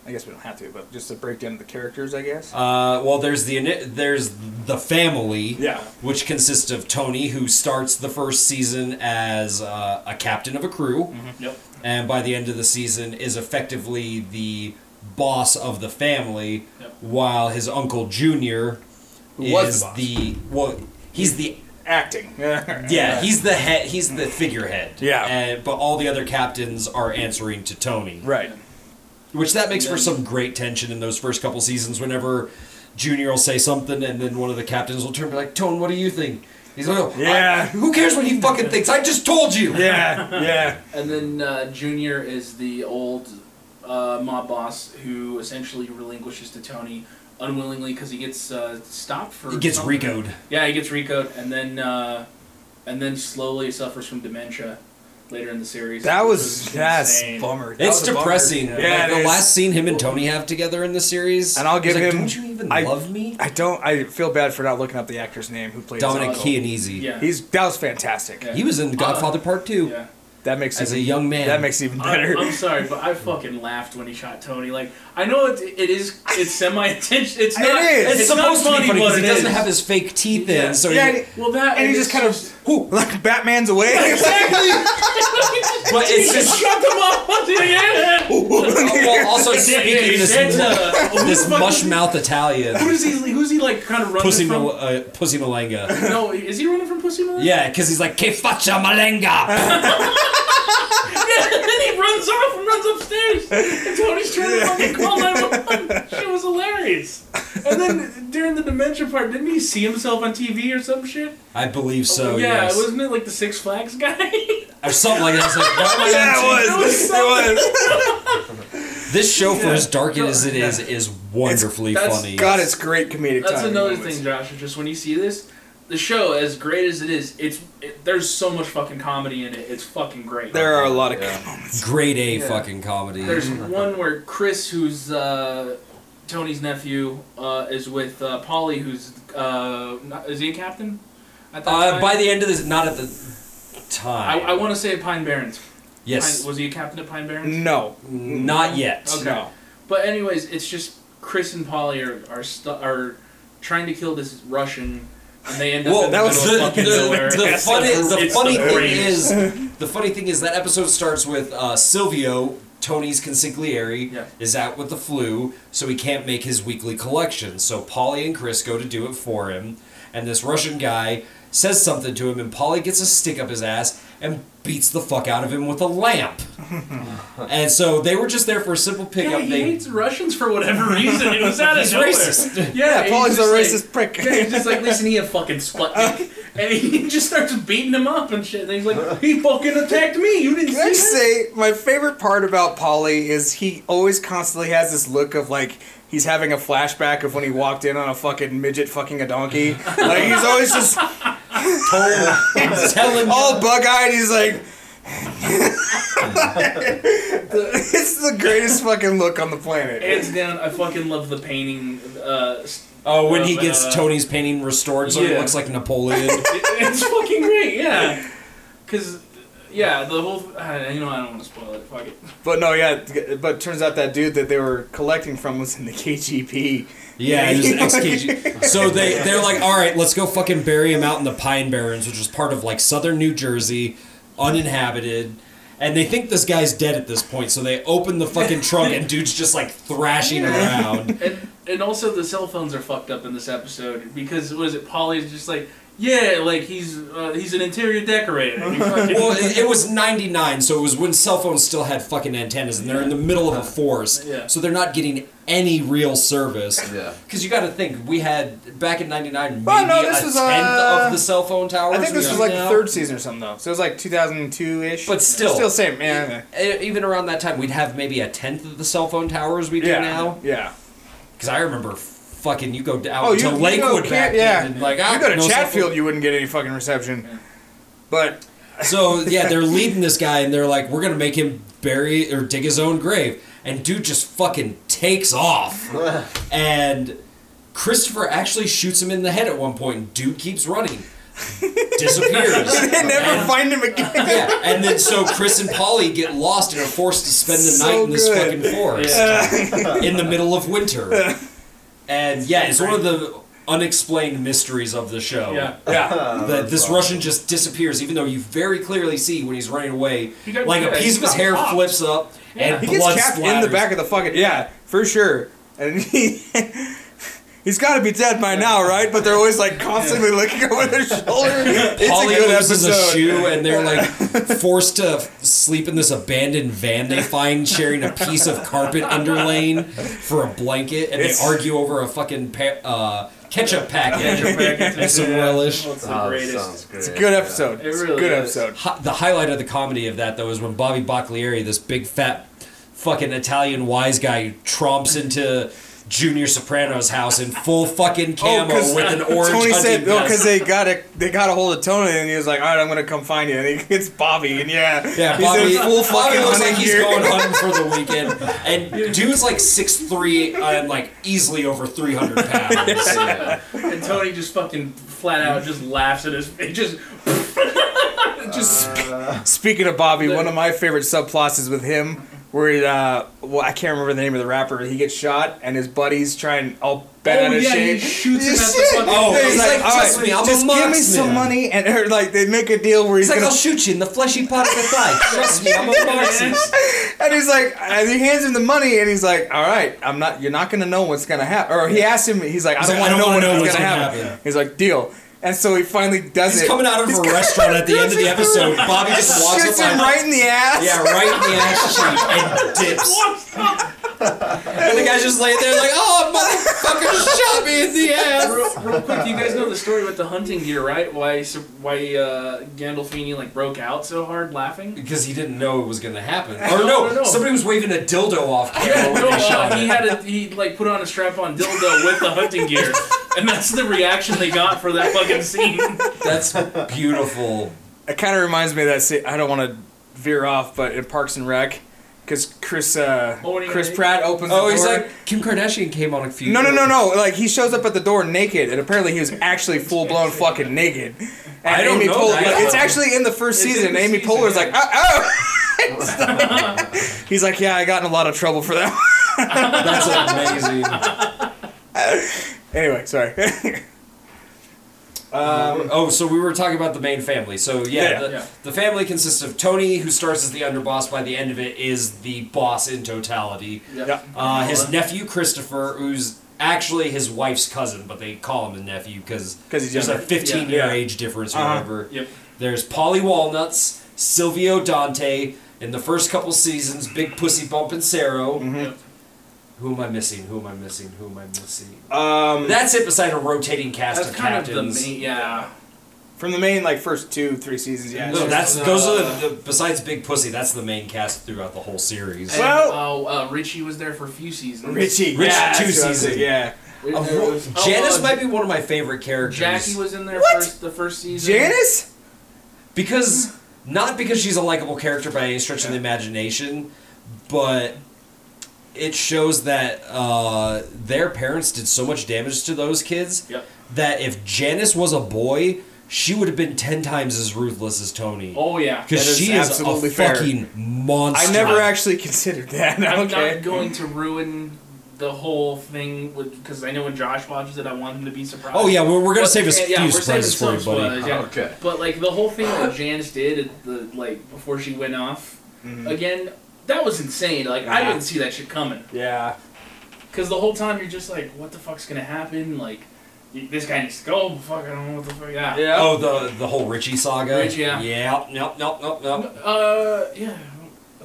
[SPEAKER 4] I guess we don't have to, but just a breakdown of the characters, I guess.
[SPEAKER 3] Uh, well, there's the ini- there's the family,
[SPEAKER 4] Yeah.
[SPEAKER 3] which consists of Tony, who starts the first season as uh, a captain of a crew.
[SPEAKER 5] Yep.
[SPEAKER 3] and by the end of the season is effectively the boss of the family,
[SPEAKER 5] Yep.
[SPEAKER 3] while his uncle Junior
[SPEAKER 4] Who
[SPEAKER 3] is
[SPEAKER 4] was the boss.
[SPEAKER 3] well, he's the
[SPEAKER 4] Acting. Yeah.
[SPEAKER 3] yeah, he's the head, he's the figurehead.
[SPEAKER 4] Yeah.
[SPEAKER 3] and, but all the other captains are answering to Tony,
[SPEAKER 4] Right.
[SPEAKER 3] which that makes for
[SPEAKER 5] Then-
[SPEAKER 3] some great tension in those first couple seasons. Whenever Junior will say something, and then one of the captains will turn and be like, "Tone, what do you think?" He's like, oh, I-
[SPEAKER 4] Yeah.
[SPEAKER 3] who cares what he fucking thinks? I just told you."
[SPEAKER 4] Yeah. Yeah.
[SPEAKER 5] And then uh, Junior is the old uh, mob boss who essentially relinquishes to Tony unwillingly because he gets uh, stopped for.
[SPEAKER 3] He gets
[SPEAKER 5] something.
[SPEAKER 3] recoed.
[SPEAKER 5] Yeah, he gets recoed, and then uh, and then slowly suffers from dementia later in the series.
[SPEAKER 4] That
[SPEAKER 5] which
[SPEAKER 4] was that's
[SPEAKER 5] insane.
[SPEAKER 4] bummer. That
[SPEAKER 3] It's
[SPEAKER 4] was a bummer.
[SPEAKER 3] depressing.
[SPEAKER 4] Yeah,
[SPEAKER 3] Like,
[SPEAKER 4] it
[SPEAKER 3] the
[SPEAKER 4] is.
[SPEAKER 3] last scene him and Tony have together in the series.
[SPEAKER 4] And I'll give
[SPEAKER 3] he's like,
[SPEAKER 4] him-
[SPEAKER 3] Don't you even
[SPEAKER 4] I-
[SPEAKER 3] love me?
[SPEAKER 4] I don't. I feel bad for not looking up the actor's name who played
[SPEAKER 3] Dominic
[SPEAKER 5] awful.
[SPEAKER 3] Chianese.
[SPEAKER 5] Yeah.
[SPEAKER 4] He's that was fantastic.
[SPEAKER 5] Yeah.
[SPEAKER 3] He was in Godfather Part Two
[SPEAKER 5] Yeah.
[SPEAKER 4] That makes
[SPEAKER 3] as a
[SPEAKER 4] even-
[SPEAKER 3] young man.
[SPEAKER 4] That makes it even
[SPEAKER 5] I,
[SPEAKER 4] better.
[SPEAKER 5] am sorry, but I fucking laughed when he shot Tony. Like I know it, it is it's semi intention. It's
[SPEAKER 4] It
[SPEAKER 5] not.
[SPEAKER 4] is.
[SPEAKER 5] It's,
[SPEAKER 3] it's, supposed
[SPEAKER 5] not
[SPEAKER 3] to be funny
[SPEAKER 5] but
[SPEAKER 3] because he
[SPEAKER 5] it
[SPEAKER 3] doesn't
[SPEAKER 5] is.
[SPEAKER 3] have his fake teeth
[SPEAKER 5] Yeah.
[SPEAKER 3] in, so
[SPEAKER 4] Yeah,
[SPEAKER 3] he,
[SPEAKER 4] and-
[SPEAKER 5] Well, that
[SPEAKER 4] and he
[SPEAKER 5] it's
[SPEAKER 4] just kind
[SPEAKER 5] just-
[SPEAKER 4] of whoo, like Batman's away.
[SPEAKER 3] but it's just
[SPEAKER 5] shut them up once again.
[SPEAKER 3] well, also speaking this,
[SPEAKER 5] That's, uh, who
[SPEAKER 3] this
[SPEAKER 5] the fuck
[SPEAKER 3] mush
[SPEAKER 5] is he-
[SPEAKER 3] mouth
[SPEAKER 5] Who
[SPEAKER 3] Italian,
[SPEAKER 5] is he? Who's he like? Kind of running
[SPEAKER 3] pussy
[SPEAKER 5] from?
[SPEAKER 3] Mal- uh, pussy malanga.
[SPEAKER 5] No, is he running from Pussy Malone?
[SPEAKER 3] Yeah, because he's like que faccia malanga.
[SPEAKER 5] yeah. And then he runs off and runs upstairs. And Tony's trying to fucking call 911. Shit was hilarious. And then during the dementia part, didn't he see himself on TV or some shit?
[SPEAKER 3] I believe so.
[SPEAKER 5] yeah,
[SPEAKER 3] yes,
[SPEAKER 5] wasn't it like the Six Flags guy?
[SPEAKER 3] or something like that. I was like, why am I on
[SPEAKER 4] yeah,
[SPEAKER 3] TV?
[SPEAKER 4] it was. It was.
[SPEAKER 3] This show, for as dark as it is, is wonderfully
[SPEAKER 5] that's-
[SPEAKER 3] funny.
[SPEAKER 4] God, it's great comedic.
[SPEAKER 5] That's
[SPEAKER 4] timing
[SPEAKER 5] another
[SPEAKER 4] moments.
[SPEAKER 5] thing, Josh. is Just when you see this, the show, as great as it is, it's it, there's so much fucking comedy in it. It's fucking great.
[SPEAKER 4] There are a lot of
[SPEAKER 6] Yeah.
[SPEAKER 4] good moments.
[SPEAKER 3] grade A
[SPEAKER 5] Yeah.
[SPEAKER 3] fucking comedy.
[SPEAKER 5] There's one where Chris, who's uh, Tony's nephew, uh, is with uh, Polly, who's uh, not, is he a captain? At that
[SPEAKER 3] uh,
[SPEAKER 5] time?
[SPEAKER 3] by the end of this, not at the
[SPEAKER 5] I,
[SPEAKER 3] time.
[SPEAKER 5] I want to say Pine Barrens.
[SPEAKER 3] yes,
[SPEAKER 5] Pine, was he a captain at Pine Barrens?
[SPEAKER 4] No,
[SPEAKER 3] not yet.
[SPEAKER 5] Okay.
[SPEAKER 4] no.
[SPEAKER 5] But anyways, it's just Chris and Polly are are, stu- are trying to kill this Russian, and they end up.
[SPEAKER 3] Well,
[SPEAKER 5] in
[SPEAKER 4] that
[SPEAKER 5] the
[SPEAKER 4] was
[SPEAKER 5] middle of
[SPEAKER 3] the,
[SPEAKER 5] fucking nowhere.
[SPEAKER 3] the, the
[SPEAKER 5] It's
[SPEAKER 3] funny, the
[SPEAKER 5] it's
[SPEAKER 3] funny thing
[SPEAKER 5] greatest.
[SPEAKER 3] is the funny thing is that episode starts with uh, Silvio Tony's consigliere
[SPEAKER 5] Yeah.
[SPEAKER 3] is out with the flu, so he can't make his weekly collection. So Polly and Chris go to do it for him, and this Russian guy says something to him, and Polly gets a stick up his ass and beats the fuck out of him with a lamp. and so they were just there for a simple
[SPEAKER 5] Yeah,
[SPEAKER 3] pickup.
[SPEAKER 5] he
[SPEAKER 3] they
[SPEAKER 5] hates Russians for whatever reason. It was out of
[SPEAKER 3] He's
[SPEAKER 5] nowhere.
[SPEAKER 3] racist.
[SPEAKER 5] Yeah,
[SPEAKER 4] Yeah,
[SPEAKER 5] he's
[SPEAKER 4] Paulie's a
[SPEAKER 5] just like-
[SPEAKER 4] racist prick.
[SPEAKER 5] Yeah, he's just like, listen here, fucking Sputnik. and he just starts beating him up and shit. And he's like, he fucking attacked me. You didn't
[SPEAKER 4] Can I
[SPEAKER 5] see
[SPEAKER 4] say
[SPEAKER 5] that?
[SPEAKER 4] my favorite part about Polly is he always constantly has this look of like he's having a flashback of when he walked in on a fucking midget fucking a donkey. Like he's always just
[SPEAKER 3] telling
[SPEAKER 4] all bug eyed. He's like. it's the greatest fucking look on the planet.
[SPEAKER 5] Hands down, I fucking love the painting. Uh, s-
[SPEAKER 3] Oh, when he
[SPEAKER 5] Uh,
[SPEAKER 3] gets
[SPEAKER 5] uh,
[SPEAKER 3] Tony's painting restored, so he
[SPEAKER 5] yeah.
[SPEAKER 3] looks like Napoleon.
[SPEAKER 5] it- it's fucking great, yeah. Because, yeah, the whole. I- you know, I don't want to spoil it. Fuck it.
[SPEAKER 4] But no, yeah. But it turns out that dude that they were collecting from was in the KGP.
[SPEAKER 3] Yeah, it was an XKG. so they they're like, all right, let's go fucking bury him out in the Pine Barrens, which is part of like southern New Jersey, uninhabited. And they think this guy's dead at this point, so they open the fucking trunk and dude's just like thrashing around.
[SPEAKER 5] And and also the cell phones are fucked up in this episode because was it Polly's just like yeah like he's uh, he's an interior decorator. He fucking-
[SPEAKER 3] Well, it, it was 99, so it was when cell phones still had fucking antennas, and they're in the middle of a forest,
[SPEAKER 5] Yeah.
[SPEAKER 3] so they're not getting any real service.
[SPEAKER 6] Yeah.
[SPEAKER 3] Because you got to think, we had, back in 99, maybe
[SPEAKER 4] Well, no, this
[SPEAKER 3] a
[SPEAKER 4] was,
[SPEAKER 3] tenth
[SPEAKER 4] uh,
[SPEAKER 3] of the cell phone towers.
[SPEAKER 4] I think this
[SPEAKER 3] we
[SPEAKER 4] was
[SPEAKER 3] have
[SPEAKER 4] like
[SPEAKER 3] now.
[SPEAKER 4] the third season or something though. So it was like 2002 ish.
[SPEAKER 3] But still.
[SPEAKER 4] still same. Yeah.
[SPEAKER 3] E- even around that time, we'd have maybe a tenth of the cell phone towers we do
[SPEAKER 4] Yeah.
[SPEAKER 3] now.
[SPEAKER 4] Yeah.
[SPEAKER 3] Because I remember fucking you go down
[SPEAKER 4] Oh, you
[SPEAKER 3] to
[SPEAKER 4] you
[SPEAKER 3] Lakewood
[SPEAKER 4] go,
[SPEAKER 3] back
[SPEAKER 4] back yeah.
[SPEAKER 3] then, and like
[SPEAKER 4] you
[SPEAKER 3] ah,
[SPEAKER 4] go to
[SPEAKER 3] no cell
[SPEAKER 4] Chatfield,
[SPEAKER 3] phone.
[SPEAKER 4] you wouldn't get any fucking reception. But
[SPEAKER 3] So yeah, they're leading this guy, and they're like, "We're gonna make him bury or dig his own grave." And dude just fucking takes off, and Christopher actually shoots him in the head at one point. And dude keeps running, disappears.
[SPEAKER 4] they never find him again.
[SPEAKER 3] yeah, and then so Chris and Polly get lost and are forced to spend the
[SPEAKER 4] So
[SPEAKER 3] night in this
[SPEAKER 4] good.
[SPEAKER 3] fucking forest in the middle of winter. And yeah, it's one of the unexplained mysteries of the show.
[SPEAKER 5] Yeah.
[SPEAKER 4] yeah.
[SPEAKER 3] That this Russian just disappears, even though you very clearly see when he's running away,
[SPEAKER 5] He got-
[SPEAKER 3] like
[SPEAKER 5] yeah,
[SPEAKER 3] a piece of
[SPEAKER 5] he
[SPEAKER 3] his
[SPEAKER 5] got
[SPEAKER 3] hair
[SPEAKER 5] popped.
[SPEAKER 3] flips up and
[SPEAKER 4] He
[SPEAKER 3] blood
[SPEAKER 4] gets capped in the
[SPEAKER 3] splatters.
[SPEAKER 4] back of the fucking yeah, for sure. And he he's got to be dead by now, right? But they're always like constantly looking over their shoulder. It's
[SPEAKER 3] Polly
[SPEAKER 4] a good
[SPEAKER 3] loses
[SPEAKER 4] episode.
[SPEAKER 3] a shoe, and they're like forced to sleep in this abandoned van they find, sharing a piece of carpet underlaying for a blanket, and
[SPEAKER 4] It's-
[SPEAKER 3] they argue over a fucking pa- uh, ketchup packet.
[SPEAKER 5] Andrew Packard.
[SPEAKER 3] And some relish.
[SPEAKER 5] It's the
[SPEAKER 6] Ah, that
[SPEAKER 5] greatest.
[SPEAKER 6] sounds great.
[SPEAKER 4] It's a good episode.
[SPEAKER 5] It
[SPEAKER 4] It's a
[SPEAKER 5] really
[SPEAKER 4] good
[SPEAKER 5] is.
[SPEAKER 4] episode.
[SPEAKER 3] Hi- the highlight of the comedy of that though is when Bobby Bocchieri, this big fat fucking Italian wise guy, tromps into Junior Soprano's house in full fucking camo with an orange
[SPEAKER 4] Oh, Tony said,
[SPEAKER 3] hunting
[SPEAKER 4] "Oh,
[SPEAKER 3] vest."
[SPEAKER 4] because they got a they got a hold of Tony, and he was like, "All right, I'm gonna come find you." And he gets Bobby, and yeah,
[SPEAKER 3] Yeah,
[SPEAKER 4] he's
[SPEAKER 3] Bobby,
[SPEAKER 4] in full
[SPEAKER 3] Bobby
[SPEAKER 4] fucking
[SPEAKER 3] looks
[SPEAKER 4] hunting
[SPEAKER 3] like he's
[SPEAKER 4] gear.
[SPEAKER 3] going hunting for the weekend. And dude's like 6'3 and like easily over 300 pounds.
[SPEAKER 6] Yeah.
[SPEAKER 5] And Tony just fucking flat out just laughs at his. It just
[SPEAKER 4] Just
[SPEAKER 5] Uh,
[SPEAKER 4] speaking of Bobby, one of my favorite subplots is with him, where he, uh, well, I can't remember the name of the rapper. He gets shot, and his buddies try and all bet
[SPEAKER 5] oh
[SPEAKER 4] out of
[SPEAKER 5] yeah,
[SPEAKER 4] shape.
[SPEAKER 5] he shoots him at
[SPEAKER 4] Shit.
[SPEAKER 5] the fucking.
[SPEAKER 3] Oh,
[SPEAKER 4] He's
[SPEAKER 3] he's like,
[SPEAKER 4] like, "All
[SPEAKER 3] trust
[SPEAKER 4] right,
[SPEAKER 3] me, I'm a
[SPEAKER 4] just give me some
[SPEAKER 3] marksman."
[SPEAKER 4] money, and or, like they make a deal where he's,
[SPEAKER 3] He's like, "Oh,
[SPEAKER 4] gonna
[SPEAKER 3] I'll shoot you in the fleshy part of the thigh. Trust me, I'm a Marxist.
[SPEAKER 4] And he's like, and he hands him the money, and he's like, "All right, I'm not. You're not gonna know what's gonna happen." Or he asks him, he's like, "I
[SPEAKER 3] He's
[SPEAKER 4] don't
[SPEAKER 3] like,
[SPEAKER 4] want to know what's gonna,
[SPEAKER 3] gonna
[SPEAKER 4] happen.
[SPEAKER 3] happen.
[SPEAKER 4] He's like, "Deal." And so he finally does
[SPEAKER 3] He's
[SPEAKER 4] it.
[SPEAKER 3] coming out of a restaurant at the end of the episode. Bobby just walks up
[SPEAKER 4] shoots him
[SPEAKER 3] behind
[SPEAKER 4] right in the ass.
[SPEAKER 3] Yeah, right in the ass cheek and dips. And the guy's just laying there like, oh, motherfucker shot me in the ass.
[SPEAKER 5] Real, real quick, you guys know the story with the hunting gear, right? Why Sir- why uh, Gandolfini like broke out so hard laughing?
[SPEAKER 3] Because he didn't know it was going to happen.
[SPEAKER 5] No,
[SPEAKER 3] Or Oh, no,
[SPEAKER 5] no, no.
[SPEAKER 3] somebody was waving a dildo off
[SPEAKER 5] Yeah,
[SPEAKER 3] camera when
[SPEAKER 5] no,
[SPEAKER 3] they shot
[SPEAKER 5] uh, he
[SPEAKER 3] him.
[SPEAKER 5] had a, he like put on a strap on dildo with the hunting gear, and that's the reaction they got for that fucking scene.
[SPEAKER 3] That's beautiful.
[SPEAKER 4] It kind of reminds me of that. Scene. I don't want to veer off, but in Parks and Rec, because Chris, uh,
[SPEAKER 5] Oh, when he-
[SPEAKER 4] Chris Pratt opens.
[SPEAKER 3] Oh,
[SPEAKER 4] the
[SPEAKER 3] he's
[SPEAKER 4] door.
[SPEAKER 3] like, Kim Kardashian came on a few.
[SPEAKER 4] No, no, no, no! Like he shows up at the door naked, and apparently he was actually full blown fucking naked. And
[SPEAKER 3] I don't
[SPEAKER 4] Amy
[SPEAKER 3] know
[SPEAKER 4] Poehler,
[SPEAKER 3] that.
[SPEAKER 4] like, it's actually in the first
[SPEAKER 5] It's
[SPEAKER 4] season.
[SPEAKER 5] in the
[SPEAKER 4] Amy
[SPEAKER 5] season,
[SPEAKER 4] Poehler's
[SPEAKER 5] yeah.
[SPEAKER 4] like, oh, oh. It's like- he's like, yeah, I got in a lot of trouble for that.
[SPEAKER 3] That's amazing.
[SPEAKER 4] anyway, sorry.
[SPEAKER 3] Um, oh, so we were talking about the main family. So yeah,
[SPEAKER 4] Yeah.
[SPEAKER 3] the,
[SPEAKER 5] Yeah.
[SPEAKER 3] the family consists of Tony, who starts as the underboss. By the end of it, is the boss in totality.
[SPEAKER 4] yeah.
[SPEAKER 3] Uh, his nephew Christopher, who's actually his wife's cousin, but they call him the nephew because
[SPEAKER 4] 'Cause he's
[SPEAKER 3] there's a
[SPEAKER 4] younger.
[SPEAKER 3] 15 year
[SPEAKER 4] Yeah.
[SPEAKER 3] age difference or
[SPEAKER 4] Uh-huh.
[SPEAKER 3] whatever.
[SPEAKER 5] Yep.
[SPEAKER 3] There's Polly Walnuts, Silvio Dante in the first couple seasons, Big Pussy Bump and Sarah.
[SPEAKER 4] Mm-hmm.
[SPEAKER 5] Yep.
[SPEAKER 3] Who am I missing? Who am I missing? Who am I missing?
[SPEAKER 4] Um,
[SPEAKER 3] That's it. Beside a rotating cast
[SPEAKER 5] That's
[SPEAKER 3] of
[SPEAKER 5] kind
[SPEAKER 3] captains.
[SPEAKER 5] of the main. Yeah.
[SPEAKER 4] from the main like first two, three seasons. Yeah.
[SPEAKER 3] No,
[SPEAKER 4] it's
[SPEAKER 3] that's
[SPEAKER 4] just,
[SPEAKER 3] those
[SPEAKER 4] uh,
[SPEAKER 3] are the, the besides Big Pussy. That's the main cast throughout the whole series.
[SPEAKER 5] And,
[SPEAKER 4] Well-
[SPEAKER 5] oh, uh, Richie was there for a few seasons.
[SPEAKER 4] Richie.
[SPEAKER 3] Richie
[SPEAKER 4] yeah, that's what
[SPEAKER 3] two
[SPEAKER 4] I was
[SPEAKER 3] seasons.
[SPEAKER 4] thinking, Yeah.
[SPEAKER 5] There
[SPEAKER 3] Uh, wha-
[SPEAKER 5] was- oh,
[SPEAKER 3] Janice
[SPEAKER 5] uh,
[SPEAKER 3] might be one of my favorite characters.
[SPEAKER 5] Jackie was in there first the first season.
[SPEAKER 4] Janice.
[SPEAKER 3] because not because she's a likable character by any stretch of the imagination, but it shows that uh, their parents did so much damage to those kids
[SPEAKER 5] Yep.
[SPEAKER 3] that if Janice was a boy, she would have been ten times as ruthless as Tony.
[SPEAKER 5] Oh yeah.
[SPEAKER 4] that
[SPEAKER 3] Because
[SPEAKER 4] is
[SPEAKER 3] she is a
[SPEAKER 4] absolutely fair.
[SPEAKER 3] fucking monster.
[SPEAKER 4] I never actually considered that.
[SPEAKER 5] I'm
[SPEAKER 4] okay.
[SPEAKER 5] not going to ruin the whole thing with because I know when Josh watches it, I want him to be surprised.
[SPEAKER 3] Oh yeah, we're, we're gonna
[SPEAKER 5] But-
[SPEAKER 3] save us
[SPEAKER 5] yeah,
[SPEAKER 3] few
[SPEAKER 5] yeah, we're
[SPEAKER 3] surprises for
[SPEAKER 5] saving
[SPEAKER 3] you,
[SPEAKER 5] some
[SPEAKER 3] buddy.
[SPEAKER 5] spoilers, yeah.
[SPEAKER 6] Okay.
[SPEAKER 5] But like the whole thing that Janice did, at the like before she went off
[SPEAKER 3] Mm-hmm.
[SPEAKER 5] again, that was insane. Like I
[SPEAKER 4] Mm-hmm. Yeah.
[SPEAKER 5] didn't see that shit coming.
[SPEAKER 4] Yeah.
[SPEAKER 5] Because the whole time you're just like, what the fuck's gonna happen? Like, y- this guy needs to go. Fuck, I don't know what the fuck. Yeah.
[SPEAKER 4] Yeah.
[SPEAKER 3] Oh, the the whole Richie saga.
[SPEAKER 5] Rich, yeah.
[SPEAKER 3] Yeah. Nope. Nope. Nope. Nope.
[SPEAKER 5] Uh, yeah.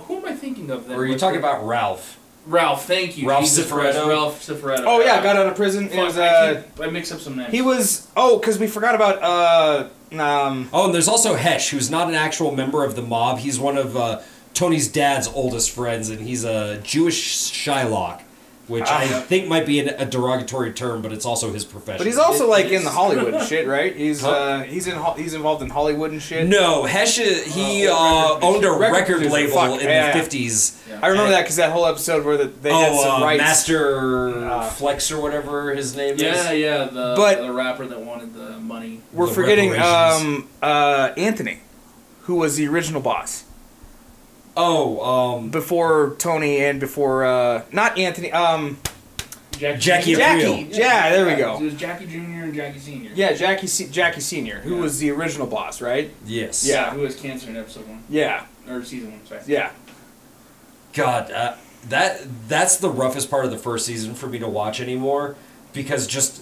[SPEAKER 5] Who am I thinking of then?
[SPEAKER 3] Were you
[SPEAKER 5] Was
[SPEAKER 3] talking
[SPEAKER 5] it-
[SPEAKER 3] about Ralph?
[SPEAKER 5] Ralph? Thank you.
[SPEAKER 3] Ralph
[SPEAKER 5] Jesus Christ,
[SPEAKER 3] Cifaretto?
[SPEAKER 5] Ralph Cifaretto.
[SPEAKER 4] Oh yeah, got out of prison. It
[SPEAKER 5] Fuck,
[SPEAKER 4] was,
[SPEAKER 5] I,
[SPEAKER 4] uh,
[SPEAKER 5] keep- I mix up some names.
[SPEAKER 4] he was. Oh, because we forgot about uh um.
[SPEAKER 3] Oh, and there's also Hesh, who's not an actual member of the mob. He's one of uh, Tony's dad's oldest friends, and he's a Jewish Shylock, which I
[SPEAKER 4] Ah.
[SPEAKER 3] think might be an, a derogatory term, but it's also his profession.
[SPEAKER 4] But he's also like in the
[SPEAKER 5] is.
[SPEAKER 4] Hollywood and shit, right? He's
[SPEAKER 3] Huh?
[SPEAKER 4] uh he's in Ho- he's involved in Hollywood and shit.
[SPEAKER 3] no Hesh. is- He uh,
[SPEAKER 4] Uh, record
[SPEAKER 3] owned a
[SPEAKER 4] producer.
[SPEAKER 3] record,
[SPEAKER 4] Record producer,
[SPEAKER 3] label
[SPEAKER 4] fuck,
[SPEAKER 3] in
[SPEAKER 4] yeah, yeah.
[SPEAKER 3] the fifties.
[SPEAKER 5] Yeah.
[SPEAKER 4] I remember that because that whole episode where the, they had some
[SPEAKER 3] Oh, uh,
[SPEAKER 4] rights.
[SPEAKER 3] Master
[SPEAKER 4] Uh,
[SPEAKER 3] Flex or whatever his name
[SPEAKER 5] Yeah,
[SPEAKER 3] is.
[SPEAKER 5] yeah. The
[SPEAKER 4] But-
[SPEAKER 5] the rapper that wanted the money.
[SPEAKER 4] We're
[SPEAKER 3] The
[SPEAKER 4] forgetting
[SPEAKER 3] reparations.
[SPEAKER 4] um uh Anthony, who was the original boss
[SPEAKER 3] Oh, um,
[SPEAKER 4] before Tony and before uh not Anthony um
[SPEAKER 5] Jackie.
[SPEAKER 3] Jackie
[SPEAKER 5] Jr.
[SPEAKER 4] Jackie.
[SPEAKER 3] Aprile.
[SPEAKER 4] Yeah, there we
[SPEAKER 5] It
[SPEAKER 4] go.
[SPEAKER 5] was Jackie Jr. and Jackie Senior.
[SPEAKER 4] Yeah, Jackie Se- Jackie Senior, who
[SPEAKER 5] Yeah.
[SPEAKER 4] was the original boss, right?
[SPEAKER 3] yes.
[SPEAKER 4] Yeah.
[SPEAKER 5] Who has cancer in episode one
[SPEAKER 4] Yeah,
[SPEAKER 5] or season one? Sorry.
[SPEAKER 4] yeah.
[SPEAKER 3] God, uh, that that's the roughest part of the first season for me to watch anymore because just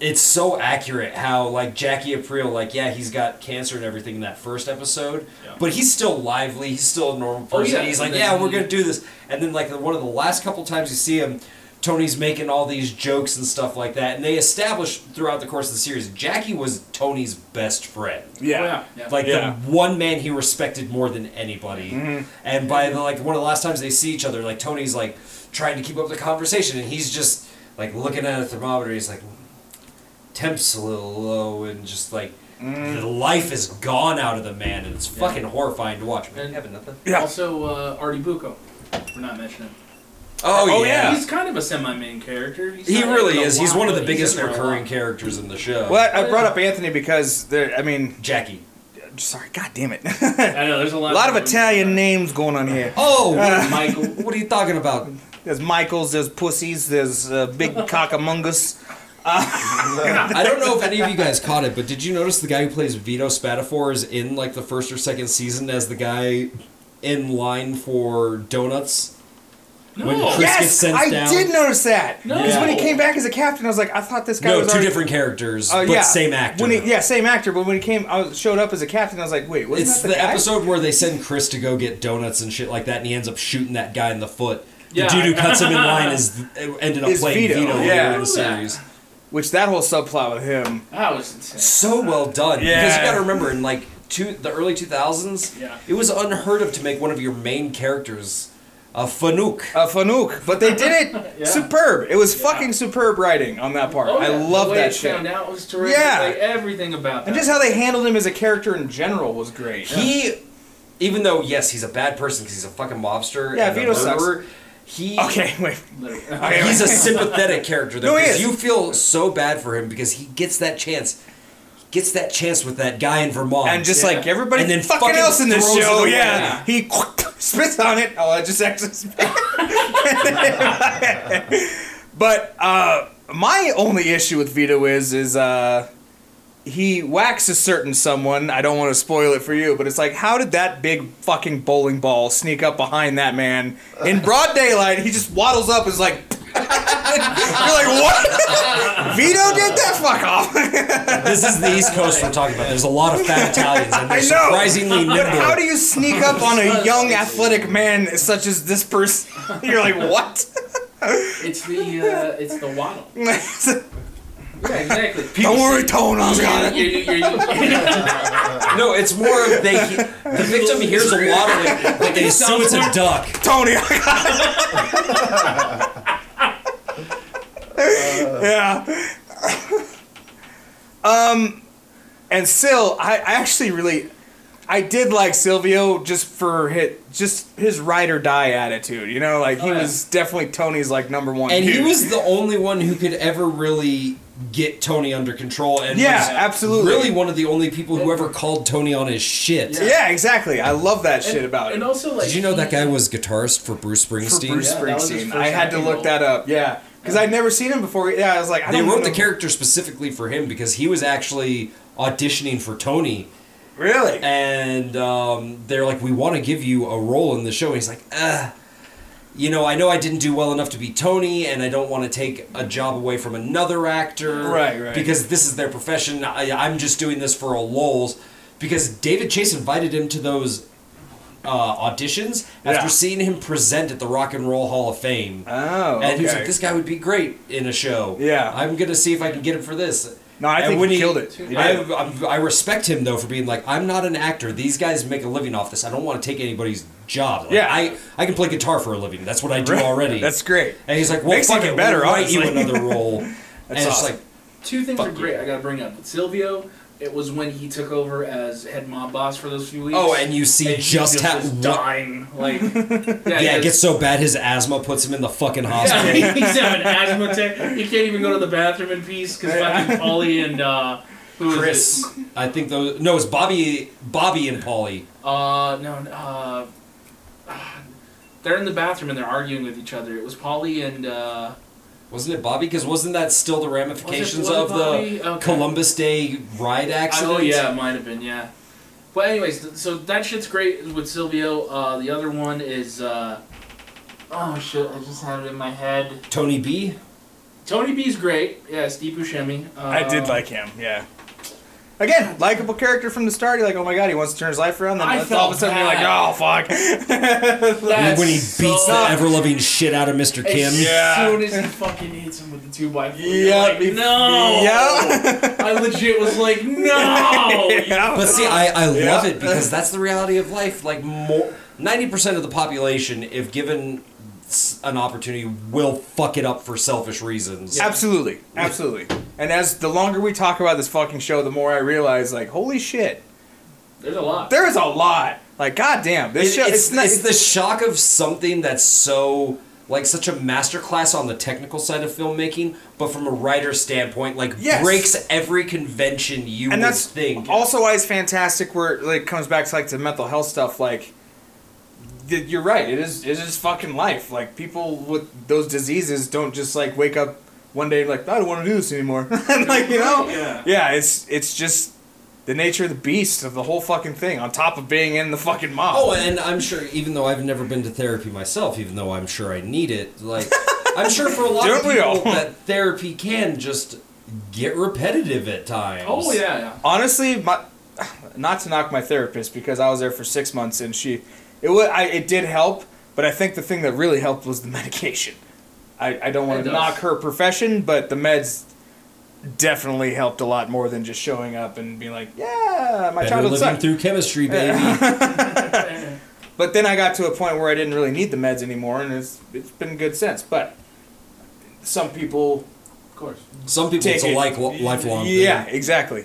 [SPEAKER 3] it's so accurate how like Jackie Aprile, like yeah, he's got cancer and everything in that first episode,
[SPEAKER 5] Yeah.
[SPEAKER 3] but he's still lively. He's still a normal
[SPEAKER 5] Oh,
[SPEAKER 3] person.
[SPEAKER 5] yeah,
[SPEAKER 3] He's like,
[SPEAKER 5] and then
[SPEAKER 3] yeah,
[SPEAKER 5] he-
[SPEAKER 3] we're gonna do this. And then like the- one of the last couple times you see him, Tony's making all these jokes and stuff like that. And they establish throughout the course of the series, Jackie was Tony's best friend
[SPEAKER 5] Oh, yeah. yeah.
[SPEAKER 3] like
[SPEAKER 4] Yeah. Mm-hmm.
[SPEAKER 3] the one man he respected more than anybody. And by the like one of the last times they see each other, like Tony's like trying to keep up the conversation, and he's just like looking at a thermometer. He's like, temp's a little low, and just like
[SPEAKER 4] Mm.
[SPEAKER 3] the life is gone out of the man, and it's fucking horrifying to watch. Man,
[SPEAKER 5] And-
[SPEAKER 3] having nothing.
[SPEAKER 4] Yeah.
[SPEAKER 5] Also, uh, Artie Bucco. We're not mentioning. him.
[SPEAKER 3] Oh,
[SPEAKER 4] yeah.
[SPEAKER 5] He's kind of a semi-main character. He's
[SPEAKER 3] He
[SPEAKER 5] not
[SPEAKER 3] really
[SPEAKER 5] in a
[SPEAKER 3] is. He's
[SPEAKER 5] lot,
[SPEAKER 3] one of the
[SPEAKER 5] but he's
[SPEAKER 3] biggest
[SPEAKER 5] in there a lot.
[SPEAKER 3] recurring characters in the show.
[SPEAKER 4] Well, I I brought up Anthony because there. I mean,
[SPEAKER 3] Jackie.
[SPEAKER 4] sorry, god damn it.
[SPEAKER 5] I know. There's a
[SPEAKER 4] A
[SPEAKER 5] lot.
[SPEAKER 4] lot of
[SPEAKER 5] them.
[SPEAKER 4] Italian names going on here.
[SPEAKER 3] Oh,
[SPEAKER 5] Michael.
[SPEAKER 3] what- what are you talking about?
[SPEAKER 4] There's Michaels, there's pussies, there's uh, big cockamungus.
[SPEAKER 3] I don't know if any of you guys caught it, but did you notice the guy who plays Vito Spatafor is in like the first or second season as the guy in line for donuts?
[SPEAKER 5] No.
[SPEAKER 3] When Chris-
[SPEAKER 5] Yeah.
[SPEAKER 3] gets
[SPEAKER 4] Yes,
[SPEAKER 3] sent
[SPEAKER 4] I
[SPEAKER 3] down.
[SPEAKER 4] did notice that.
[SPEAKER 5] No.
[SPEAKER 4] Because when he came back as a captain, I was like, I thought this guy
[SPEAKER 3] no,
[SPEAKER 4] was
[SPEAKER 3] two
[SPEAKER 4] already-
[SPEAKER 3] different characters,
[SPEAKER 4] Uh,
[SPEAKER 3] but same actor.
[SPEAKER 4] When he, yeah, same actor. But when he came, I was, showed up as a captain. I was like, wait, wasn't
[SPEAKER 3] it's
[SPEAKER 4] that
[SPEAKER 3] the,
[SPEAKER 4] the, guy?
[SPEAKER 3] episode where they send Chris to go get donuts and shit like that, and he ends up shooting that guy in the foot. The
[SPEAKER 5] Yeah.
[SPEAKER 3] dude who cuts him in line is ended up
[SPEAKER 4] Is
[SPEAKER 3] playing
[SPEAKER 4] Vito,
[SPEAKER 3] Vito, later
[SPEAKER 4] yeah.
[SPEAKER 3] in the series.
[SPEAKER 4] Which that whole subplot with him.
[SPEAKER 5] That was insane.
[SPEAKER 3] so well done. Because you
[SPEAKER 4] Yeah.
[SPEAKER 3] got to remember, in like two, the early two thousands,
[SPEAKER 5] Yeah.
[SPEAKER 3] it was unheard of to make one of your main characters a Fanuc.
[SPEAKER 4] Uh, Fanuc, but they did it
[SPEAKER 5] Yeah.
[SPEAKER 4] superb. It was fucking superb writing on that part.
[SPEAKER 5] Oh,
[SPEAKER 4] I
[SPEAKER 5] yeah.
[SPEAKER 4] love
[SPEAKER 5] the way
[SPEAKER 4] that
[SPEAKER 5] it
[SPEAKER 4] shit.
[SPEAKER 5] Found out was terrific.
[SPEAKER 4] Yeah.
[SPEAKER 5] Like, everything about that.
[SPEAKER 4] And just how they handled him as a character in general was great.
[SPEAKER 3] He, even though yes, he's a bad person because he's a fucking mobster.
[SPEAKER 4] Yeah,
[SPEAKER 3] and a
[SPEAKER 4] Vito sucks.
[SPEAKER 3] murderer, He
[SPEAKER 4] Okay, wait.
[SPEAKER 5] Literally.
[SPEAKER 3] He's a sympathetic character though,
[SPEAKER 4] No, he
[SPEAKER 3] because
[SPEAKER 4] is.
[SPEAKER 3] you feel so bad for him because he gets that chance, he gets that chance with that guy in Vermont,
[SPEAKER 4] and just
[SPEAKER 5] Yeah.
[SPEAKER 4] like everybody
[SPEAKER 3] And then
[SPEAKER 4] fucking,
[SPEAKER 3] fucking
[SPEAKER 4] else in this
[SPEAKER 3] throws
[SPEAKER 4] show,
[SPEAKER 3] it away.
[SPEAKER 4] yeah, he spits on it. Oh, I just actually spit. but uh, my only issue with Vito is is uh, he whacks a certain someone. I don't want to spoil it for you, but it's like, how did that big fucking bowling ball sneak up behind that man in broad daylight? He just waddles up, and is like. You're like what? Vito did that? Fuck off!
[SPEAKER 3] this is the East Coast we're talking about. There's a lot of fat Italians, and they're
[SPEAKER 4] I know.
[SPEAKER 3] surprisingly nimble.
[SPEAKER 4] But how do you sneak up on a young athletic man such as this person? You're like, what?
[SPEAKER 5] It's the uh, it's the waddle. Yeah, exactly.
[SPEAKER 4] Don't worry, Tone, I've got it.
[SPEAKER 5] You're, you're, you're,
[SPEAKER 3] No, it's more of they. He, the victim hears a waddling, but they assume it's a duck.
[SPEAKER 4] Tony, I got it. yeah. um, and still, I, I actually really, I did like Silvio just for hit, just his ride or die attitude. You know, like he
[SPEAKER 5] Oh, yeah.
[SPEAKER 4] was definitely Tony's like number one.
[SPEAKER 3] and he
[SPEAKER 4] dude.
[SPEAKER 3] was the only one who could ever really get Tony under control. And
[SPEAKER 4] yeah,
[SPEAKER 3] was
[SPEAKER 4] absolutely.
[SPEAKER 3] really one of the only people who ever called Tony on his shit.
[SPEAKER 4] yeah. exactly. I love that shit about
[SPEAKER 5] and
[SPEAKER 4] him.
[SPEAKER 5] also like
[SPEAKER 3] Did you know that
[SPEAKER 5] he-
[SPEAKER 3] guy was guitarist for Bruce
[SPEAKER 4] For
[SPEAKER 3] Springsteen?
[SPEAKER 4] Bruce
[SPEAKER 5] Yeah, that was his
[SPEAKER 4] Springsteen,
[SPEAKER 5] first
[SPEAKER 4] I had to
[SPEAKER 5] acting
[SPEAKER 4] look
[SPEAKER 5] role.
[SPEAKER 4] that up. Yeah, because I'd never seen him before. Yeah, I was like, I
[SPEAKER 3] They
[SPEAKER 4] don't
[SPEAKER 3] wrote
[SPEAKER 4] know.
[SPEAKER 3] the character specifically for him because he was actually auditioning for Tony,
[SPEAKER 4] Really?
[SPEAKER 3] and um, they're like, "We want to give you a role in the show." And he's like, "Ugh." You know, I know I didn't do well enough to be Tony, and I don't want to take a job away from another actor.
[SPEAKER 4] Right, right.
[SPEAKER 3] Because this is their profession. I, I'm just doing this for a lulz. Because David Chase invited him to those uh, auditions after
[SPEAKER 4] Yeah.
[SPEAKER 3] seeing him present at the Rock and Roll Hall of Fame.
[SPEAKER 4] Oh, okay.
[SPEAKER 3] And he was like, this guy would be great in a show.
[SPEAKER 4] Yeah.
[SPEAKER 3] I'm going to see if I can get him for this.
[SPEAKER 4] No, I
[SPEAKER 3] And
[SPEAKER 4] think
[SPEAKER 3] when
[SPEAKER 4] he killed it. He
[SPEAKER 3] I,
[SPEAKER 4] did.
[SPEAKER 3] I'm- I respect him, though, for being like, I'm not an actor. These guys make a living off this. I don't want to take anybody's job. Like,
[SPEAKER 4] Yeah.
[SPEAKER 3] I, I can play guitar for a living. That's what I do already.
[SPEAKER 4] That's great.
[SPEAKER 3] And he's like, well,
[SPEAKER 4] Makes it
[SPEAKER 3] fuck
[SPEAKER 4] even
[SPEAKER 3] it.
[SPEAKER 4] better,
[SPEAKER 3] we'll write you
[SPEAKER 4] honestly.
[SPEAKER 3] another role. and it's just
[SPEAKER 4] awesome.
[SPEAKER 3] like,
[SPEAKER 5] two things
[SPEAKER 3] Fuck
[SPEAKER 5] are great. I gotta bring up Silvio. It was when he took over as head mob boss for those few weeks.
[SPEAKER 3] oh, and you see
[SPEAKER 5] he
[SPEAKER 3] just how...
[SPEAKER 5] is
[SPEAKER 3] what-
[SPEAKER 5] dying. Like yeah,
[SPEAKER 3] Yeah, it
[SPEAKER 5] he
[SPEAKER 3] gets
[SPEAKER 5] has-
[SPEAKER 3] so bad his asthma puts him in the fucking hospital.
[SPEAKER 5] yeah, he's having asthma attack. He can't even go to the bathroom in peace because fucking Ollie and uh, who is
[SPEAKER 3] Chris, I think those... No, it's Bobby, Bobby and Polly.
[SPEAKER 5] it? Uh, no, uh, they're in the bathroom and they're arguing with each other. It was Polly and uh,
[SPEAKER 3] Wasn't it Bobby? Because wasn't that still the ramifications
[SPEAKER 5] Bloody
[SPEAKER 3] of the
[SPEAKER 5] Bobby? Okay.
[SPEAKER 3] Columbus Day ride accident?
[SPEAKER 5] Oh yeah, it might have been yeah. But anyways, th- so that shit's great with Silvio. Uh, the other one is uh, oh shit, I just had it in my head.
[SPEAKER 3] Tony B.
[SPEAKER 5] Tony B's great. Yeah, Steve Buscemi. Uh,
[SPEAKER 4] I did like him. Yeah. Again, likable character from the start. You're like, oh my god, he wants to turn his life around. Then
[SPEAKER 5] I
[SPEAKER 4] that's all of a
[SPEAKER 5] felt
[SPEAKER 4] sudden you're like, oh fuck.
[SPEAKER 5] that
[SPEAKER 3] when he beats
[SPEAKER 5] so-
[SPEAKER 3] the ever loving shit out of Mr. Kim.
[SPEAKER 5] As
[SPEAKER 4] Yeah.
[SPEAKER 5] soon as he fucking hits him with the two by four, you're
[SPEAKER 4] Yeah,
[SPEAKER 5] like,
[SPEAKER 4] he-
[SPEAKER 5] no.
[SPEAKER 4] yeah.
[SPEAKER 5] I legit was like, no.
[SPEAKER 4] Yeah.
[SPEAKER 3] But see, I, I
[SPEAKER 4] Yeah.
[SPEAKER 3] love it because that's the reality of life. Like more ninety percent of the population, if given s- an opportunity, will fuck it up for selfish reasons.
[SPEAKER 4] Absolutely, absolutely. And as the longer we talk about this fucking show, the more I realize, like, holy shit,
[SPEAKER 5] There's a lot.
[SPEAKER 4] there is a lot. Like, goddamn,
[SPEAKER 3] It-
[SPEAKER 4] this show.
[SPEAKER 3] it's,
[SPEAKER 4] It's, not.
[SPEAKER 3] it's the shock of something that's so like such a masterclass on the technical side of filmmaking, but from a writer's standpoint, like
[SPEAKER 4] Yes.
[SPEAKER 3] breaks every convention you
[SPEAKER 4] and
[SPEAKER 3] would
[SPEAKER 4] that's
[SPEAKER 3] think.
[SPEAKER 4] also why it's fantastic. Where it like, comes back to like the mental health stuff. Like, th- you're right. It is. It is fucking life. Like people with those diseases don't just like wake up one day like I don't want to do this anymore. and, like you know.
[SPEAKER 5] Yeah.
[SPEAKER 4] Yeah. It's it's just the nature of the beast of the whole fucking thing. On top of being in the fucking mob.
[SPEAKER 3] Oh, and I'm sure, even though I've never been to therapy myself, even though I'm sure I need it, like, I'm sure for a lot of
[SPEAKER 4] Don't we all?
[SPEAKER 3] people that therapy can just get repetitive at times.
[SPEAKER 5] Oh yeah, yeah.
[SPEAKER 4] honestly, my not to knock my therapist because I was there for six months and she, it was I, it did help, but I think the thing that really helped was the medication. I, I don't
[SPEAKER 5] It
[SPEAKER 4] want to
[SPEAKER 5] does.
[SPEAKER 4] knock her profession, but the meds definitely helped a lot more than just showing up and being like, yeah, my
[SPEAKER 3] Better
[SPEAKER 4] child
[SPEAKER 3] living
[SPEAKER 4] son.
[SPEAKER 3] through chemistry, baby.
[SPEAKER 4] But then I got to a point where I didn't really need the meds anymore, and it's it's been good since. But some people
[SPEAKER 5] of course.
[SPEAKER 3] Some people, it's
[SPEAKER 4] Take
[SPEAKER 3] a
[SPEAKER 4] it.
[SPEAKER 3] like, lifelong thing.
[SPEAKER 4] Yeah, exactly.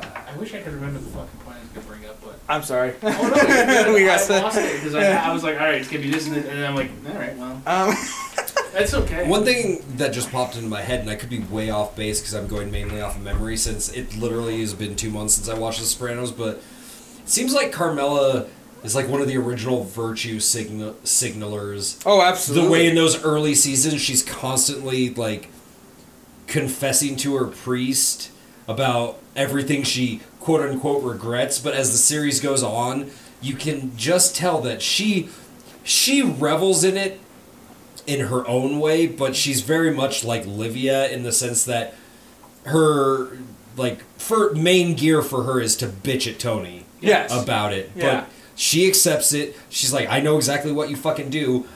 [SPEAKER 5] I wish I could remember the fucking point I was gonna bring up, but
[SPEAKER 4] I'm sorry.
[SPEAKER 5] oh no, it's good.
[SPEAKER 4] We got
[SPEAKER 5] I
[SPEAKER 4] set.
[SPEAKER 5] lost it because
[SPEAKER 4] Yeah.
[SPEAKER 5] I, I was like, all right, it's gonna be this and, this, and I'm like, all right, well,
[SPEAKER 4] Um,
[SPEAKER 5] that's okay.
[SPEAKER 3] One thing that just popped into my head, and I could be way off base because I'm going mainly off of memory since it literally has been two months since I watched The Sopranos, but it seems like Carmela is like one of the original virtue signal- signalers.
[SPEAKER 4] oh,
[SPEAKER 3] the
[SPEAKER 4] absolutely.
[SPEAKER 3] way in those early seasons she's constantly like confessing to her priest about everything she quote unquote regrets but as the series goes on you can just tell that she she revels in it in her own way but she's very much like livia in the sense that her like for main gear for her is to bitch at tony
[SPEAKER 4] Yes.
[SPEAKER 3] about it.
[SPEAKER 4] Yeah.
[SPEAKER 3] But she accepts it. She's like, I know exactly what you fucking do.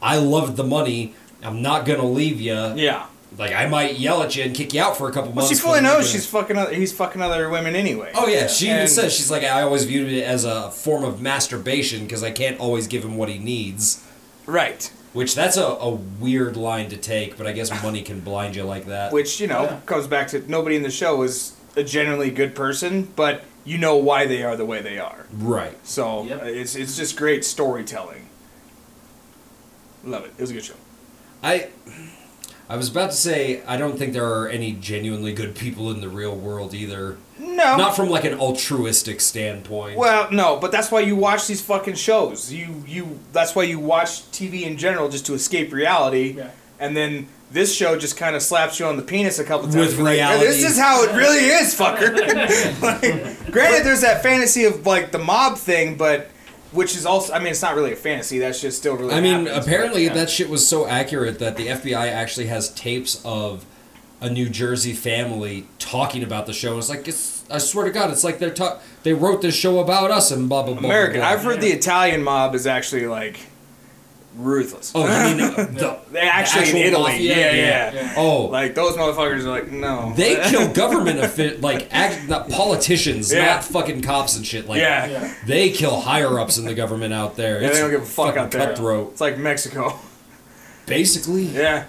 [SPEAKER 3] I loved the money. I'm not gonna leave you.
[SPEAKER 4] yeah.
[SPEAKER 3] Like I might yell at you and kick you out for a couple
[SPEAKER 4] Well,
[SPEAKER 3] months.
[SPEAKER 4] she fully
[SPEAKER 3] but I'm
[SPEAKER 4] knows
[SPEAKER 3] gonna-
[SPEAKER 4] she's fucking. Other, he's fucking other women anyway.
[SPEAKER 3] Oh yeah, she even
[SPEAKER 4] And-
[SPEAKER 3] says she's like I always viewed it as a form of masturbation because I can't always give him what he needs.
[SPEAKER 4] right.
[SPEAKER 3] Which that's a, a weird line to take, but I guess money can blind you like that.
[SPEAKER 4] Which you know
[SPEAKER 5] Yeah.
[SPEAKER 4] comes back to nobody in the show is a generally good person, but you know why they are the way they are.
[SPEAKER 3] Right.
[SPEAKER 4] So
[SPEAKER 5] Yep.
[SPEAKER 4] uh, it's it's just great storytelling. Love it. It was a good show.
[SPEAKER 3] I I was about to say I don't think there are any genuinely good people in the real world either.
[SPEAKER 4] No.
[SPEAKER 3] Not from like an altruistic standpoint.
[SPEAKER 4] well, no, but that's why you watch these fucking shows. You you that's why you watch TV in general just to escape reality.
[SPEAKER 5] Yeah.
[SPEAKER 4] And then this show just kind of slaps you on the penis a couple times.
[SPEAKER 3] With
[SPEAKER 4] You're like,
[SPEAKER 3] reality.
[SPEAKER 4] this is how it really is, fucker. like, granted, there's that fantasy of like the mob thing, but which is also I mean it's not really a fantasy. That's just still really.
[SPEAKER 3] I mean,
[SPEAKER 4] happens, but,
[SPEAKER 3] apparently
[SPEAKER 4] yeah.
[SPEAKER 3] that shit was so accurate that the FBI actually has tapes of a New Jersey family talking about the show. It's like it's, I swear to God, it's like they're ta- they wrote this show about us and blah blah blah. blah,
[SPEAKER 4] American.
[SPEAKER 3] blah.
[SPEAKER 4] I've heard the Italian mob is actually like ruthless.
[SPEAKER 3] Oh, you mean the,
[SPEAKER 4] They actually
[SPEAKER 3] actual
[SPEAKER 4] in Italy.
[SPEAKER 3] mafia?
[SPEAKER 4] Yeah,
[SPEAKER 3] Yeah.
[SPEAKER 4] yeah,
[SPEAKER 3] oh
[SPEAKER 4] Like those motherfuckers are like no.
[SPEAKER 3] They kill government offi- like act- not politicians,
[SPEAKER 4] Yeah.
[SPEAKER 3] not fucking cops and shit. Like
[SPEAKER 4] yeah.
[SPEAKER 5] Yeah.
[SPEAKER 3] they kill higher ups in the government out there.
[SPEAKER 4] Yeah,
[SPEAKER 3] It's
[SPEAKER 4] they don't give a fuck
[SPEAKER 3] fucking
[SPEAKER 4] out there.
[SPEAKER 3] Cutthroat,
[SPEAKER 4] It's like Mexico.
[SPEAKER 3] basically.
[SPEAKER 4] Yeah.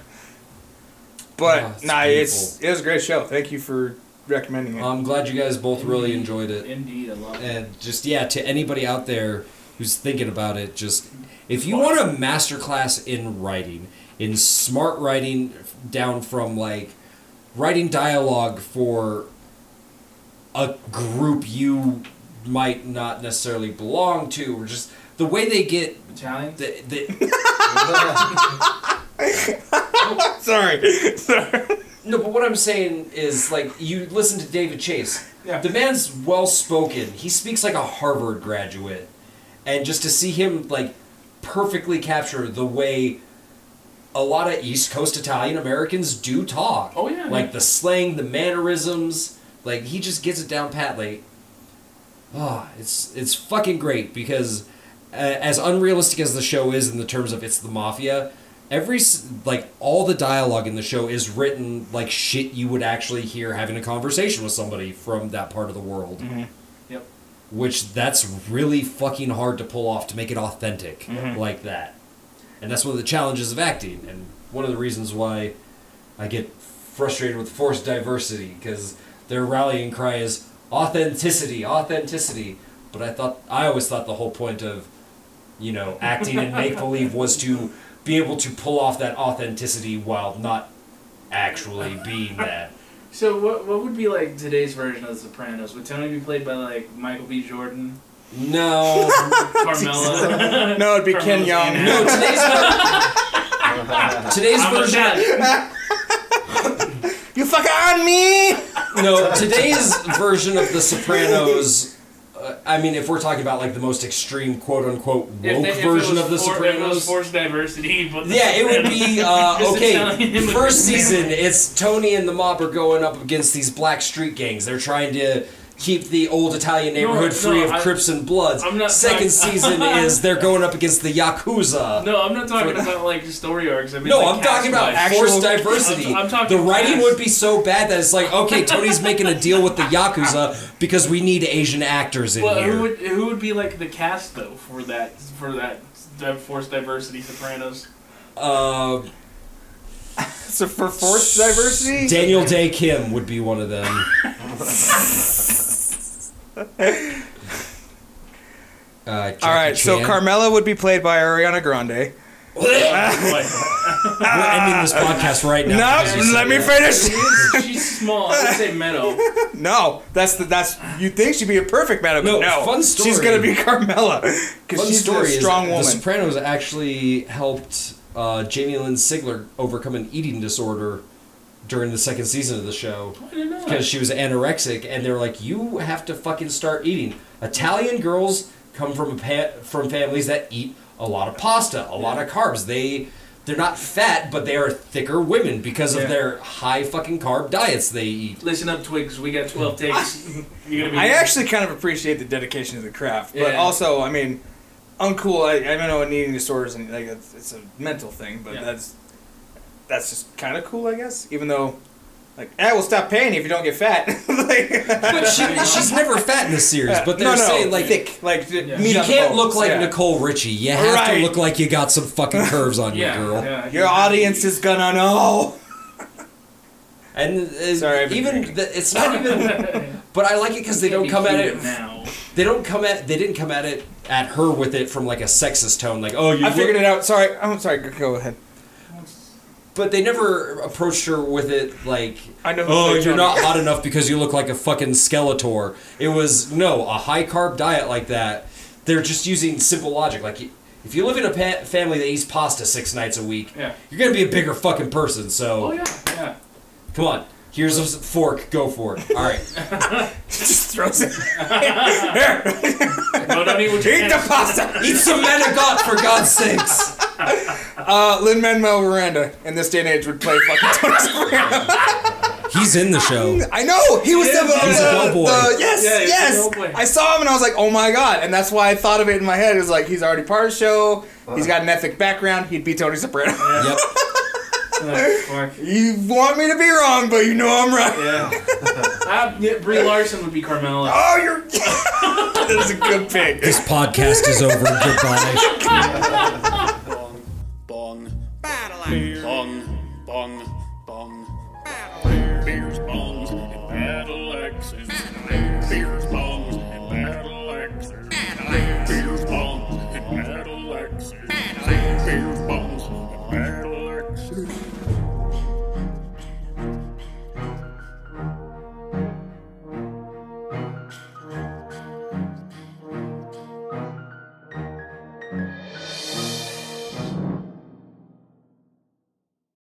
[SPEAKER 4] But
[SPEAKER 3] Oh, it's
[SPEAKER 4] nah, it's it was a great show. Thank you for recommending it.
[SPEAKER 3] I'm glad you guys both really enjoyed it,
[SPEAKER 5] Indeed, I love it.
[SPEAKER 3] and just yeah, to anybody out there who's thinking about it, just if you want a masterclass in writing, in smart writing, down from like writing dialogue for a group you might not necessarily belong to, or just the way they get
[SPEAKER 5] Italian.
[SPEAKER 3] the, the,
[SPEAKER 4] Sorry. Sorry.
[SPEAKER 3] no, but what I'm saying is like you listen to David Chase.
[SPEAKER 4] Yeah.
[SPEAKER 3] The man's well spoken. He speaks like a Harvard graduate, and just to see him like perfectly capture the way a lot of East Coast Italian Americans do talk.
[SPEAKER 5] Oh, yeah,
[SPEAKER 3] Like
[SPEAKER 5] yeah.
[SPEAKER 3] the slang, the mannerisms. Like he just gets it down pat. Like, ah, it's it's fucking great because uh, as unrealistic as the show is in the terms of it's the mafia every s- like all the dialogue in the show is written like shit you would actually hear having a conversation with somebody from that part of the world
[SPEAKER 5] Mm-hmm. Yep.
[SPEAKER 3] which that's really fucking hard to pull off to make it authentic like that and that's one of the challenges of acting and one of the reasons why i get frustrated with forced diversity because their rallying cry is authenticity authenticity but i thought i always thought the whole point of you know acting and make believe was to be able to pull off that authenticity while not actually being that
[SPEAKER 5] So what what would be like today's version of The Sopranos? Would Tony be played by like Michael B. Jordan,
[SPEAKER 3] no
[SPEAKER 5] Carmela?
[SPEAKER 4] No, it'd be
[SPEAKER 5] Carmelo's
[SPEAKER 4] Ken Young.
[SPEAKER 5] in
[SPEAKER 3] no
[SPEAKER 5] it.
[SPEAKER 3] today's ver- today's
[SPEAKER 5] I'm
[SPEAKER 3] version
[SPEAKER 5] Italian.
[SPEAKER 4] You fucking on me!
[SPEAKER 3] No, today's version of The Sopranos. Uh, I mean, if we're talking about like the most extreme quote unquote woke
[SPEAKER 5] If they- if it
[SPEAKER 3] version
[SPEAKER 5] was
[SPEAKER 3] of The
[SPEAKER 5] for- if it was
[SPEAKER 3] Sopranos.
[SPEAKER 5] forced diversity, but
[SPEAKER 3] Yeah, it would be uh,
[SPEAKER 5] Just Italian
[SPEAKER 3] okay.
[SPEAKER 5] immigrant
[SPEAKER 3] First
[SPEAKER 5] family.
[SPEAKER 3] season, it's Tony and the mob are going up against these black street gangs. They're trying to keep the old Italian neighborhood
[SPEAKER 5] no,
[SPEAKER 3] free of
[SPEAKER 5] I-
[SPEAKER 3] Crips and Bloods.
[SPEAKER 5] I'm not
[SPEAKER 3] Second
[SPEAKER 5] talking-
[SPEAKER 3] season is they're going up against the yakuza.
[SPEAKER 5] No, I'm not talking about like story arcs. I mean,
[SPEAKER 3] No,
[SPEAKER 5] like,
[SPEAKER 3] I'm talking about
[SPEAKER 5] cast-wise.
[SPEAKER 3] forced diversity.
[SPEAKER 5] I'm- I'm talking
[SPEAKER 3] the writing
[SPEAKER 5] cast.
[SPEAKER 3] would be so bad that it's like, okay, Tony's making a deal with the yakuza because we need Asian actors in
[SPEAKER 5] Well,
[SPEAKER 3] here.
[SPEAKER 5] who would who would be like the cast though for that for that di- forced diversity Sopranos?
[SPEAKER 3] Uh,
[SPEAKER 4] So for forced diversity?
[SPEAKER 3] Daniel Day Kim would be one of them. Uh, Jackie
[SPEAKER 4] Alright, so
[SPEAKER 3] Chan.
[SPEAKER 4] Carmela would be played by Ariana Grande.
[SPEAKER 5] Like,
[SPEAKER 3] We're ending this podcast right now. because you
[SPEAKER 4] no,
[SPEAKER 3] said
[SPEAKER 4] let me
[SPEAKER 3] that.
[SPEAKER 4] finish!
[SPEAKER 5] she's small. I would say Meadow.
[SPEAKER 4] No, that's the that's you think she'd be a perfect madam.
[SPEAKER 3] No,
[SPEAKER 4] No, no
[SPEAKER 3] fun
[SPEAKER 4] She's
[SPEAKER 3] story.
[SPEAKER 4] gonna be Carmela because
[SPEAKER 3] Fun
[SPEAKER 4] she's
[SPEAKER 3] story
[SPEAKER 4] a
[SPEAKER 3] is
[SPEAKER 4] strong
[SPEAKER 3] The
[SPEAKER 4] woman.
[SPEAKER 3] Sopranos actually helped uh, Jamie Lynn Sigler overcome an eating disorder during the second season of the show.
[SPEAKER 5] I don't know.
[SPEAKER 3] because she was anorexic, and they were like, "You have to fucking start eating." Italian girls come from a pa- from families that eat a lot of pasta, a lot of carbs. They they're not fat, but they are thicker women because of
[SPEAKER 4] Yeah.
[SPEAKER 3] their high fucking carb diets they eat.
[SPEAKER 5] Listen up, Twigs. We got 12 takes. You're gonna be.
[SPEAKER 4] I actually kind of appreciate the dedication to the craft, but
[SPEAKER 5] Yeah.
[SPEAKER 4] also, I mean, uncool. I, I don't know eating disorders and like it's, it's a mental thing, but
[SPEAKER 5] Yeah.
[SPEAKER 4] that's that's just kind of cool, I guess. Even though, like, eh, we'll stop paying you if you don't get fat. like,
[SPEAKER 3] But she, she's never fat in the series. But they're
[SPEAKER 4] no, no,
[SPEAKER 3] saying like
[SPEAKER 4] thick, like th-
[SPEAKER 5] Yeah.
[SPEAKER 4] meat
[SPEAKER 3] You
[SPEAKER 4] on the
[SPEAKER 3] can't
[SPEAKER 4] bones,
[SPEAKER 3] look like
[SPEAKER 4] yeah.
[SPEAKER 3] Nicole Richie. You have to
[SPEAKER 4] Right.
[SPEAKER 3] look like you got some fucking curves on
[SPEAKER 5] yeah,
[SPEAKER 3] you, girl.
[SPEAKER 5] yeah,
[SPEAKER 4] Your audience is gonna know.
[SPEAKER 3] And uh,
[SPEAKER 4] Sorry, I've been
[SPEAKER 3] even
[SPEAKER 4] drinking.
[SPEAKER 3] the, it's not even But I like it because they
[SPEAKER 5] Can't
[SPEAKER 3] don't come
[SPEAKER 5] be
[SPEAKER 3] at
[SPEAKER 5] cute
[SPEAKER 3] it.
[SPEAKER 5] now.
[SPEAKER 3] They don't come at. They didn't come at it at her with it from like a sexist tone, like oh you.
[SPEAKER 4] I
[SPEAKER 3] look-
[SPEAKER 4] figured it out. Sorry. I'm sorry. Go- Go ahead.
[SPEAKER 3] But they never approached her with it like,
[SPEAKER 4] I know who
[SPEAKER 3] oh,
[SPEAKER 4] plays
[SPEAKER 3] you're
[SPEAKER 4] Johnny."
[SPEAKER 3] not hot enough because you look like a fucking Skeletor. It was, no, a high carb diet like that. They're just using simple logic. Like, if you live in a pa- family that eats pasta six nights a week,
[SPEAKER 5] Yeah.
[SPEAKER 3] you're going to be a bigger fucking person. So,
[SPEAKER 5] Oh yeah, yeah.
[SPEAKER 3] come on. Here's a s- fork. Go for it. All right.
[SPEAKER 4] Just throws it. Here.
[SPEAKER 5] No, don't eat what you
[SPEAKER 4] Eat
[SPEAKER 5] can't.
[SPEAKER 4] the pasta.
[SPEAKER 3] Eat some men of God, for God's sakes.
[SPEAKER 4] Uh, Lin Manuel Miranda in this day and age would play fucking Tony Soprano.
[SPEAKER 3] He's in the show.
[SPEAKER 4] I know he was the,
[SPEAKER 3] He's a
[SPEAKER 4] the-
[SPEAKER 3] bellboy.
[SPEAKER 4] the- yes
[SPEAKER 5] Yeah, he's a bellboy.
[SPEAKER 4] yes. I saw him and I was like, oh my god, and that's why I thought of it in my head. It was like he's already part of the show. He's got an ethnic background. He'd be Tony Soprano.
[SPEAKER 3] Yep.
[SPEAKER 5] Oh, fuck.
[SPEAKER 4] you want me to be wrong, but you know I'm right.
[SPEAKER 5] Yeah. I, Uh, yeah. Brie Larson would be Carmela.
[SPEAKER 4] Oh, you're. that is a good pick.
[SPEAKER 3] This podcast is over. Goodbye.